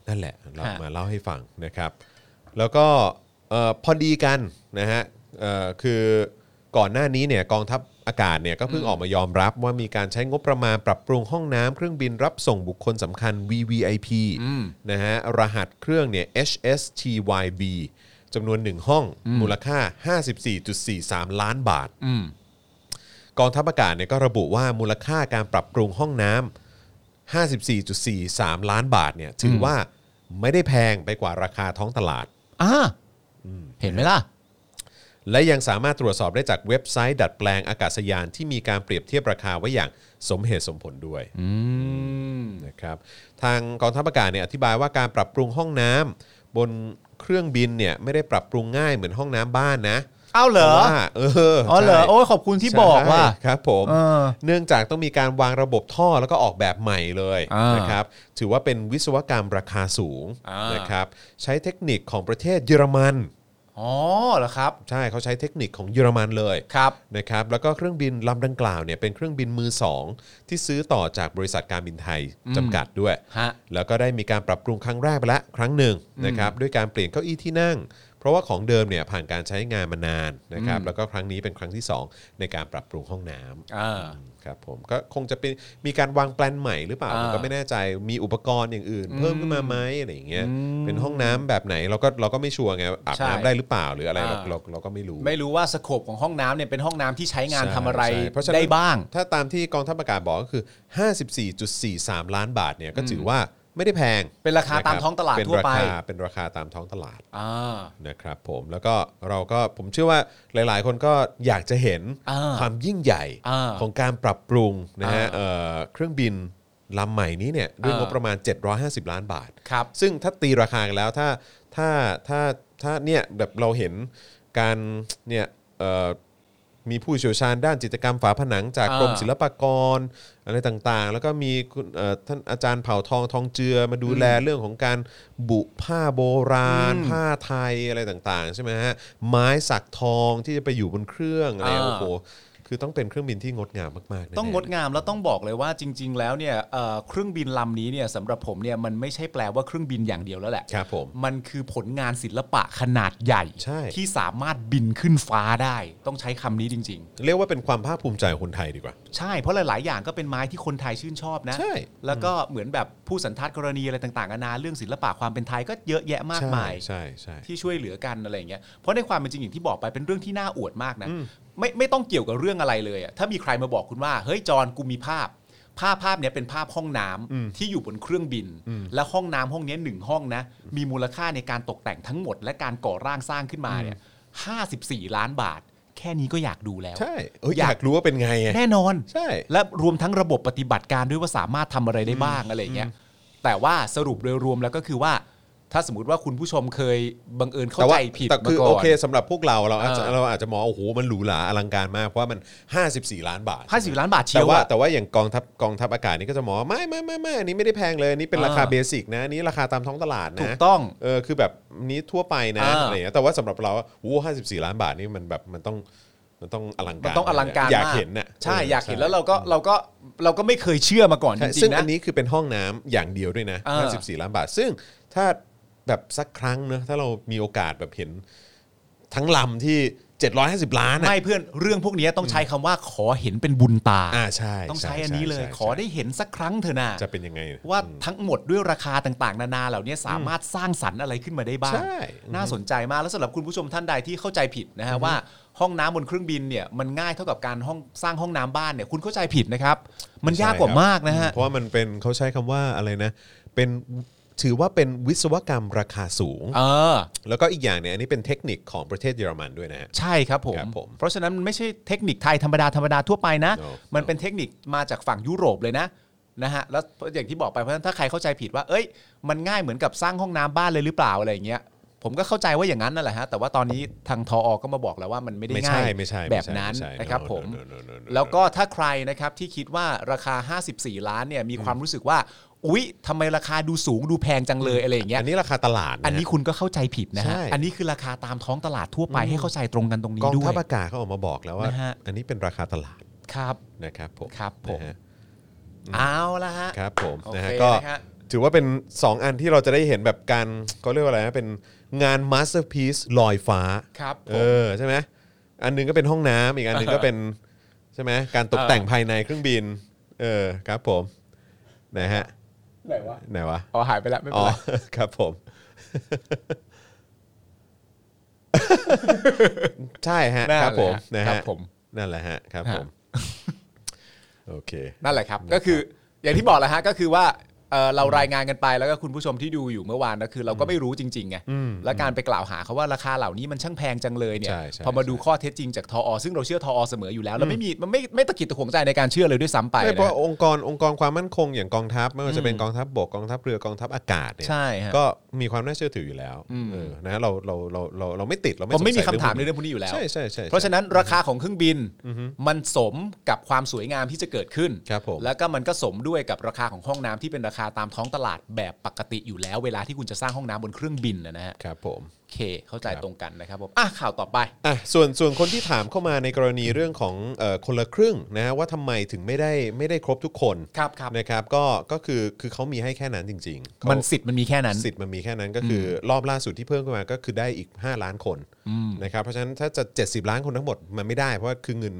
นั่นแหละเรา
ฮะ
มาเล่าให้ฟังนะครับ แล้วก็เอ่อพอดีกันนะฮะเอ่อคือก่อนหน้านี้เนี่ยกองทัพอากาศเนี่ยก็เพิ่งออกมายอมรับว่ามีการใช้งบประมาณปรับปรุงห้องน้ำเครื่องบินรับส่งบุคคลสำคัญ VVIP
อืม
นะฮะรหัสเครื่องเนี่ย HSTYB จำนวน 1 ห้องมูลค่า 54.43 ล้านบาท
อืม
กองทัพอากาศเนี่ยก็ระบุว่ามูลค่าการปรับปรุงห้องน้ำ 54.43 ล้านบาทเนี่ยถือว่าไม่ได้แพงไปกว่าราคาท้องตลาด
อ่าเห็นไหมล่ะ
และยังสามารถตรวจสอบได้จากเว็บไซต์ดัดแปลงอากาศยานที่มีการเปรียบเทียบราคาไว้อย่างสมเหตุสมผลด้วยนะครับทางกองทัพอากาศเนี่ยอธิบายว่าการปรับปรุงห้องน้ำบนเครื่องบินเนี่ยไม่ได้ปรับปรุงง่ายเหมือนห้องน้ำบ้านนะ
เอาเหรอ
พาะว่าเออ
อ๋อเหรอ
ใช่
โอ้ยขอบคุณที่บอกว่า
ใช่ครับผม
เออ
เนื่องจากต้องมีการวางระบบท่อแล้วก็ออกแบบใหม่เลย
อ่าน
นะครับถือว่าเป็นวิศวกรรมราคาสูง
อ่าน
นะครับใช้เทคนิคของประเทศเยอรมัน
อ๋อเหรอครับ
ใช่เขาใช้เทคนิคของเยอรมันเลย
ครับ
นะครับแล้วก็เครื่องบินลำดังกล่าวเนี่ยเป็นเครื่องบินมือสองที่ซื้อต่อจากบริษัทการบินไทยจำกัดด้วย
ฮะ
แล้วก็ได้มีการปรับปรุงครั้งแรกไปละครั้งหนึ่งนะครับด้วยการเปลี่ยนเก้าอี้ที่นั่ง เพราะว่าของเดิมเนี่ยผ่านการใช้งานมานานนะครับแล้วก็ครั้งนี้เป็นครั้งที่สองในการปรับปรุงห้องน้ำ
อ่า
ครับผมก็คงจะเป็นมีการวางแปลนใหม่หรือเปล่า
อ่า
ผมก็ไม่แน่ใจมีอุปกรณ์อย่างอื่น เพิ่มขึ้นมาไหมอะไรอย่างเงี้ยเป็นห้องน้ำแบบไหนเราก็เราก็ไม่ชัวร์ไงอาบ
ใช่
น้ำได้หรือเปล่าหรืออะไรเรา
อ่า
เราเราก็ไม่รู้
ไม่รู้ว่าสโคปของห้องน้ำเนี่ยเป็นห้องน้ำที่ใช้งาน
ใช่
ทำอะไร
ใช่เพราะฉะนั้น
ได้บ้าง
ถ้าตามที่กองทัพอากาศบอกก็คือ 54.43 ล้านบาทเนี่ยก็ถือว่าไม่ได้แพง
เป็นราคาตามท้องตลาด
นะครับ
ทั่วไป
เป็นราคาเป็นราคาตามท้องตลาด
อ่า
นะครับผมแล้วก็เราก็ผมเชื่อว่าหลาย ๆ คนก็อยากจะเห็น
อ่า
ความยิ่งใหญ่
อ่า
ของการปรับปรุงนะฮะ
อ่า
เอ่อเครื่องบินลำใหม่นี้เนี่ยด้วย
อ่าง
บ
ง
ประมาณ 750 ล้านบาท
ครับ
ซึ่งถ้าตีราคากันแล้วถ้าถ้าถ้าถ้าเนี่ยแบบเราเห็นการเนี่ยเอ่อมีผู้เชี่ยวชาญด้านจิตรกรรมฝาผนังจาก
อ่าก
รมศิลปากรอะไรต่างๆ แล้วก็มีคุณเอ่อท่านอาจารย์เผ่าทองทองเจือมาดูแลเรื่องของการบุผ้าโบราณ ผ้าไทยอะไรต่างๆ ใช่ไหมฮะไม้สักทองที่จะไปอยู่บนเครื่องอะไร
อ่า
โอ้โหคือต้องเป็นเครื่องบินที่งดงามมากๆแน่ๆ
ต้องงดงามแล้วต้องบอกเลยว่าจริง ๆ แล้วเนี่ยเอ่อเครื่องบินลำนี้เนี่ยสำหรับผมเนี่ยมันไม่ใช่แปลว่าเครื่องบินอย่างเดียวแล้วแหละ
ครับผม
มันคือผลงานศิลปะขนาดใหญ่
ใช่
ที่สามารถบินขึ้นฟ้าได้ ต้องใช้คำนี้จริง
เรียกว่าเป็นความภาคภูมิใจของคนไทยดีกว่า
ๆ ใช่เพราะหลาย ๆ อย่างก็เป็นไม้ที่คนไทยชื่นชอบนะ
ใช่
แล้วก็เหมือนแบบผู้สันทัดกรณีอะไรต่างๆนานาเรื่องศิลปะความเป็นไทยก็เยอะแยะมากมาย
ใช่ใช่ใช่
ที่ช่วยเหลือกันอะไรอย่างเงี้ย เพราะในความเป็นจริงอย่างที่บอกไปเป็นเรื่องที่น่าอวดมากนะ ไม่ไม่ต้องเกี่ยวกับเรื่องอะไรเลยอะถ้ามีใครมาบอกคุณว่า เฮ้ยจอห์นกูมีภาพ ภาพภาพเนี้ยเป็นภาพห้องน้ำที่อยู่บนเครื่องบิน และห้องน้ำห้องเนี้ยหนึ่งห้องนะ มีมูลค่าในการตกแต่งทั้งหมด และการก่อร่างสร้างขึ้นมาเนี่ยห้าสิบสี่ล้านบาท แค่นี้ก็อยากดูแล้ว
ใช่เอ้ยอย
อาก
ยากรู้ว่าเป็นไงไง
แน่นอน
ใช่
และรวมทั้งระบบปฏิบัติการด้วยว่าสามารถทำอะไรได้บ้างอะไรอย่างเงี้ย แต่ว่าสรุปโดยรวมแล้วก็คือว่า ถ้าสมมติว่าคุณผู้ชมเคยบังเอิญเข้าใจผิด
แต่
มา
คือ
ก่
โอ
อน
เคสำหรับพวกเราเราอาจจะ
เออ
เราอาจจะมองโอ้โหมันหรูหราอลังการมาก เพราะว่ามัน 54 ล้านบาท
ห้าสิบล้านบาทเชี
แต่
ยว
ว่า
อะ
แต่ว่าอย่างกองทัพกองทัพอากาศนี่ก็จะมองว่าไม่ไม่ไม่ไม่อันนี้ไม่ได้แพงเลยอันนี้เป็นราคา
เออ
เบสิกนะอันนี้ราคาตามท้องตลาดนะ
ถูกต้อง
เออคือแบบนี้ทั่วไปนะ
เอออ
อะไรอย่างเงี้ยแต่ว่าสำหรับเราโอ้ห้าสิบสี่ล้านบาทนี่มันแบบมันต้องมันต้องอลังการ
มันต้องอลังการ
อยาก
มาก
เห็นน่ะ
ใช่
เ
อยากเห็นแล้วเราก็เราก็เราก็ไม่เคยเชื่อมาก่อนจ
ใช่
ริ
ซึ่
ง
ง
ๆ
อั
นะ
นนี้คือเป็นห้องน้ำอย่างเดียวด้วยนะ
เออ
54 ล้านบาท ซึ่งถ้าแบบสักครั้งเนอะถ้าเรามีโอกาสแบบเห็นทั้งลำที่ 750 ล้านอ่ะ
ไม่เพื่อนเรื่องพวกเนี้ยต้องใช้คำว่าขอเห็นเป็นบุญตา
อ่าใช่
ต้องใช้อันนี้เลย
ใช่
ขอได้เห็นสักครั้งเถอะนะ
จะเป็นยังไง
ว่าทั้งหมดด้วยราคาต่างๆ นานาเหล่านี้สามารถสร้างสรรค์อะไรขึ้นมาได้บ้าง
ใช่
น่าสนใจมากแล้วสำหรับคุณผู้ชมท่านใดที่เข้าใจผิดนะฮะว่าห้องน้ำบนเครื่องบินเนี่ยมันง่ายเท่ากับการห้องสร้างห้องน้ำบ้านเนี่ยคุณเข้าใจผิดนะครับ มันยากกว่ามากนะฮะ
เพราะว่ามันเป็นเขาใช้คำว่าอะไรนะ เป็นถือว่าเป็นวิศวกรรมราคาสูง
เออ
แล้วก็อีกอย่างเนี่ยอันนี้เป็นเทคนิคของประเทศเยอรมันด้วยนะฮะ
ใช่ครับผม
ครับผม
เพราะฉะนั้นมันไม่ใช่เทคนิคไทยธรรมดาธรรมดาทั่วไปนะ
No,
มันเป็นเทคนิคมาจากฝั่งยุโรปเลยนะนะฮะแล้วอย่างที่บอกไปเพราะฉะนั้นถ้าใครเข้าใจผิดว่า เอ้ย มันง่ายเหมือนกับสร้างห้องน้ำบ้านเลยหรือเปล่าอะไรอย่างเงี้ยผมก็เข้าใจว่าอย่างนั้นนั่นแหละฮะแต่ว่าตอนนี้ทางทออก็มาบอกแล้วว่ามันไม่ได้
ไม่ใช่
ง่าย
ไม่ใช่ไม่ใช่
แบบนั้น
ไม่ใช่
นะครับ
No,
ผม
no, no, no, no, no, no.
แล้วก็ถ้าใครนะครับที่คิดว่าราคา 54 ล้านเนี่ยมีความรู้สึกว่า อุ๊ยทำไมราคาดูสูงดูแพงจังเลยอะไรอย่างเงี้ย
อันนี้ราคาตลาดะฮะ
อันนี้คุณก็เข้าใจผิดนะ
ใช่
ฮะ อันนี้คือราคาตามท้องตลาดทั่วไปให้เข้าใจตรงกันตรงนี้
กอง
ด้วย
ทัพอากาศเขาออกมาบอกแล้วว่า
นะฮะ
อันนี้เป็นราคาตลาด
ครับ
นะครับผม
ครับผม
นะฮะ
เอาละฮะ
ครับผม
โอเค
นะฮะก็
นะฮะ
ถือว่าเป็น 2 อันที่เราจะได้เห็นแบบการ ก็เรียกว่าอะไรนะเป็นงานมาสเตอร์พี e ลอยฟ้า
ครับผม
เออใช่ไหมอันหนึงก็เป็นห้องน้ำอีกอันหนึงก็ เป็น ใช่ไหมการตกแต่งภายในเครื่องบิน เออครับผมไหนะฮะ
ไหนวะ
ไหนวะ
อ๋อหายไปแล้วไม่เป็
อ๋
น
อ
ไร
ครับผม ใช่ฮะ
นั่น
ค
แหละ
รับผมนะ
ครั
ฮะ
บผม
นั่นแหละฮะครับ
ฮะ
ผมโอเค
นั่นแหละครับ ก็คือ อย่างที่บอกแหละฮะก็คือว่าเอ่อเรารายงานกันไปแล้วก็คุณผู้ชมที่ดูอยู่เมื่อวานก็คือเราก็ไม่รู้จริงๆไง
อืม
และการไปกล่าวหาเขาว่าราคาเหล่านี้มันช่างแพงจังเลยเนี่ย
ใช่ใช่
พอมา
ใช่
ดูข้อเท็จจริงจากทออซึ่งเราเชื่อทออเสมออยู่แล้วแล้วไม่มีมันไม่ไม่ตะกิดตะขวงใจในการเชื่อเลยด้วยซ้ำไป
ไม่เพราะ
นะ
องค์กรองค์กรความมั่นคงอย่างกองทัพไม่ว่าจะเป็นกองทัพบกกองทัพเรือกองทัพอากาศเนี่ย
ใช่ฮะ
ก็มีความน่าเชื่อถืออยู่แล้ว
อืม
เออนะเราเราเราเราเราไม่ติดเราไม่
ผมไม่มี
สง
คำ
สัย
ถามใน
เรื่
เรื่
อ
อ
พวก
ง งพวกนี้อยู่
นี้
แล้ว
ใช่ใช่ใช่
เพราะฉะนั้นราคาของเครื่องบินมันสมกับความสวยงามที่จะเกิดขึ้น
ครับผม
แล้วก็มันก็สมด้วยกับราคาของห้องน้ำที่เป็นราคาตามท้องตลาดแบบปกติอยู่แล้ว เวลาที่คุณจะสร้างห้องน้ำบนเครื่องบินนะนะฮะ
ครับผม
โอเค เข้าใจตรงกันนะครับผมอ่ะข่าวต่อไป
อ่ะส่วนส่วนคนที่ถามเข้ามาในกรณีเรื่องของเออคนละครึ่งนะฮะว่าทำไมถึงไม่ได้ไม่ได้ครบทุกคน
ครับครับ
นะครับก็ก็คือคือเขามีให้แค่นั้นจริงๆเขา
มันสิทธิ์มันมีแค่นั้น
สิทธิ์มันมีแค่นั้นก็คืออรอบล่าสุดที่เพิ่มขึ้นมาก็คือได้อีก 5 ล้านคนนะครับเพราะฉะนั้นถ้าจะ 70 ล้านคนทั้งหมดมันไม่ได้เพราะว่าคือเงิน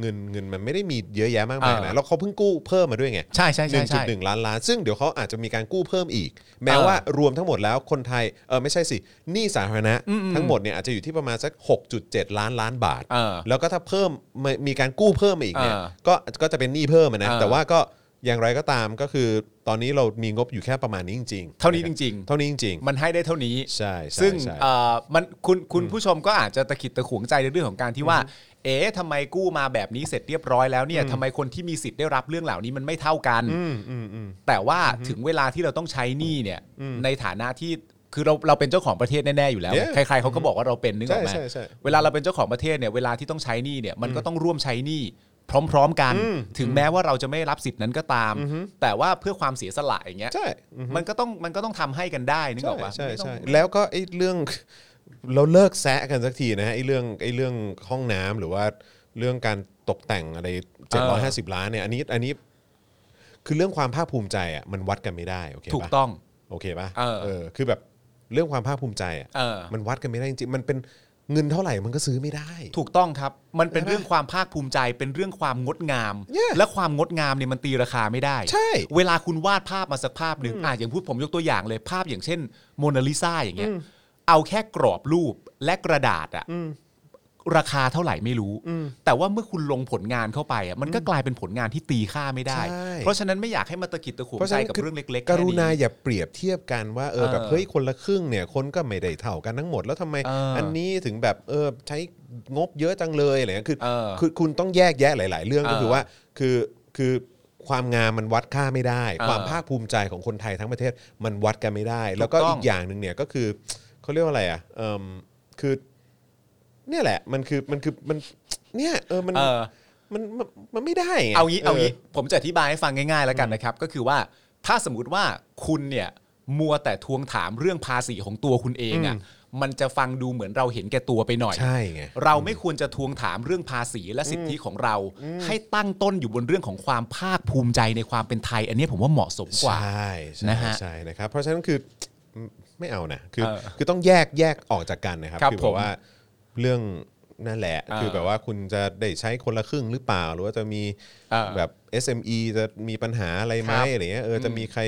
เงินเงินมันไม่ได้มีเยอะแยะมากมายนะ
อ่า
แล้วเขาเพิ่งกู้เพิ่มมาด้วยไง
ใช่ใช่ใช่ใช่
1.1 ล้านล้าน ซึ่งเดี๋ยวเขาอาจจะมีการกู้เพิ่มอีก แม้ว่ารวมทั้งหมดแล้วคนไทยเออไม่ใช่สิหนี้สาธารณะทั้งหมดเนี่ยอาจจะอยู่ที่ประมาณสัก 6.7 ล้านล้านบาท
เออ
แล้วก็ถ้าเพิ่มมีมีการกู้เพิ่มมาอีกเนี่ย
เออ
ก็ก็จะเป็นหนี้เพิ่มอะนะ
เออ
แต่ว่าก็อย่างไรก็ตามก็คือตอนนี้เรามีงบอยู่แค่ประมาณนี้จริงๆ
เท่านี้จริงๆ
เท่านี้จริงๆ
มันให้ได้เท่านี้
ใช่ใช่
ซึ่ง
ใช่
เอ่อมันคุณคุณผู้ชมก็อาจจะตะขิดตะขวงใจในเรื่องของการที่ว่า เอ๊ะทำไมกู้มาแบบนี้เสร็จเรียบร้อยแล้วเนี่ยทำไมคนที่มีสิทธิ์ได้รับเรื่องเหล่านี้มันไม่เท่ากัน แต่ว่าถึงเวลาที่เราต้องใช้หนี้เนี่ยในฐานะที่คือเราเราเป็นเจ้าของประเทศแน่ๆอยู่แล้ว
Yeah
ใครๆเขาก็บอกว่าเราเป็นนึกออกไหม
ใช่ใช่ใช่
เวลาเราเป็นเจ้าของประเทศเนี่ยเวลาที่ต้องใช้หนี้เนี่ยมันก็ต้องร่วมใช้หนี้พร้อม ๆ กัน ถึงแม้ว่าเราจะไม่รับสิทธิ์นั้นก็ตาม แต่ว่าเพื่อความเสียสละอย่างเงี้ย
ใช่
มันก็ต้องมันก็ต้องทำให้กันได้นึกอ
ใช่
อกปะ
ใช่
ไม่ต้อง
ใช่แล้วก็ไอ้เรื่อง เราเลิกแซะกันสักทีนะฮะไอ้เรื่องไอ้เรื่องห้องน้ำหรือว่าเรื่องการตกแต่งอะไร 750 ล้านเนี่ยอันนี้อันนี้คือเรื่องความภาคภูมิใจอ่ะมันวัดกันไม่ได้โอเคปะ
ถูกต้อง
โอเคปะ
เออ
คือแบบเรื่องความภาคภูมิใจอ่ะ
เออ
มันวัดกันไม่ได้จริงๆมันเป็นเงินเท่าไหร่มันก็ซื้อไม่ได้
ถูกต้องครับ มันเป็น
ใช่ไหม
เรื่องความภาคภูมิใจ เป็นเรื่องความงดงาม
Yeah
และความงดงามเนี่ยมันตีราคาไม่ได้
ใช่
เวลาคุณวาดภาพมาสักภาพหนึ่งอ่ะอย่างพูดผมยกตัวอย่างเลยภาพอย่างเช่นโมนาลิซาอย่างเงี้ย เอาแค่กรอบรูปและกระดาษอะราคาเท่าไหร่ไม่รู้ แต่ว่าเมื่อคุณลงผลงานเข้าไปอะมันก็กลายเป็นผลงานที่ตีค่าไม่ได้
ใช่
เพราะฉะนั้นไม่อยากให้มาตะกิดตะขวงใจกับ
คือ
เรื่องเล็กๆ
ก
แค่
รุณา
นี้
อย่าเปรียบเทียบกันว่าเออ
เออ
แบบเฮ้ยคนละครึ่งเนี่ยคนก็ไม่ได้เท่ากันทั้งหมดแล้วทำไม
เอออั
นนี้ถึงแบบเออใช้งบเยอะจังเลยอะไรเงี้ยคือ
เออ
คือคุณต้องแยกแยะหลาย ๆ เรื่อง
เออ
ก็คือว่าคือคือความงามมันวัดค่าไม่ได้
เออ
ความภาคภูมิใจของคนไทยทั้งประเทศมันวัดกันไม่ได้ แล้วก็
ถูกต้
อี
อง
กอย่างหนึ่งเนี่ยก็คือเขาเรียกว่าอะไรอ่ะเออคือเนี่ยแหละมันคือมันคือมันเนี่ยเออมัน
เออ
มันมันมันไม่ได้ไ
เอางี้เอางี้
อ
ผมจะอธิบายให้ฟังง่ายๆแล้วกันนะครับ ก็คือว่าถ้าสมมติว่าคุณเนี่ยมัวแต่ทวงถามเรื่องภาษีของตัวคุณเองอ่ะ
อืม
มันจะฟังดูเหมือนเราเห็นแก่ตัวไปหน่อย
ใช่ไง
เราไม่ควรจะทวงถามเรื่องภาษีและสิทธิของเรา ให้ตั้งต้นอยู่บนเรื่องของความภาคภูมิใจในความเป็นไทย อันนี้ผมว่าเหมาะสมกว่า
ใช่ใช่
นะฮะ
ใช่นะครับเพราะฉะนั้นคือไม่เอานะคือ
เออ
คือต้องแยกแยกออกจากกันนะครับ
ครับ
คือแบบว่าเรื่องนั่นแหละ
เออ
คือแบบว่าคุณจะได้ใช้คนละครึ่งหรือเปล่า หรือว่าจะมี
เออ
แบบ SME จะมีปัญหาอะไรไหม
ครับ
อะไรเงี้ยเออจะมีใคร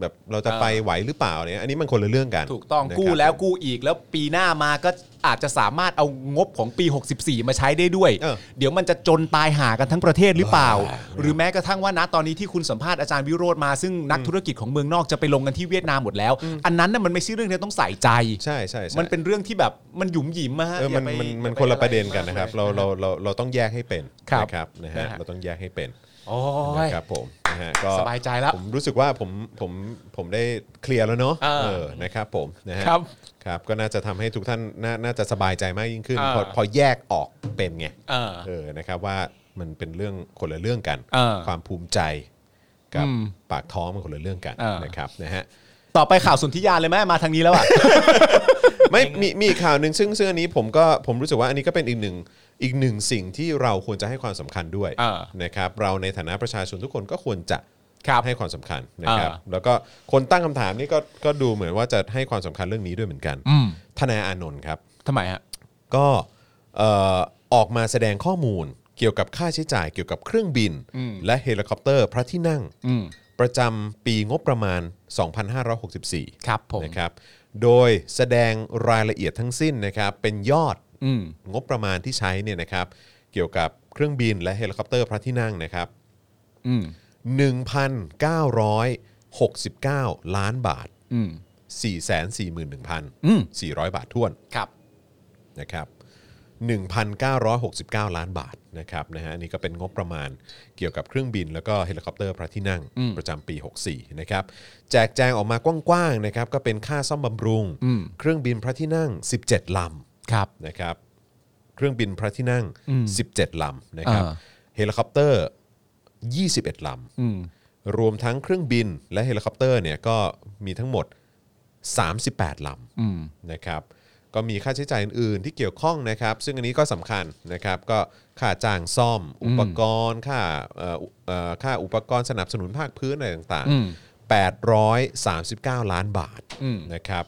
แบบเราจะ
เออ
ไปไหวหรือเปล่าเนี่ยอันนี้มันคนละเรื่องกัน
ถูกต้อง
นะครับ
กู้แล้วกู้อีกแล้วปีหน้ามาก็อาจจะสามารถเอางบของปี 64 มาใช้ได้ด้วย เดี๋ยวมันจะจนตายหากันทั้งประเทศหรือเปล่า หรือแม้กระทั่งว่าณตอนนี้ที่คุณสัมภาษณ์อาจารย์วิโรธมาซึ่งนักธุรกิจของเมืองนอกจะไปลงกันที่เวียดนามหมดแล้ว อันนั้นน่ะมันไม่ใช่เรื่องที่ต้องใส่ใจ
ใช่ใช่ใช่
มันเป็นเรื่องที่แบบมันหยุมหยิมมาก
เออมันมันมันคนละประเด็นกันนะครับ เราเราเราเราต้องแยกให้เป็น
ครับ
นะครับนะฮะ
นะฮะ
เราต้องแยกให้เป็น
โอ้ย
นะครับผมนะฮะก็
สบายใจแล้ว
ผมรู้สึกว่าผมผมผมได้เคลียร์แล้วเนาะ
อ่า
เออนะครับผมนะฮะ
ครับ
ครับก็น่าจะทำให้ทุกท่านน่าน่าจะสบายใจมากยิ่งขึ้น
อ่า
พอพอแยกออกเป็นไง
เออ
เออนะครับว่ามันเป็นเรื่องคนละเรื่องกัน
เออ
ความภูมิใจกับ
อืม
ปากท้องมันคนละเรื่องกัน
เออ
นะครับนะฮะ
ต่อไปข่าวสนธิยาเลยไหมมาทางนี้แล้วอ่ะ
ไม่มีมีอีกข่าวหนึ่งซึ่งซึ่งอันนี้ผมก็ผมรู้สึกว่าอันนี้ก็เป็นอีกหนึ่งอีกหนึ่งสิ่งที่เราควรจะให้ความสำคัญด้วย
อ่า
นะครับเราในฐานะประชาชนทุกคนก็ควรจะ
ครับ
ให้ความสำคัญนะครับ
อ่า
แล้วก็คนตั้งคำถามนี่ก็ก็ดูเหมือนว่าจะให้ความสำคัญเรื่องนี้ด้วยเหมือนกัน
อืม
ทนายอานนท์ครับ
ทำไมฮะ
ก็เอ่อออกมาแสดงข้อมูลเกี่ยวกับค่าใช้จ่ายเกี่ยวกับเครื่องบิน และเฮลิคอปเตอร์พระที่นั่ง
อืม
ประจำปีงบประมาณ 2564
ครับผม
นะครับ โดยแสดงรายละเอียดทั้งสิ้นนะครับ เป็นยอด
อืม
งบประมาณที่ใช้เนี่ยนะครับ เกี่ยวกับเครื่องบินและเฮลิคอปเตอร์พระที่นั่งนะครับ
อืม
1,969 ล้านบาท
อืม อืม
441,400 บาทท้วน
ครับ
นะครับ1,969 ล้านบาทนะครับนะฮะอันนี่ก็เป็นงบประมาณเกี่ยวกับเครื่องบิน แล้วก็เฮลิคอปเตอร์พระที่นั่งประจำปี 64 นะครับ แจกแจงออกมากว้างๆนะครับก็เป็นค่าซ่อมบำรุง
อืม
เครื่องบินพระที่นั่ง 17 ล
ครับ
ำนะครับเครื่องบินพระที่นั่ง 17 ลำนะครับ
อ่า
เฮลิคอปเตอร์ 21 ล
อืม
ำ รวมทั้งเครื่องบินและเฮลิคอปเตอร์เนี่ยก็มีทั้งหมด 38 ลำ
อืม
นะครับก็มีค่าใช้จ่ายอื่นๆที่เกี่ยวข้องนะครับ ซึ่งอันนี้ก็สำคัญนะครับก็ค่าจ้างซ่อม อุปกรณ์ค่าเอ่อเอ่อค่าอุปกรณ์สนับสนุนภาคพื้นอะไรต่าง
อืม
ๆ 839 ล้านบาท
อืม
นะครับ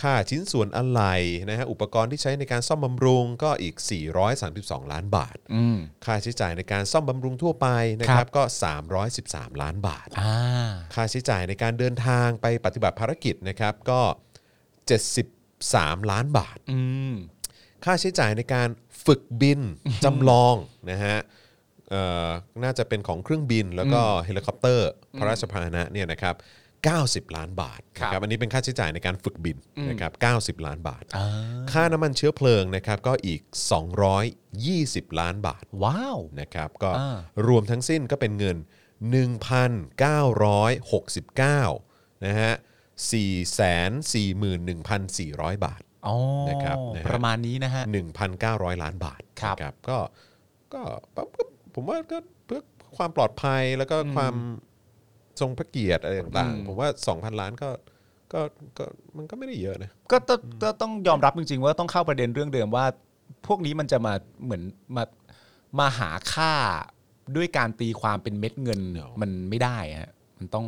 ค่าชิ้นส่วนอะไหล่นะฮะอุปกรณ์ที่ใช้ในการซ่อมบำรุงก็อีก 432 ล้านบาท
อืม
ค่าใช้จ่ายในการซ่อมบำรุงทั่วไปนะค
ครั
รับบ ก็ 313 ล้านบาท
อ่า
ค่าใช้จ่ายในการเดินทางไปปฏิบัติภารกิจนะครับก็ 73 ล้านบาท
อืม
ค่าใช้จ่ายในการฝึกบิ นจำลองนะฮะเอ่อน่าจะเป็นของเครื่องบินแล้วก็เฮลิคอปเตอร์พระราชพาหนะเนี่ยนะครับ 90 ล้านบาท
ครับ
นะอันนี้เป็นค่าใช้จ่ายในการฝึกบินนะครับ 90 ล้านบาท
อ่า
ค่าน้ำมันเชื้อเพลิงนะครับก็อีก 220 ล้านบาท
ว้าว
นะครับก็
อ่าร
วมทั้งสิ้นก็เป็นเงิน 1,969นะฮะ441,400 บาท
อ๋อ
นะครับนะฮะ
ประมาณนี้นะฮะ
1,900 ล้านบาท
ครับ
นะก็ก็ปั๊บก็ผมว่าก็เพื่อความปลอดภัยแล้วก็ความทรงพระเกียรติอะไรต่าง
อืม
ๆ ผมว่า 2,000 ล้านก็ก็ก็มันก็ไม่ได้เยอะนะ
ก็ต้องก็ต้องยอมรับจริงๆ ว่าต้องเข้าประเด็นเรื่องเดิมว่า พวกนี้มันจะมาเหมือนมามาหาค่าด้วยการตีความเป็นเม็ดเงิน
No
มันไม่ได้ฮะมันต้อง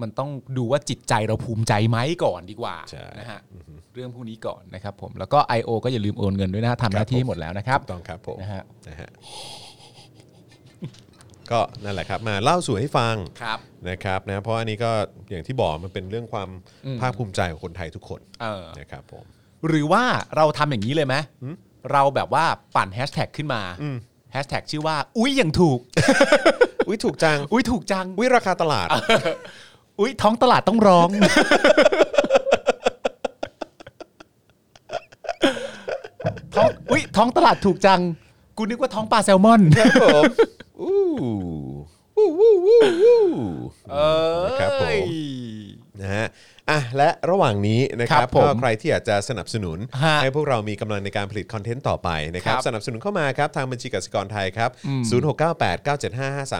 มันต้องดูว่าจิตใจเราภูมิใจไหมก่อนดีกว่า
ใช่
นะฮะเรื่องพวกนี้ก่อนนะครับผมแล้วก็ I.O. ก็อย่าลืมโอนเงินด้วยนะฮะทำหน้าที่ให้หมดแล้วนะครับ
ถูกต้องครับผม
นะฮะ
นะฮะก็นั่นแหละครับ มาเล่าสู่ให้ฟัง
ครับ
นะครับนะเพราะอันนี้ก็อย่างที่บอกมันเป็นเรื่องความ
อืม
ภาคภูมิใจของคนไทยทุกคน
เออ
นะครับผม
หรือว่าเราทำอย่างนี้เลยไหมเราแบบว่าปั่นแฮชแท็กขึ้นมาแฮชแท็กชื่อว่า อุ้ยอย่างถูก
อุ้ยถูกจัง
อุ้ยถูกจัง
อุ้ยราคาตลาด
อุ้ยท้องตลาดต้อง ร้อง ท้องอุ้ยท้องตลาดถูกจัง กูนึกว่าท้องปลาแซลมอน
ครับผมอู้อู้อู้อู้อู้
เอ
นะครับผม
ย
นะฮะอ่ะและระหว่างนี้นะครับ
ครับผม
ก็ใครที่อยากจะสนับสนุน
ฮะ
ให้พวกเรามีกำลังในการผลิตคอนเทนต์ต่อไปนะครับ
ครับ
สนับสนุนเข้ามาครับ ทางบัญชีกสิกรไทยครับ
อืม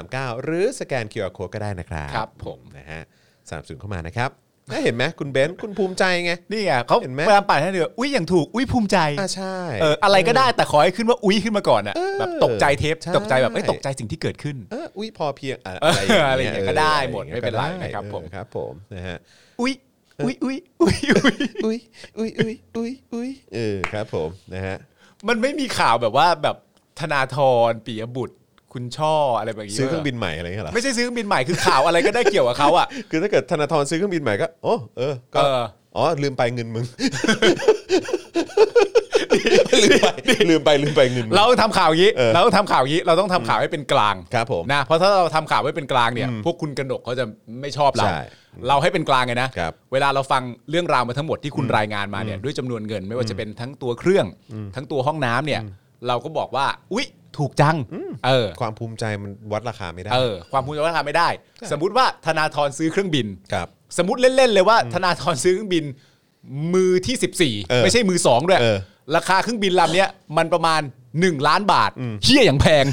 0698975539 หรือสแกน QR Code ก็ได้นะครับ
ครับผม
นะฮะสนับสนุนเข้ามานะครับน่าเห็นไหมคุณเบนซ์คุณภูมิใจไง
นี่ไงเขา
เห็นไหม
พยายามปั่นให้เดืออุ้ยอย่างถูก อุ้ยภูมิใจ
อ่าใช่
เอออะไรก็ได้แต่ขอให้ขึ้นว่าอุ้ยขึ้นมาก่อนอะ
เออ
แบบตกใจเทป
ใช่
ตกใจแบบไอ้ยตกใจสิ่งที่เกิดขึ้น
เอออุ้ยพอเพียงอะ
อะไรอย่างเงี้ยก็ได้หมด
อะอย่าง
ไม่
งี้ย
เป็นไร
ก็ด้
นะครับผม
เออครับผมนะฮะ
อุ้ยอุ้ยอุ้ยอุ้ยอุ้ย
อุ้ยอุ้ยอุ้ยอุ้ยอุ้ยเออครับผมนะฮะ
มันไม่มีข่าวแบบว่าแบบธนาธรปิยบุตร คุณช่ออะไรแบบนี้
ซื้อเครื่องบินใหม่อะไรอย่างเงี้ยเหรอ
ไม่ใช่ซื้อเครื่องบินใหม่คือข่าวอะไรก็ได้เกี่ยวกับเขาอะ
คือถ้าเกิดธนาธรซื้อเครื่องบินใหม่ก็โอ้เออก็
เออ
อ๋อลืมไปเงิน มึง ลืมไปลืมไปลืมไปเงินมึง
เราต้องทำข่าวอย่างนี้
เออ
เราต้องทำข่าวอย่างนี้ เราต้องทำข่าวให้เป็นกลาง
ครับผม
นะ เพราะถ้าเราทำข่าวให้เป็นกลางเนี่ย พวกคุณกนกเขาจะไม่ชอบเรา
ใช่
เราให้เป็นกลางไงนะ
ครับ
เวลาเราฟังเรื่องราวมาทั้งหมดที่คุณรายงานมาเนี่ยด้วยจำนวนเงิน ไม่ว่าจะเป็นทั้งตัวเครื่อง ทั้งตัวห้องน้ำเนี่ย เราก็บอกว่า อุ๊ย ถูกจัง เออ
ความภูมิใจมันวัดราคาไม่ได้
เออ ความพูดว่าทำไม่ได้ สมมุติว่าธนาธรซื้อเครื่องบิน
ครับ
สมมติเล่น ๆ เลยว่า ธนาธรซื้อเครื่องบิน มือที่
เออ
14 ไม่ใช่มือ 2 ด้วย
เออ
ราคาเครื่องบินลำเนี้ยมันประมาณ 1 ล้านบาทเฮี้ยอย่างแพ ง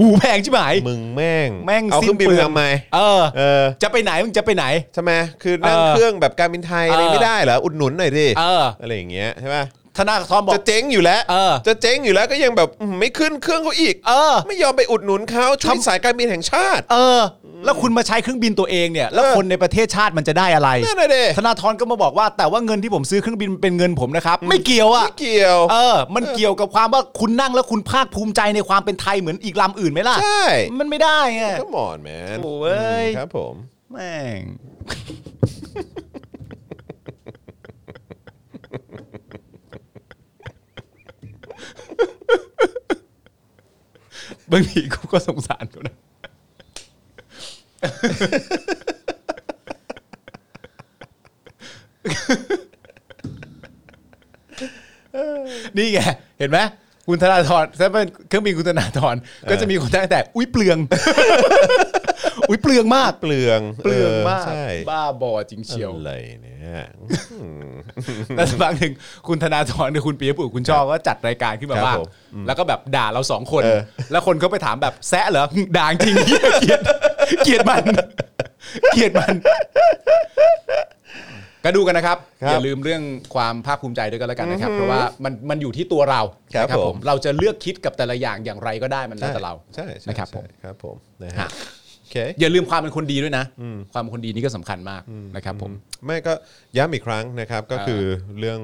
หูแพงใช่ไหม
มึงแม่ง
แม่ง
เอาเครื่องบิน
สิ้
ไป
เปลืง
ทำไม
เออ
เออ
จะไปไหนมึงจะไปไหน
ทำไมคือนั่ง
เออ
เครื่องแบบการบินไทยอะไร
เออ
ไม่ได้เหรออุดหนุนหน่อยดิ
เอออ
อะไรอย่างเงี้ยใช่ป่ะ
ธนาธรบอก
จะเจ๊งอยู่แล้ว
เออ
จะเจ๊งอยู่แล้วก็ยังแบบอืมไม่ขึ้นเครื่องเขาอีก
เออ
ไม่ยอมไปอุดหนุนเขาช่วยสายการบินแห่งชาติ
เออ แล้วคุณมาใช้เครื่องบินตัวเองเนี่ย แล้ว
เออ
คนในประเทศชาติมันจะได้อะไร
นั่นน่ะดิ
ธนาธรก็มาบอกว่า แต่ว่าเงินที่ผมซื้อเครื่องบินเป็นเงินผมนะครับ ไม่เกี่ยว
ไม่
อะ
เกี่ยว
เออ มันเกี่ยวกับความว่าคุณนั่งแล้วคุณภาคภูมิใจในความเป็นไทยเหมือนอีกลำอื่นไหมล่ะ
ใช่
มันไม่ได้ไง
ก็หมอนแมน
โอ้เว้ย
ครับผม
แม่ง บางทีกูก็สงสารกูนะ นี่ไงเห็นไหมคุณธนาธรถ้าเป็นเครื่องบินคุณธนาธรก็จะมีคนตั้งแต่ อุ้ยเปลือง อุ้ยเปลืองมาก
เปลือง
เปลืองมาก
ใช่
บ้าบอจริงเชียว
อะไรเนี่ย
แล้วสักพักหนึ่ง คุณธนาธรกับคุณปียบุตรคุณชอบก็จัดรายการขึ้นมาบ้างแล้วก็แบบด่าเราสองคน แล้วคนเขาไปถามแบบแซะเหรอด่าจริงเหี้ย เกลียดเกลียดมัน เกลียดมัน ก็ดูกันนะครับ อย่าลืมเรื่องความภาคภูมิใจด้วยกันแล้วกันนะครับ เพราะว่ามันมันอยู่ที่ตัวเรา
ครับ
นะ
ผม
เราจะเลือกคิดกับแต่ละอย่างอย่างไรก็ได้ มันแล้วแต่เรา
ใช่ใช่
นะครับผม
ใช่ครับผมนะ
ฮะ
ฮะโอเค
อย่าลืมความเป็นคนดีด้วยนะ ความเป็นคนดีนี่ก็สำคัญมากนะครับ ผม
ไม่ก็ย้ำอีกครั้งนะครับก็คือเรื่อง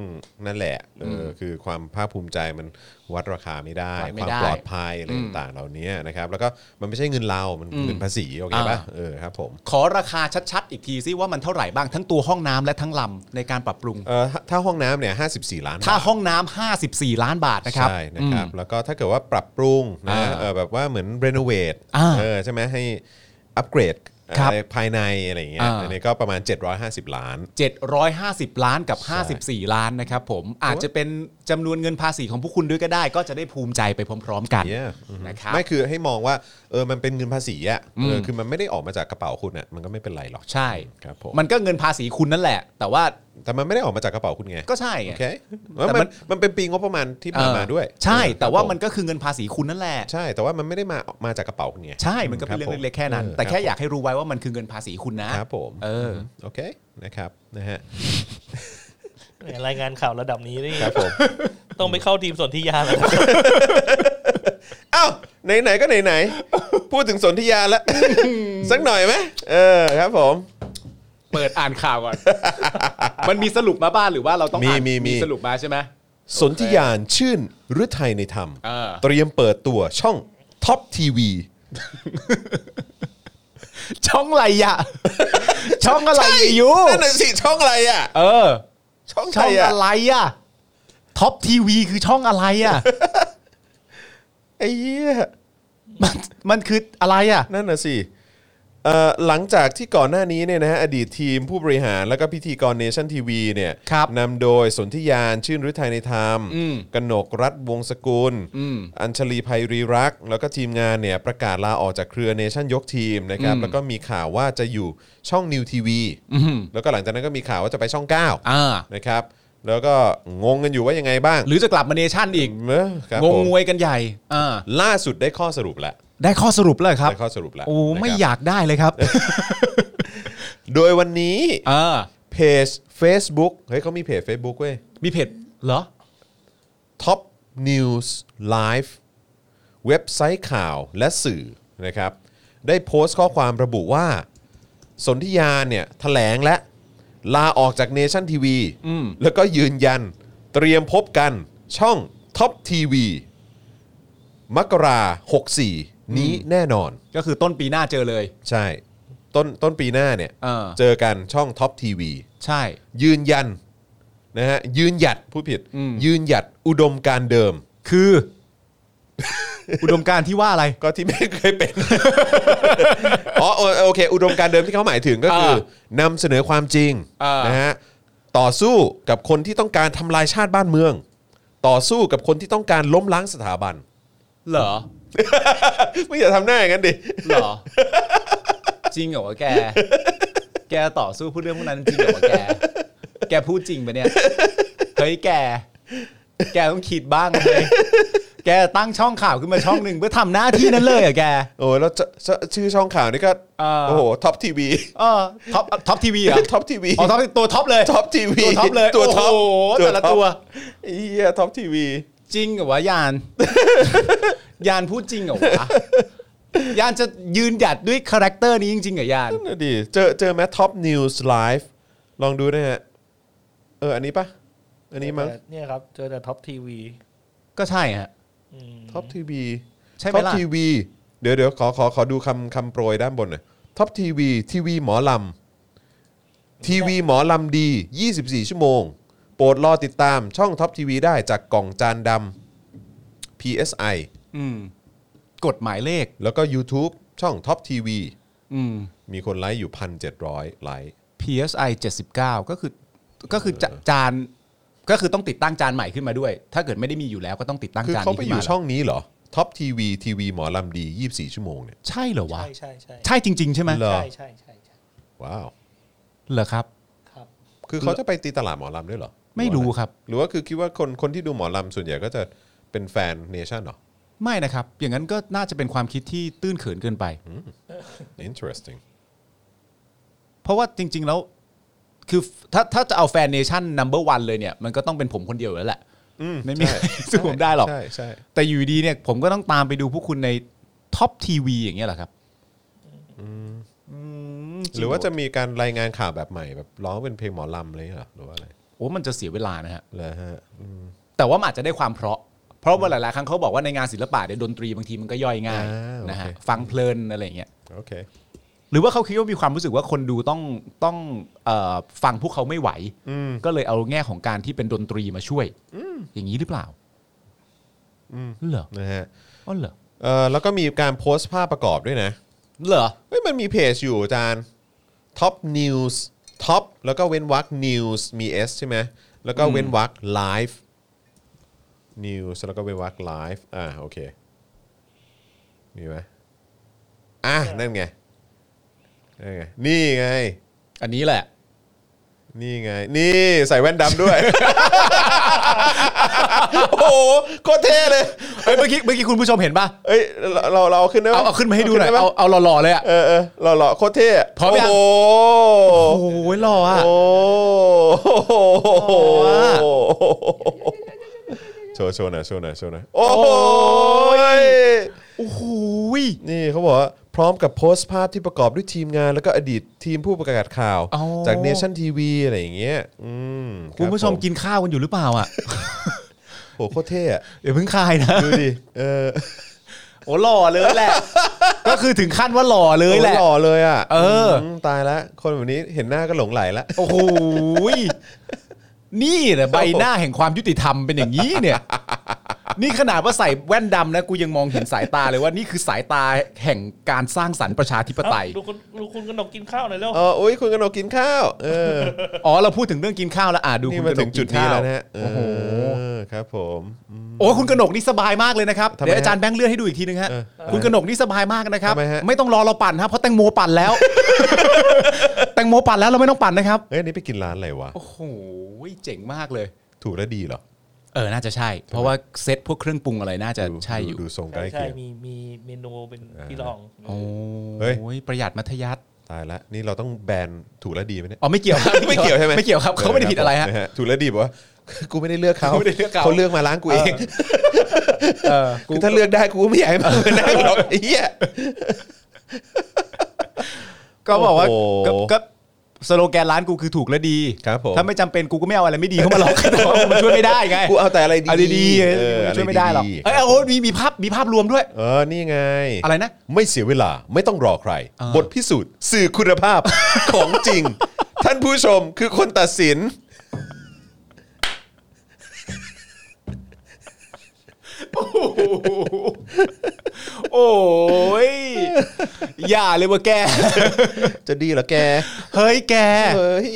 นั่นแหละเอออคือความภาคภูมิใจมันวัดราคาไม่ได้
วัด
ค
ไม่
วาม
ได้
ปลอดภัยอะไรต่างๆเหล่านี้นะครับ แล้วก็มันไม่ใช่เงินเรา มันเงินภาษีโอเคป่ะ
อ่า
เออครับผม
ขอราคาชัดๆ อีกทีซิว่ามันเท่าไหร่บ้างทั้งตัวห้องน้ำและทั้งลำในการปรับปรุง
เออถ้าถ้าห้องน้ำเนี่ย54 ล้านบท
ถ้าห้องน้ำ54 ล้านบาทนะครับ
ใช่นะครับแล้วก็ถ้าเกิดว่าปรับปรุงนะ
อ่า
เออแบบว่าเหมือนรีโนเวท
อ่า
เออใช่ไหมให้อัปเกรด
ครับ
อะไรภายในอะไรอย่างเงี้ย
อ่า
อันนี้ก็ประมาณ 750 ล้าน
750 ล้านกับ 54 ล้านนะครับผมอาจจะเป็นจำนวนเงินภาษีของพวกคุณด้วยก็ได้ ก็จะได้ภูมิใจไปพร้อม ๆ กัน
Yeah อือฮึ
นะครับ
ไม่คือให้มองว่าเออมันเป็นเงินภาษีอ่ะเออคือมันไม่ได้ออกมาจากกระเป๋าคุณอ่ะมันก็ไม่เป็นไรหรอก
ใช่
ครับผม
มันก็เงินภาษีคุณนั่นแหละ แต่ว่า
แต่มันไม่ได้ออกมาจากกระเป๋าคุณไง
ก็ใช่
โอ
ไง
เคแล้ว
แต่
มั
มัน น
มันเป็นปีงบประมาณที่
เอ
ผ่าน
อ
มาด้วย
ใช่
เออครับ
แต่ว่า
ผ
มันก็คือเงินภาษีคุณนั่นแหละ
ใช่แต่ว่ามันไม่ได้มามาจากกระเป๋าคุณไง
ใช่มันก็เป็นเรื่องเล็กๆแค่นั้น แต่แค่อยากให้รู้ไว้ว่ามันคือเงินภาษีคุณนะครับ
ผม
เออ
โอเคนะครับนะฮะ
รายงานข่าวระดับนี้นี่
ครับ ผม
ต้องไปเข้าทีมสนธิยาแล้ว
อ้าวไหนๆก็ไหนๆพูดถึงสนธิยาแล้ว สักหน่อยไหมเออครับผม
เปิดอ่านข่าวก่อน มันมีสรุปมาบ้างหรือว่าเราต้อง
มี
อ่าน
มีมี
สรุปมาใช่ไหม
สนธิยานชื่นฤทัยในธรรม
เออ
เตรียมเปิดตัวช่องท็อปทีวี
ช่องอะไรอ่ะ ช่องอะไรอยู่
นั่นน่ะสิช่องอะไรอ่ะ
เออ
ช่องใค
ช่
ร
อง
อ่ะ
อะไรอ่ะท็อปทีวีคือช่องอะไร อ่ะ
ไอ้เหี้ย
มันมันคืออะไรอ่ะ
นั่นน่ะสิเอ่อหลังจากที่ก่อนหน้านี้เนี่ยนะฮะอดีตทีมผู้บริหารแล้วก็พิธีกรเนชั่นทีวีเนี่ย
ครับ
นำโดยสนธิยานชื่นฤทัยในธรรม
อืม
กนกรัฐวงศกุล
อืม
อัญชลีภัยรีรักษ์แล้วก็ทีมงานเนี่ยประกาศลาออกจากเครือเนชั่นยกทีมนะครับ
อืม
แล้วก็มีข่าวว่าจะอยู่ช่องนิวทีวี
อื้อหือ
แล้วก็หลังจากนั้นก็มีข่าวว่าจะไปช่อง
อ่า
9 นะครับ แล้วก็งงกันอยู่ว่ายังไงบ้าง
หรือจะกลับมาเนชั่นอีก
เออครับ
ง
ผ
ง
ม
งวยกันใหญ่ อ่า
ล่าสุดได้ข้อสรุปแล้ว
ได้ข้อสรุปเลยครับ
ได้ข้อสรุปแล้ว
โอ้ไม่
นะครับ
อยากได้เลยครับ
โดยวันนี้
เออ
เพจ Facebook เฮ้ยเขามีเพจ Facebook เว้ย
มีเพจเหรอ
Top News Live เว็บไซต์ข่าวและสื่อนะครับ ได้โพสต์ข้อความระบุว่า สนธิยาเนี่ยถแถลงและ ลาออกจากเนชั่นทีวี
อืม
แล้วก็ยืนยันเตรียมพบกันช่องท็อปทีวีมกราหกสี่นี้แน่นอน
ก็คือต้นปีหน้าเจอเลย
ใช่ ต้นต้นปีหน้าเนี่ย
เออ
เจอกันช่องท็อปทีวี
ใช่
ยืนยันนะฮะยืนหยัดผู้ผิด
อืม
ยืนหยัดอุดมการณ์เดิม
คือ อุดมการณ์ที่ว่าอะไร
ก็ที่ไม่เคยเป็น อ๋อโอโอเค อุดมการณ์เดิมที่เขาหมายถึงก็คือ
เออน
ำเสนอความจริง
เออ
นะฮะต่อสู้กับคนที่ต้องการทำลายชาติบ้านเมือง ต่อสู้กับคนที่ต้องการล้มล้างสถาบัน
เหรอ
ไม่อย่าทำหน้าอย่างนั้นดิ
เหรอ จริงเหรอวะแก แกต่อสู้พูดเรื่องพวกนั้นจริงเหรอวะแก แกพูดจริงปะเนี่ย เฮ้ยแก แกต้องคิดบ้างเลยแกตั้งช่องข่าวขึ้นมาช่องหนึ่งเพื่อทำหน้าที่นั้นเลยเหรอแก
โอ้ยแล้วจะจะชื่อช่องข่าวนี่ก็
เออ
โอ้โหท็อปทีวี
เออท็อปท็อปทีวีเหรอ
ท็อปทีวี
อ๋อท็อปตัวท็อปเลย
ท็อปทีวี
ตัวท็อปเลย
ตัวท็อป
โอ้โหแต่ละตัว
ไอ้เหี้ยท็อปทีวี
จริงเหรอวะยาน ยานพูดจริงเหรอวะยานจะยืนหยัดด้วยคาแรคเตอร์นี้จริงๆเหรอยาน
นั่นนะดิเจอเจอไหมท็อปนิวส์ไลฟ์ลองดูนะฮะ เออ อันนี้ปะอันนี้มั้ง
เนี่ยครับ เจอแต่ท็อปทีวี
ก็ใช่ฮะ
ท็อปทีวี
ใช่ไหม
ท็อป
ล่ะ
ทีวีเดี๋ยวเดี๋ยวขอขอขอดูคำคำโปรยด้านบนหน่อยท็อปทีวีทีวีหมอลำทีวีหมอลำดี 24 ชั่วโมง โปรดรอติดตามช่องท็อปทีวีได้จากกล่องจานดำ PSI
อืม กฎหมายเลข
แล้วก็ YouTube ช่องท็อปทีวี
อืม
มีคนไลค์อยู่ 1,700 ไลค์
PSI 79 ก็คือก็คือจะจานก็คือต้องติดตั้งจานใหม่ขึ้นมาด้วย ถ้าเกิดไม่ได้มีอยู่แล้วก็ต้องติดตั้ง
คือ
จาน
เขา
นี้
ไป
ขึ้
อน ยู่
มาเหร
ช่
อ
องนี้เหรอท็อปทีวีทีวีหมอลำดี 24 ชั่วโมงเนี่ย
ใช่เหรอวะ
ใช่ใช่ใช่
ใช่จริง ๆ ใช่ไหม
เหรอ
ใช่ใช่ใช่ใช่
ว้าว
เหรอครับ
ครับ
คือเขาจะไปตีตลาดหมอลำด้วยเหรอ
ไม่รู้ครับ
หรือว่าคือคิดว่าคนคนที่ดูหมอลำส่วนใหญ่ก็จะเป็นแฟนเนชั่นเหรอ
ไม่นะครับ อย่างนั้นก็น่าจะเป็นความคิดที่ตื้นเขินเกินไป
interesting
เพราะว่าจริง ๆ แล้ว คือถ้าถ้าจะเอาแฟนเนชั่นนัมเบอร์วันเลยเนี่ย มันก็ต้องเป็นผมคนเดียวอยู่แล้วแหละไม่มี
ใช่
ใครสู้ผมได้หรอก
ใช่ใช่
แต่อยู่ดีเนี่ย ผมก็ต้องตามไปดูพวกคุณในท็อปทีวีอย่างเงี้ยเหรอครับม
หรือว่าจะมีการรายงานข่าวแบบใหม่แบบร้องเป็นเพลงหมอลำอะไรเลยเหรอหรือว่าอะไร
โอ้มันจะเสียเวลานะฮะ
เหรอฮะ
แต่ว่ามันอาจจะได้ความเพราะ เพราะว่าหลายๆครั้งเขาบอกว่าในงานศิลปะเนี่ยดนตรีบางทีมันก็ย่อยง่าย
า
นะฮะ
โอเค
ฟังเพลินอะไรอย่างเงี้ย
โอเค
หรือว่าเขาคิดว่ามีความรู้สึกว่าคนดูต้องต้องเออฟังพวกเขาไม่ไหว
อืม
ก็เลยเอาแง่ของการที่เป็นดนตรีมาช่วยอย่างนี้หรือเปล่าเหรอ
นะฮะ
อ๋อเหรอ
เออแล้วก็มีการโพสต์ภาพประกอบด้วยนะ
เหรอ
เฮ้ยมันมีเพจอยู่อาจารย์ท็อปนิวส์ท็อปแล้วก็เว้นวรรคนิวส์มี S ใช่ไหมแล้วก็เว้นวรรคไลฟ์นิวส์แล้วก็เว้นวรรคไลฟ์อ่าโอเค มีไหมอ่ะนั่นไงนั่นไง นี่ไง
อันนี้แหละ
นี่ไง นี่ใส่แว่นดำด้วย โอ้โหโคตรเท่เลย
เฮ้ยเมื่อกี้เมื่อกี้คุณผู้ชมเห็นป่ะ
เอ้ยเราเราเราเอาขึ้นได้ไหม
เอาเอาขึ้นมาให้ดูหน่อย
เอขึ้ไไม
เอาเอาหล่อๆเลยอ่ะ
เออเออเราเราโคตรเท่ะ
พร้อมยัง
โอ้
โอ้
โห
โหหล่ออ่ะ
โอ้โห
อ่ะ
โชว์โชว์หน่อยโชว์หน่อยโชว์หน่อยโอ้ย
โอ้โห
นี่เขาบอกว่าพร้อมกับโพสต์ภาพที่ประกอบด้วยทีมงานแล้วก็อดีตทีมผู้ประกาศข่าว จากเนชั่นทีวีอะไรอย่างเงี้ยอืม
คุณผู้ชม
รับ
กินข้าวกันอยู่หรือเปล่าอ่ะ
โหโคตรเท่อะ
เดี๋ยวเพิ่งคายนะ
ดูดิเออ
โอ้หล่อเลยแหละ ก็คือถึงขั้นว่าหล่อเลยแหละ
โอ้หล่อเลยอ่ะ
เออ
มตายแล้วคนแบบนี้เห็นหน้าก็หลงไหลละ
โอ้โหยนี่แหละใบหน้าแห่งความยุติธรรมเป็นอย่างนี้ เนี่ย นี่ขนาดว่าใส่แว่นดำนะกูยังมองเห็นสายตาเลยว่านี่คือสายตาแห่งการสร้างสรรค์ประชาธิปไตย
เอ้าลูกคุณลูกคุณกนกกินข้าวหน่อยเร็ว
เอออุ้ยคุณกนกกินข้าวเออ
อ๋อเราพูดถึงเรื่องกินข้าวแล้วอ่าดู
นี่
คุณ
มาก
น
ถึ
ก
ง
กิ
จุดนี้
ข้า
แล้วนะฮะเอ
โอ้โห
อครับผมอืม
โอ้คุณกนกนี่สบายมากเลยนะครับ
ทำไม
เดี๋ยวอาจารย์แบงค์เลื่อนให้ดูอีกทีนึงฮะ
เออ
คุณกนกนี่สบายมากนะครับ
ทำไมฮะ
ไม่ต้องรอเราปั่นฮะเพราะแตงโมปั่นแล้ว แตงโมปั่นแล้วเราไม่ต้องปั่นนะครับ
เอ้ยอันนี่ไปกินร้านอะไรวะ
โอ้โหเจ๋งมากเลย
ถูกและดีเหรอ
เออ น่าจะใช่ เพราะว่าเซตพวกเครื่องปรุงอะไรน่าจะ
ดู
ใช่อยู่
ดูทรงใก
ใช่
ล้
ใช่
เคียง
มีมีเมนูเป็นพี่รอง
โอ้
เฮ้ย
ยประหยัดมัธยัติ
ตายละนี่เราต้องแบนถูกและดีไหมเนี่ย
อ๋อไม่เกี่ยวครับ
ไม่เกี่ยวใช่ไหม
ไม่เกี่ยวครับเขาไม่ได้ผิดอะไรฮะ
นฮถูกและดีบอกว่า กูไม่ได้เลือกเขา
กูไม่ได้เลือกเขา
เลือกมาล้างกูเอง
เออกู
คือถ้าเลือกได้กูไม่อยากให้มันนั่งหรอกไอ้เหี้ย
ก็บอกว่า
โอ้โห
ก็ก็สโลแกนร้านกูคือถูกและดี
ครับผม
ถ้าไม่จำเป็นกูก็ไม่เอาอะไรไม่ดีเข้ามาหรอกแต่ว่ามันช่วยไม่ได้ไง
กูเอาแต่อะไรดี
เอาดีๆเอ
เอ
อ
อ
ช่วยไม่ได้หรอก
ะ
เอ้ยเอาโอ้ยมีมีภาพมีภาพรวมด้วย
เออนี่ไง
อะไรนะ
ไม่เสียเวลาไม่ต้องรอใคร
เออ
บทพิสูจน์สื่อคุณภาพ ของจ ริง ท่านผู้ชมคือคนตัดสิน
โอ้ย อย่าเลยว่าแก
จะดีเหรอแก
เฮ้ยแก
เฮ้ย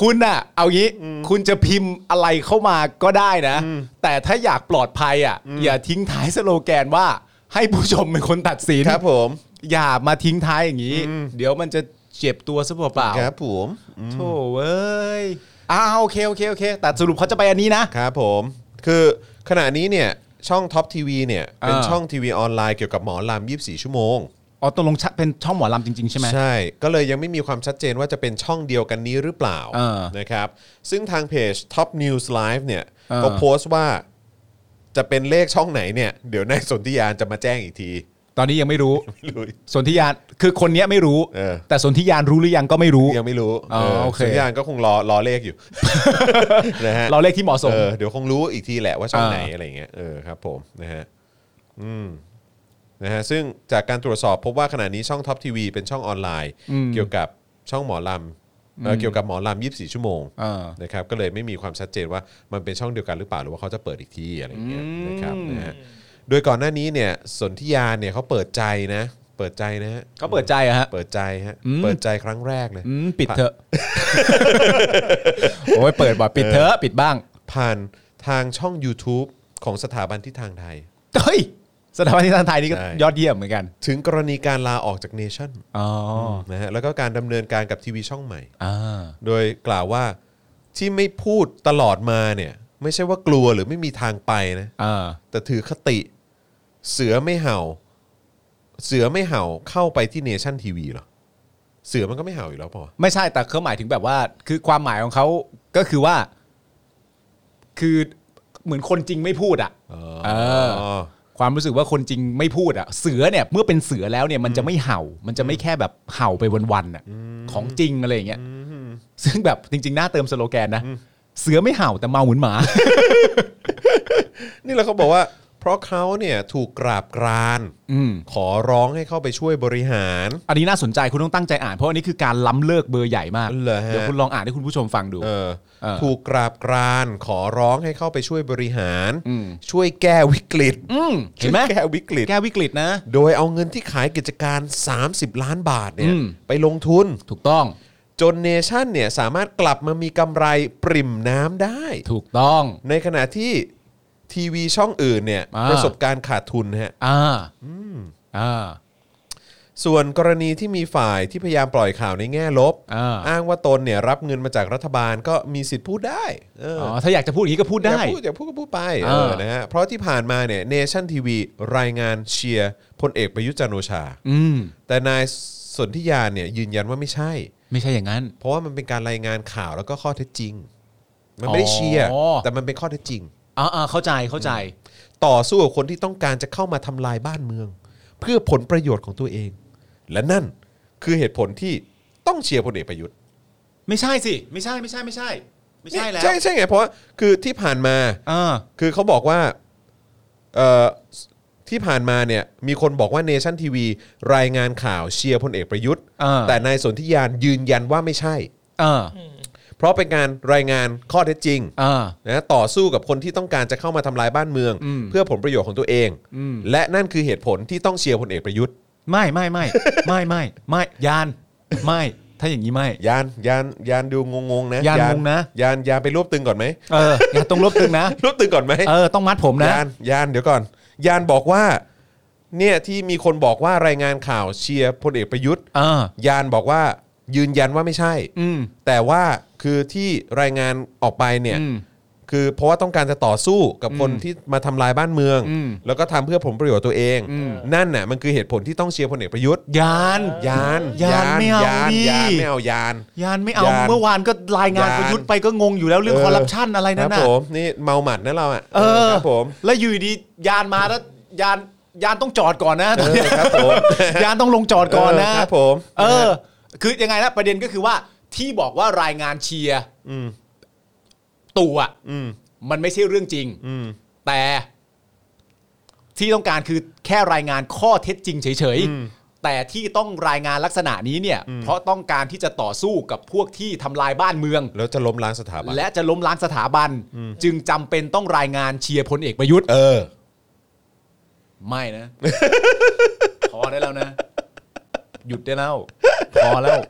คุณน่ะ เอางี้คุณจะพิมพ์อะไรเข้ามาก็ได้นะ แต่ถ้าอยากปลอดภัยอ่ะ อย่าทิ้งท้ายสโลแกนว่า ให้ผู้ชมเป็นคนตัดสิน
ครับผม
อย่ามาทิ้งท้ายอย่างนี้ เดี๋ยวมันจะเจ็บตัวซะเปล่า
ครับผมอืม
ๆโธ่เว้ยอ้าวโอเคโอเคโอเค แต่สรุปเขาจะไปอันนี้นะ
ครับผมคือขณะนี้เนี่ยช่องท็อปทีวีเนี่ยเป็น
อ่า
ช่องทีวีออนไลน์เกี่ยวกับหมอลำ24 ชั่วโมง
อ๋อตกลงชัดเป็นช่องหมอลำจริง ๆ ใช่ไหม
ใช่ ก็เลยยังไม่มีความชัดเจนว่าจะเป็นช่องเดียวกันนี้หรือเปล่า
เออ
นะครับซึ่งทางเพจ Top News Live เนี่ย
เออ
ก็โพสต์ว่าจะเป็นเลขช่องไหนเนี่ย เดี๋ยวนายสนธิยานจะมาแจ้งอีกที
ตอนนี้ยังไม่รู้
ไม่รู้
สนธิยานคือคนเนี้ยไม่รู้
เออ
แต่สนธิยานรู้หรือยังก็ไม่รู้
ยังไม่รู้
อ๋อโอเค
สนธิยานก็คงรอรอเลขอยู่ นะฮะ
เราเลขที่เหมาะสม
เออเดี๋ยวคงรู้อีกทีแหละว่าช่อง
อ่า
ไหนอะไรอย่างเงี้ยเออครับผมนะฮะอืมนะฮะซึ่งจากการตรวจสอบพบว่าขณะนี้ช่องท็อปทีวีเป็นช่องออนไลน์ เกี่ยวกับช่องหมอลำเอ่อเกี่ยวกับหมอลำ24 ชั่วโมง
เออ
นะครับก็เลยไม่มีความชัดเจนว่ามันเป็นช่องเดียวกันหรือเปล่าหรือว่าเขาจะเปิดอีกที่อะไรอย่างเงี้ยนะครับนะฮะโดยก่อนหน้านี้เนี่ยสนธิยาเนี่ยเขาเปิดใจนะ เปิดใจนะฮะ
เขาเปิดใจอะฮะ
เปิดใจฮะ
อืม
เปิดใจครั้งแรกเลย
อืมปิดเถอะ โอ้ยเปิดบ่อยปิดเถอะปิดบ้าง
ผ่านทางช่อง YouTube ของสถาบันทิศทางไทย
เฮ้ยสถาบันที่ทางไทยนี่ก็
ใช่
ยอดเยี่ยมเหมือนกัน
ถึงกรณีการลาออกจากเนชั่น
อ๋อ
นะฮะแล้วก็การดำเนินการกับทีวีช่องใหม่
อ่า
โดยกล่าวว่าที่ไม่พูดตลอดมาเนี่ย ไม่ใช่ว่ากลัวหรือไม่มีทางไปนะ
อ่า
แต่ถือคติเสือไม่เห่า เสือไม่เห่าเข้าไปที่เนชั่นทีวีหรอ เสือมันก็ไม่เห่าอยู่แล้วเปล่าวะ
ไม่ใช่แต่เขาหมายถึงแบบว่า คือความหมายของเขาก็คือว่า คือเหมือนคนจริงไม่พูดอ่ะ เออ ความรู้สึกว่าคนจริงไม่พูดอ่ะ เสือเนี่ยเมื่อเป็นเสือแล้วเนี่ยมันจะไม่เห่า มันจะไม่แค่แบบเห่าไปวันๆอ่ะของจริงอะไรอย่างเงี้ยซึ่งแบบจริงๆ น่าเติมสโลแกนนะเสือไม่เห่าแต่เมาเหมือนหมา
นี่แล้วเขาบอกว่า เพราะเขาเนี่ยถูกกราบกราน
อืม
ขอร้องให้เข้าไปช่วยบริหาร
อันนี้น่าสนใจคุณต้องตั้งใจอ่านเพราะอันนี้คือการล้ำเลิกเบอร์ใหญ่มาก
เหรอฮะ
ยวคุณลองอ่านให้คุณผู้ชมฟังดู
เออ
เออ
ถูกกราบกรานขอร้องให้เข้าไปช่วยบริหาร
อืม
ช่วยแก้วิกฤต
อืมเห็นไหม
ช่วยแก้วิกฤต
แก้วิกฤตนะ
โดยเอาเงินที่ขายกิจการ 30 ล้านบาทเนี่ย
อืม
ไปลงทุน
ถูกต้อง
จนเนชั่นเนี่ยสามารถกลับมามีกำไรปริ่มน้ำได้
ถูกต้อง
ในขณะที่ทีวีช่องอื่นเนี่ย
อ่า
ประสบการณ์ขาดทุนฮะ
อ่าอ่า
ส่วนกรณีที่มีฝ่ายที่พยายามปล่อยข่าวในแง่ลบ
อ่า
งว่าตนเนี่ยรับเงินมาจากรัฐบาลก็มีสิทธิ์พูดได้เออ
อ๋
อ
อถ้าอยากจะพูดอย่างนี้ก็พูด
อย่า
ได้
พูดอย่าพูดก็พูดไป
อ่า
เออนะฮะเพราะที่ผ่านมาเนี่ยเนชั่นทีวีรายงานเชียร์พลเอกประยุทธ์จันทร์โอชา
อืม
แต่นายสนธิยาเนี่ยยืนยันว่าไม่ใช่
ไม่ใช่อย่างนั้น
เพราะว่ามันเป็นการรายงานข่าวแล้วก็ข้อเท็จจริง มันไม่ได้เชียร์
อ๋อ
แต่มันเป็นข้อเท็จจริง
อ่าอ่าเข้าใจเข้าใจ
ต่อสู้กับคนที่ต้องการจะเข้ามาทำลายบ้านเมือง เพื่อผลประโยชน์ของตัวเอง และนั่นคือเหตุผลที่ต้องเชียร์พลเอกประยุทธ์
ไม่ใช่สิ ไม่ใช่ไม่ใช่ไม่ใช่ ไม่ใช่แล้ว
ใช่ใช่ไงเพราะว่าคือที่ผ่านมา
อ่า
คือเขาบอกว่าเอ่อที่ผ่านมาเนี่ยมีคนบอกว่าเนชั่นทีวีรายงานข่าวเชียร์พลเอกประยุทธ์
อ่า
แต่นายสนธิยานยืนยันว่าไม่ใช่
อ่า
เพราะเป็นการรายงานข้อเท็จจริง
อ่า
นะต่อสู้กับคนที่ต้องการจะเข้ามาทำลายบ้านเมือง
อืม
เพื่อผลประโยชน์ของตัวเอง
อืม
และนั่นคือเหตุผลที่ต้องเชียร์พลเอกประยุทธ์
ไม่ไม่ไม่ ไม่ไม่ไม่ยาน ไม่ ถ้าอย่างนี้ไม่
ยานยานยานดูงงๆนะ
ยานงงนะ
ยานยานไปรวบตึงก่อนไหม
เอออย่าต้องลบตึงนะ
รวบตึงก่อนไหม
เออต้องมัดผมนะ
ยานยานเดี๋ยวก่อน ยานบอกว่าเนี่ยที่มีคนบอกว่ารายงานข่าวเชียร์พลเอกประยุทธ์
เออ
ยานบอกว่ายืนยันว่าไม่ใช่
อืม
แต่ว่าคือที่รายงานออกไปเนี่ย
อืม
คือเพราะว่าต้องการจะต่อสู้กับคนที่มาทำลายบ้านเมือง
อืม
แล้วก็ทำเพื่อผลประโยชน์ตัวเอง นั่นน่ะมันคือเหตุผลที่ต้องเชียร์พลเอกประยุทธ์
ยาน
ยาน
ยานไม่เอา
ยาน
ดิ
ยานไม่เอายาน
ยานไม่เอาย
าน
เมื่อวานก็รายงาน
ยาน
ประยุทธ์ไปก็งงอยู่แล้วเรื่องคอร์รัปชันอะไร
ค
นั่
รั
น
บ
น่ะ
ผมนี่เมาหมัดนะเราอ่ะ
เออ
ครับผม
แล้วอยู่ดียานมาแล้วยานยานต้องจอดก่อนนะ
เออครับผม
ยานต้องลงจอดก่อนนะ
เครับผม
เออ คือยังไงนะประเด็นก็คือว่าที่บอกว่ารายงานเชียร์
อืม
ตู่อ่ะ
อืม
มันไม่ใช่เรื่องจริง
อืม
แต่ที่ต้องการคือแค่รายงานข้อเท็จจริงเฉย
อืม
ๆ แต่ที่ต้องรายงานลักษณะนี้เนี่ย เพราะต้องการที่จะต่อสู้กับพวกที่ทำลายบ้านเมือง
แล้วจะล้มล้างสถาบัน
และจะล้มล้างสถาบัน จึงจำเป็นต้องรายงานเชียร์พลเอกประยุทธ์
เออ
ไม่นะ พอได้แล้วนะ หยุดได้แล้ว พอแล้ว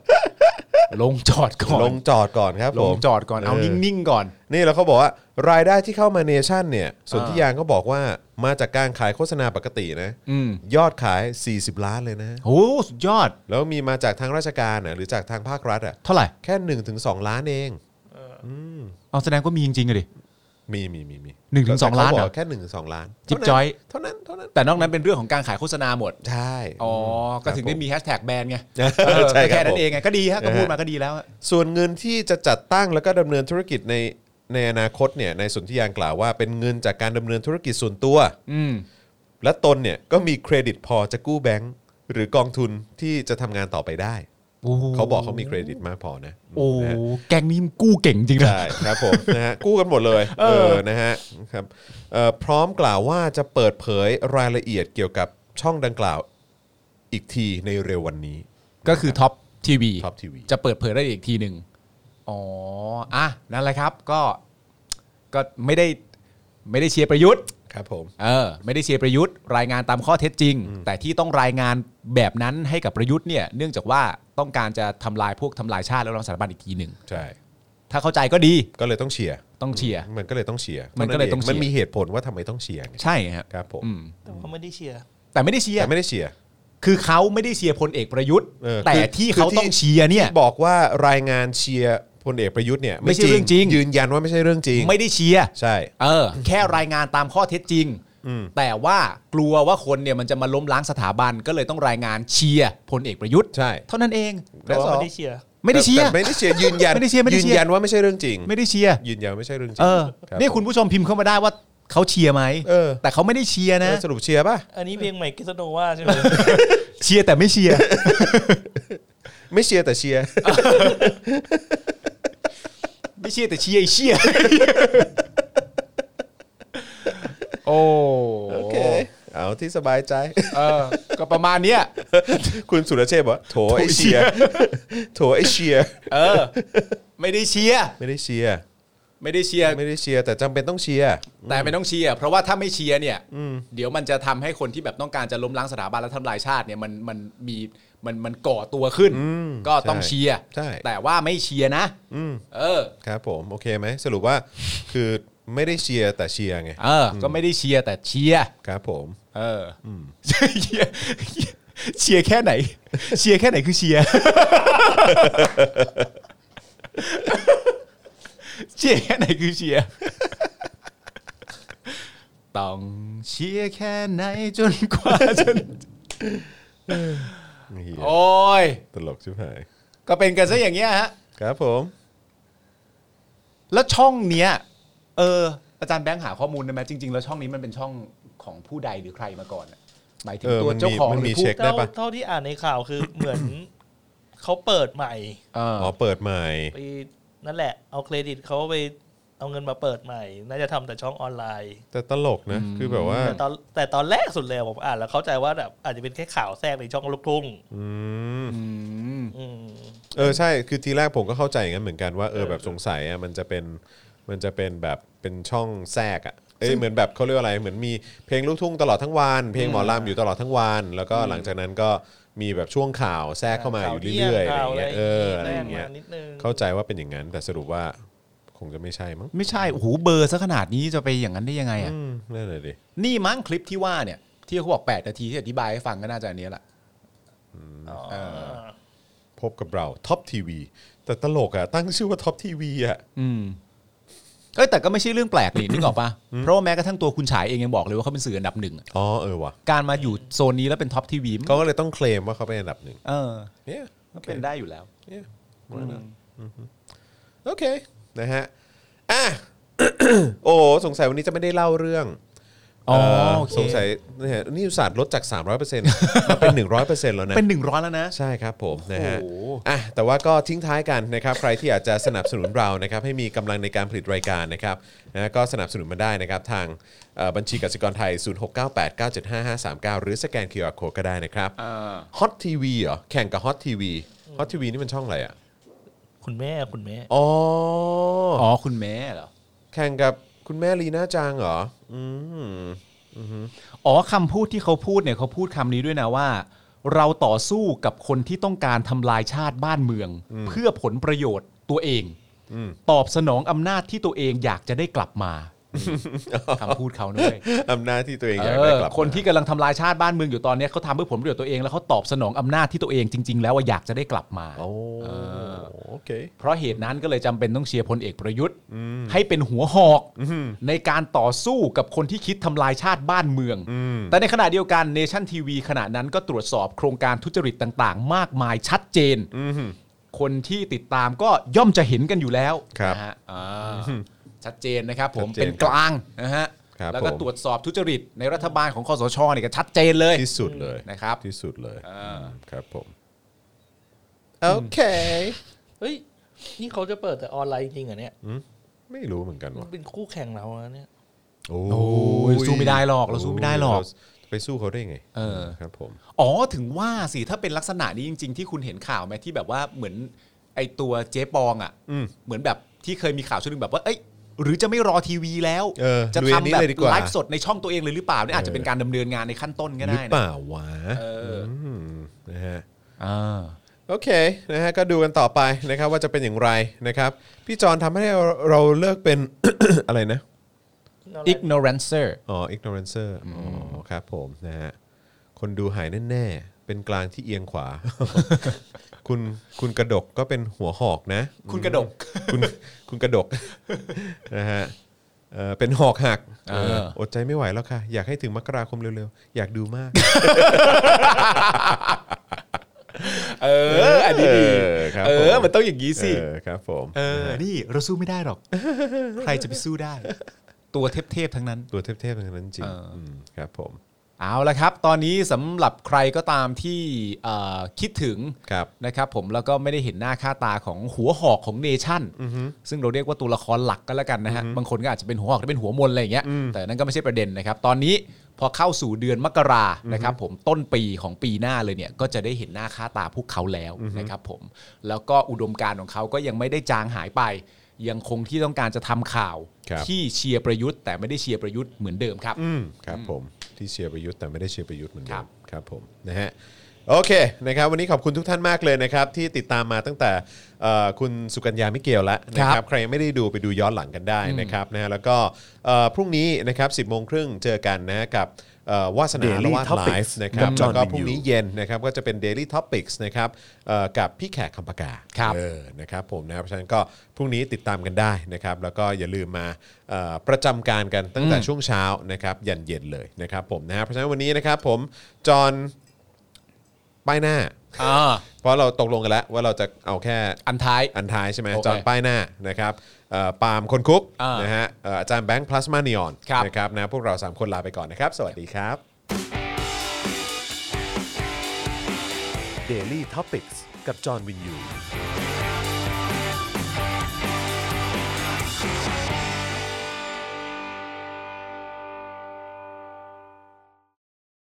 ลงจอดก่อน
ลงจอดก่อนครับ
ล
ผ
ง
ม
จอดก่อนเอา
เออ
นิ่งๆก่อน
นี่แล้วเขาบอกว่ารายได้ที่เข้ามาเนชั่นเนี่ยสนธิยางก็บอกว่ามาจากการขายโฆษณาปกตินะ
อืม
ยอดขาย 40 ล้านเลยนะ
โอ้สุดยอด
แล้วมีมาจากทางราชการน่ะหรือจากทางภาครัฐอ่ะ
เท่าไหร่
แค่1นถึงสล้านเอง
เอาแสดงว่ามีจริงๆอะดิ
มีมีมีมี
หนึ่งถึงสองล้านเหรอ
เขบกแค่หนึ่งถึงสองล้าน
จิ๊บจ้อย
เท่านั้นเท่านั้นเท่านั้น
แต่นอกนั้นเป็นเรื่องของการขายโฆษณาหมด
ใช่
อ๋อ
ม
ก็ถึงได้มี
ครับ
แฮชแท็กแบนไง
เออ
เออ
ใช่ครับ
แค่นั้
ผม
นเองไง ก็ดีฮะ ก็
นะฮะ
พูดมาก็ดีแล้วอะ
ผมส่วนเงินที่จะจัดตั้งแล้วก็ดำเนินธุรกิจในในอนาคตเนี่ยในสนธิยางกล่าวว่าเป็นเงินจากการดำเนินธุรกิจส่วนตัว
อืม
และตนเนี่ยก็มีเครดิตพอจะกู้แบงก์หรือกองทุนที่จะทำงานต่อไปได้ เขาบอกเขามีเครดิตมากพอนะ
โอ้โห
นะฮะ
แกงนี้มันกู้เก่งจริงนะ
ใช่ครับผม นะฮะกู้กันหมด เลยเออนะฮะครับเอ่อพร้อมกล่าวว่าจะเปิดเผยรายละเอียดเกี่ยวกับช่องดังกล่าวอีกทีในเร็ววันนี้
ก็คือท็อปทีวี
Top TV
จะเปิดเผยได้อีกทีหนึ่งอ๋อ อ่ะ นั่นแหละครับ ก็ ก็ไม่ได้ ไม่ได้เชียร์ประยุทธ์
ครับผม
เออไม่ได้เชียร์ประยุทธ์รายงานตามข้อเท็จจริง แต่ที่ต้องรายงานแบบนั้นให้กับประยุทธ์เนี่ยเนื่องจากว่าต้องการจะทำลายพวกทำลายชาติและรองสถาบันอีกทีหนึ่ง
ใช่
ถ้าเข้าใจก็ดี
ก็เลยต้องเชียร์
ต้องเชียร์
มันก็เลยต้องเชียร์
มันก็เลยต้องเชียร์
มันมีเหตุผลว่าทำไมต้องเชียร์ไง
ใช่ฮะ
ครับผม
อืม
แต่ว่าไม่ได้เชียร์
แต่ไม่ได้เชียร์
แต่ไม่ได้เชียร์
คือเขาไม่ได้เชียร์พลเอกประยุทธ์
เออ
แต่
คือ
ที่
คือ
เขา
ที่
ต้องเชียร์เนี่ย
บอกว่ารายงานเชียร์พลเอกประยุทธ์เนี่ย
ไม่ใช่เรื่องจริง
ยืนยันว่าไม่ใช่เรื่องจริง
ไม่ได้เชียร์
ใช่
เออแค่รายงานตามข้อเท็จจริง แต่ว่ากลัวว่าคนเนี่ยมันจะมาล้มล้างสถาบันก็เลยต้องรายงานเชียร์พลเอกประยุทธ์
ใช่
เท่านั้นเอง
แต่ว่าไม่ได้เชียร์
ไม่ได้เชียร์
แต่ไม่ได้เชียร์ยืนยัน
ไม่ได้เชียร์ไม่ได้
ยื
เชี
น
ยร์
ยันว่าไม่ใช่เรื่องจริง
ไม่ได้เชียร์
ยืนยันว่าไม่ใช่เรื่องจริ
เอง อ
ครับ
นี่คุณผู้ชมพิมพ์เข้ามาได้ว่าเขาเชียร์ไหม
เออ
แต่เขาไม่ได้เชียร์นะ
เออสรุปเชียร์ป่ะ
อันนี้เพียงใหม่กิสโนว่าใช่ไหม
เชียร์แต่ไม่เชียร์
ไม่เชียร์แต่เชียร์
ไม่เชียร์แต่เชียร์ไอ้เชียร์โอ้
โอเค เอาที่สบายใจ
เออก็ประมาณเนี้ย
คุณสุรเชษฐ์บอกว่าโถไอเชียร์โถไอเชียร์
เออ ไม่ได้เชียร์
ไม่ได้เชียร์
ไม่ได้เชียร์
ไม่ได้เชียร์แต่จำเป็นต้องเชียร์
แต่ไม่ต้องเชียร์เพราะว่าถ้าไม่เชียร์เนี่ยเดี๋ยวมันจะทำให้คนที่แบบต้องการจะล้มล้างสถาบันและทำลายชาติเนี่ยมันมันมีมันมันก่อตัวขึ้น ก็ต้อง
ใช่
เชียร์
ใช่
แต่ว่าไม่เชียร์นะเออ
ครับผมโอเคไหมสรุปว่าคือไม่ได้เชียร์แต่เชียร์ไง
เออ ก็ไม่ได้เชียร์แต่เชียร์
ครับผม
เอออเชียร์เชียร์แค่ไหน เชียร์แค่ไหนคือเชียร์ เชียร์แค่ไหนคือเชียร์ต้องเชียร์แค่ไหนจนกว่าจะ
เหี้ย
โอ้ย
ตลกชิบหาย
ก็เป็นกันซะอย่างเงี้ยฮะ
ครับผม
แล้วช่องเนี้ย เออ อาจารย์แบงค์หาข้อมูลได้ไหมจริง ๆ แล้วช่องนี้มันเป็นช่องของผู้ใดหรือใครมาก่อนอะหมายถึง
เออ
ตัว
มัน
เจ้า
มี
ของ
มัน
หรื
มี
อผู้
เช็คได้
เท่า
ปะ
เท่าที่อ่านในข่าวคือเหมือนเขาเปิดใหม่
เออ
อ๋อเปิดใหม่
ไปนั่นแหละ เอาเครดิตเขาไปเอาเงินมาเปิดใหม่ น่าจะทำแต่ช่องออนไลน์
แต่ตลกนะคือแบบว่า
แต่ตอนแต่ตอนแรกสุดเลยผมอ่านแล้วเข้าใจว่าแบบอาจจะเป็นแค่ข่าวแทรกในช่องลูกทุ่ง
อืม
อืม
อืม
เออใช่คือทีแรกผมก็เข้าใจอย่างนั้นเหมือนกันว่าเออแบบสงสัยอ่ะมันจะเป็นมันจะเป็นแบบเป็นช่องแทรกอ่ะเอ้ยเหมือนแบบเขาเรียกว่าอะไรเหมือนมีเพลงลูกทุ่งตลอดทั้งวันเพลงหมอลำอยู่ตลอดทั้งวัน แล้วก็หลังจากนั้นก็มีแบบช่วงข่าวแทรกเข้ามาอยู่เรื่อยๆอะไร
ข่าว
อย่างเงี้ยเอออะไรอย่างเงี้ย
แทรกมนิดนึง
เข้าใจว่าเป็นอย่างนั้น แต่สรุปว่าคงจะไม่ใช่มั้ง
ไม่ใช่ โอ้โห เบอร์ซะขนาดนี้จะไปอย่างนั้นได้ยังไงอ่ะ
อืมนั่นแหละดิ
นี่มั้งคลิปที่ว่าเนี่ย ที่เขาบอก 8 นาทีที่อธิบายให้ฟังก็น่าจะอันเนี้ยแหละ
พบกับเราท็อปทีวีแต่ตลกอ่ะตั้งชื่อว่าท็อปทีวีอ่ะ
อืมเอ้ยแต่ก็ไม่ใช่เรื่องแปลกนี่นึกออกปะเพราะว่าแม้กระทั่งตัวคุณฉายเองยังบอกเลยว่าเขาเป็นสื่ออันดับหนึ่งอะ
อ๋อเออว่ะ
การมาอยู่โซนนี้แล้วเป็นท็อปทีวีมันก็
เขาก็เลยต้องเคลมว่าเขาเป็นอันดับหนึ่ง
เออ
เนี่ย
ก็เป็นได้อยู่แล้ว
เนี่ยโอเคนะฮะอ่ะ โอ้สงสัยวันนี้จะไม่ได้เล่าเรื่อง
อ๋อ
เอ่อ
โอเค
สงสัยเนี่ยนี่อุตส่าห์ลดจาก 300%มาเป็น 100%แล้วนะ
เป็นหนึ่งร้อยแล้วนะ
ใช่ครับผมนะฮะ
โอ้โห
อ่ะแต่ว่าก็ทิ้งท้ายกันนะครับ ใครที่อยากจะสนับสนุนเรานะครับ ให้มีกำลังในการผลิตรายการนะครับนะก็สนับสนุนมาได้นะครับ ทางเอ่อบัญชีกสิกรไทย 0698975539 หรือสแกน QR Code ก็ได้นะครับฮอตทีวีเหรอ แข่งกับฮอตทีวีฮอตทีวีนี่มันช่องอะไรอ่ะ
คุณแม่คุณแม่
อ๋อ
อ๋อคุณแม่เหรอ
แข่งกับคุณแม่ลีน่าจางเหรอ อืม
อ๋อคำพูดที่เขาพูดเนี่ยเขาพูดคำนี้ด้วยนะว่า เราต่อสู้กับคนที่ต้องการทำลายชาติบ้านเมือง เพื่อผลประโยชน์ตัวเอง
อืม
ตอบสนองอำนาจที่ตัวเองอยากจะได้กลับมาคำพูดเขาด้วย
อำนาจที่ตัวเองอ
เอ
ยากได้
อก
ลับมา
คนที่กำลังทำลายชาติบ้านเมืองอยู่ตอนเนี้ยเขาทำเพื่อผลประโยชน์ตัวเองแล้วเขาตอบสนองอำนาจที่ตัวเองจริง ๆ แล้วว่าอยากจะได้กลับมา
โอ้โอเค
เพราะเหตุนั้นก็เลยจำเป็นต้องเชียร์พลเอกประยุทธ์ให้เป็นหัวหอกในการต่อสู้กับคนที่คิดทำลายชาติบ้านเมือง แต่ในขณะเดียวกันเนชั่นทีวีขณะนั้นก็ตรวจสอบโครงการทุจริตต่างๆ มากมายชัดเจน คนที่ติดตามก็ย่อมจะเห็นกันอยู่แล้ว
ครับ
นะฮะอ่าชัดเจนนะครับผม
ชัดเจน
เป็นกลางนะฮะ
ครับ
แล้วก็
ผม
ตรวจสอบทุจริตในรัฐบาลของคอสชเนี่ยก็ชัดเจนเลย
ที่สุดเลย
นะครับ
ที่สุดเลยมครับผม
โอเค
เฮ้ย นี่เขาจะเปิดแต่ออนไลน์จริงเหรอเนี่ย
ไม่รู้เหมือนกัน
มัน
ว่ะ
เป็นคู่แข่งเราแล้วเนี่ย
โอ้
ยสู้ไม่ได้หรอกเราสู้ไม่ได้หรอก
เราไปสู้เขาได้ไง
เออ
ครับผม
อ๋อถึงว่าสิถ้าเป็นลักษณะนี้จริง ๆ ที่คุณเห็นข่าวไหมที่แบบว่าเหมือนไอตัวเจ๊ปองอะ่ะ
อืม
เหมือนแบบที่เคยมีข่าวช่วงหนึงแบบว่าเอ้ย หรือจะไม่รอทีวีแล้ว
เออ
จะ
ลุยอันนี้
ทำแบบ
เลยดีกว่า
ไลฟ์สดในช่องตัวเองเลยหรือเปล่าเนี่ยอาจจะเป็นการดำเนินงานในขั้นต้นก็
หรื
ได้
อ
นะ
เปล่าวะ
เออ
มนะฮะ
อ่า
โอเคนะฮะก็ดูกันต่อไปนะครับว่าจะเป็นอย่างไรนะครับ พี่จอนทำให้เราเราเลิกเป็น อะไรนะ
ignorancer
อ๋อ ignorancer อ๋ออครับผมนะฮะคนดูหายแน่ๆ เป็นกลางที่เอียงขวา คุณคุณกระดกก็เป็นหัวหอกนะ
คุณกระดก
คุณคุณกระด ก นะฮะเอ่อเป็นหอกหัก
เออ
อดใจไม่ไหวแล้วค่ะ อยากให้ถึงมกราคมเร็วๆ อยากดูมาก
เอออันนี้ดี
เออครับ
เอ
ผม
อมันต้องอย่างนี้สิ
เออครับผม
เออ นี่เราสู้ไม่ได้ หรอก ใครจะไปสู้ได้ ตัวเทพๆทั้งนั้น
ตัวเทพๆทั้งนั้นจริง
เอออื
มครับผม
เอาละครับ ตอนนี้สำหรับใครก็ตามที่เอ่อคิดถึง
ครับ
นะครับผมแล้วก็ไม่ได้เห็นหน้าค่าตาของหัวหอกของเนชั่น ซึ่งเราเรียกว่าตัวละครหลักก็แล้วกันนะฮะ บางคนก็อาจจะเป็นหัวหอกหรือเป็นหัวมนอะไรอย่างเงี้ยแต่นั่นก็ไม่ใช่ประเด็นนะครับ ตอนนี้พอเข้าสู่เดือนมกรานะครับผมต้นปีของปีหน้าเลยเนี่ยก็จะได้เห็นหน้าค่าตาพวกเขาแล้วนะครับผมแล้วก็อุดมการณ์ของเขาก็ยังไม่ได้จางหายไป ยังคงที่ต้องการจะทำข่าว
ครับ
ที่เชียร์ประยุทธ์ แต่ไม่ได้เชียร์ประยุทธ์เหมือนเดิมครับ
อืมครับผมที่เชียร์ประยุทธ์แต่ไม่ได้เชียร์ประยุทธ์เหมือนเดิ
ครั
ม
บ
ครับผมนะฮะโอเคนะครับวันนี้ขอบคุณทุกท่านมากเลยนะครับ ที่ติดตามมาตั้งแต่เอ่อคุณสุกัญญาไม่เกี่ยวแล้วนะครับใครยังไม่ได้ดูไปดูย้อนหลังกันได้นะครับนะฮะแล้วก็เอ่อพรุ่งนี้นะครับสิบโมงครึ่งเจอกันนะกับเอ่อวาสนา
Daily
ละวาดไล
Topics
ฟ์นะครับ
กับ
แล้วก็
John Min
พรุ่งนี้
Yu
เย็นนะครับก็จะเป็น Daily Topics นะครับเอ่อกับพี่แขกคำปากา
ครับ
เออนะครับผมนะครับเพราะฉะนั้นก็พรุ่งนี้ติดตามกันได้นะครับแล้วก็อย่าลืมมาเอ่อประจำการกันตั้งแต่ช่วงเช้านะครับยันเย็นเลยนะครับผมนะฮะเพราะฉะนั้นวันนี้นะครับผมจอห์นป้ายหน้า
อ่า
เพราะเราตกลงกันแล้วว่าเราจะเอาแค่
อันท้าย
อันท้ายใช่ไหม
โอเค
จอห์นป้ายหน้านะครับเอ่อปาล์มคนคุก
อ่าน
นะฮะเอ่ออาจารย์แบงค์พลาสมานีออน
ครับ
นะครับนะพวกเราสามคนลาไปก่อนนะครับ สวัสดีครับ
Daily t o p i c กกับจอห์นวินยู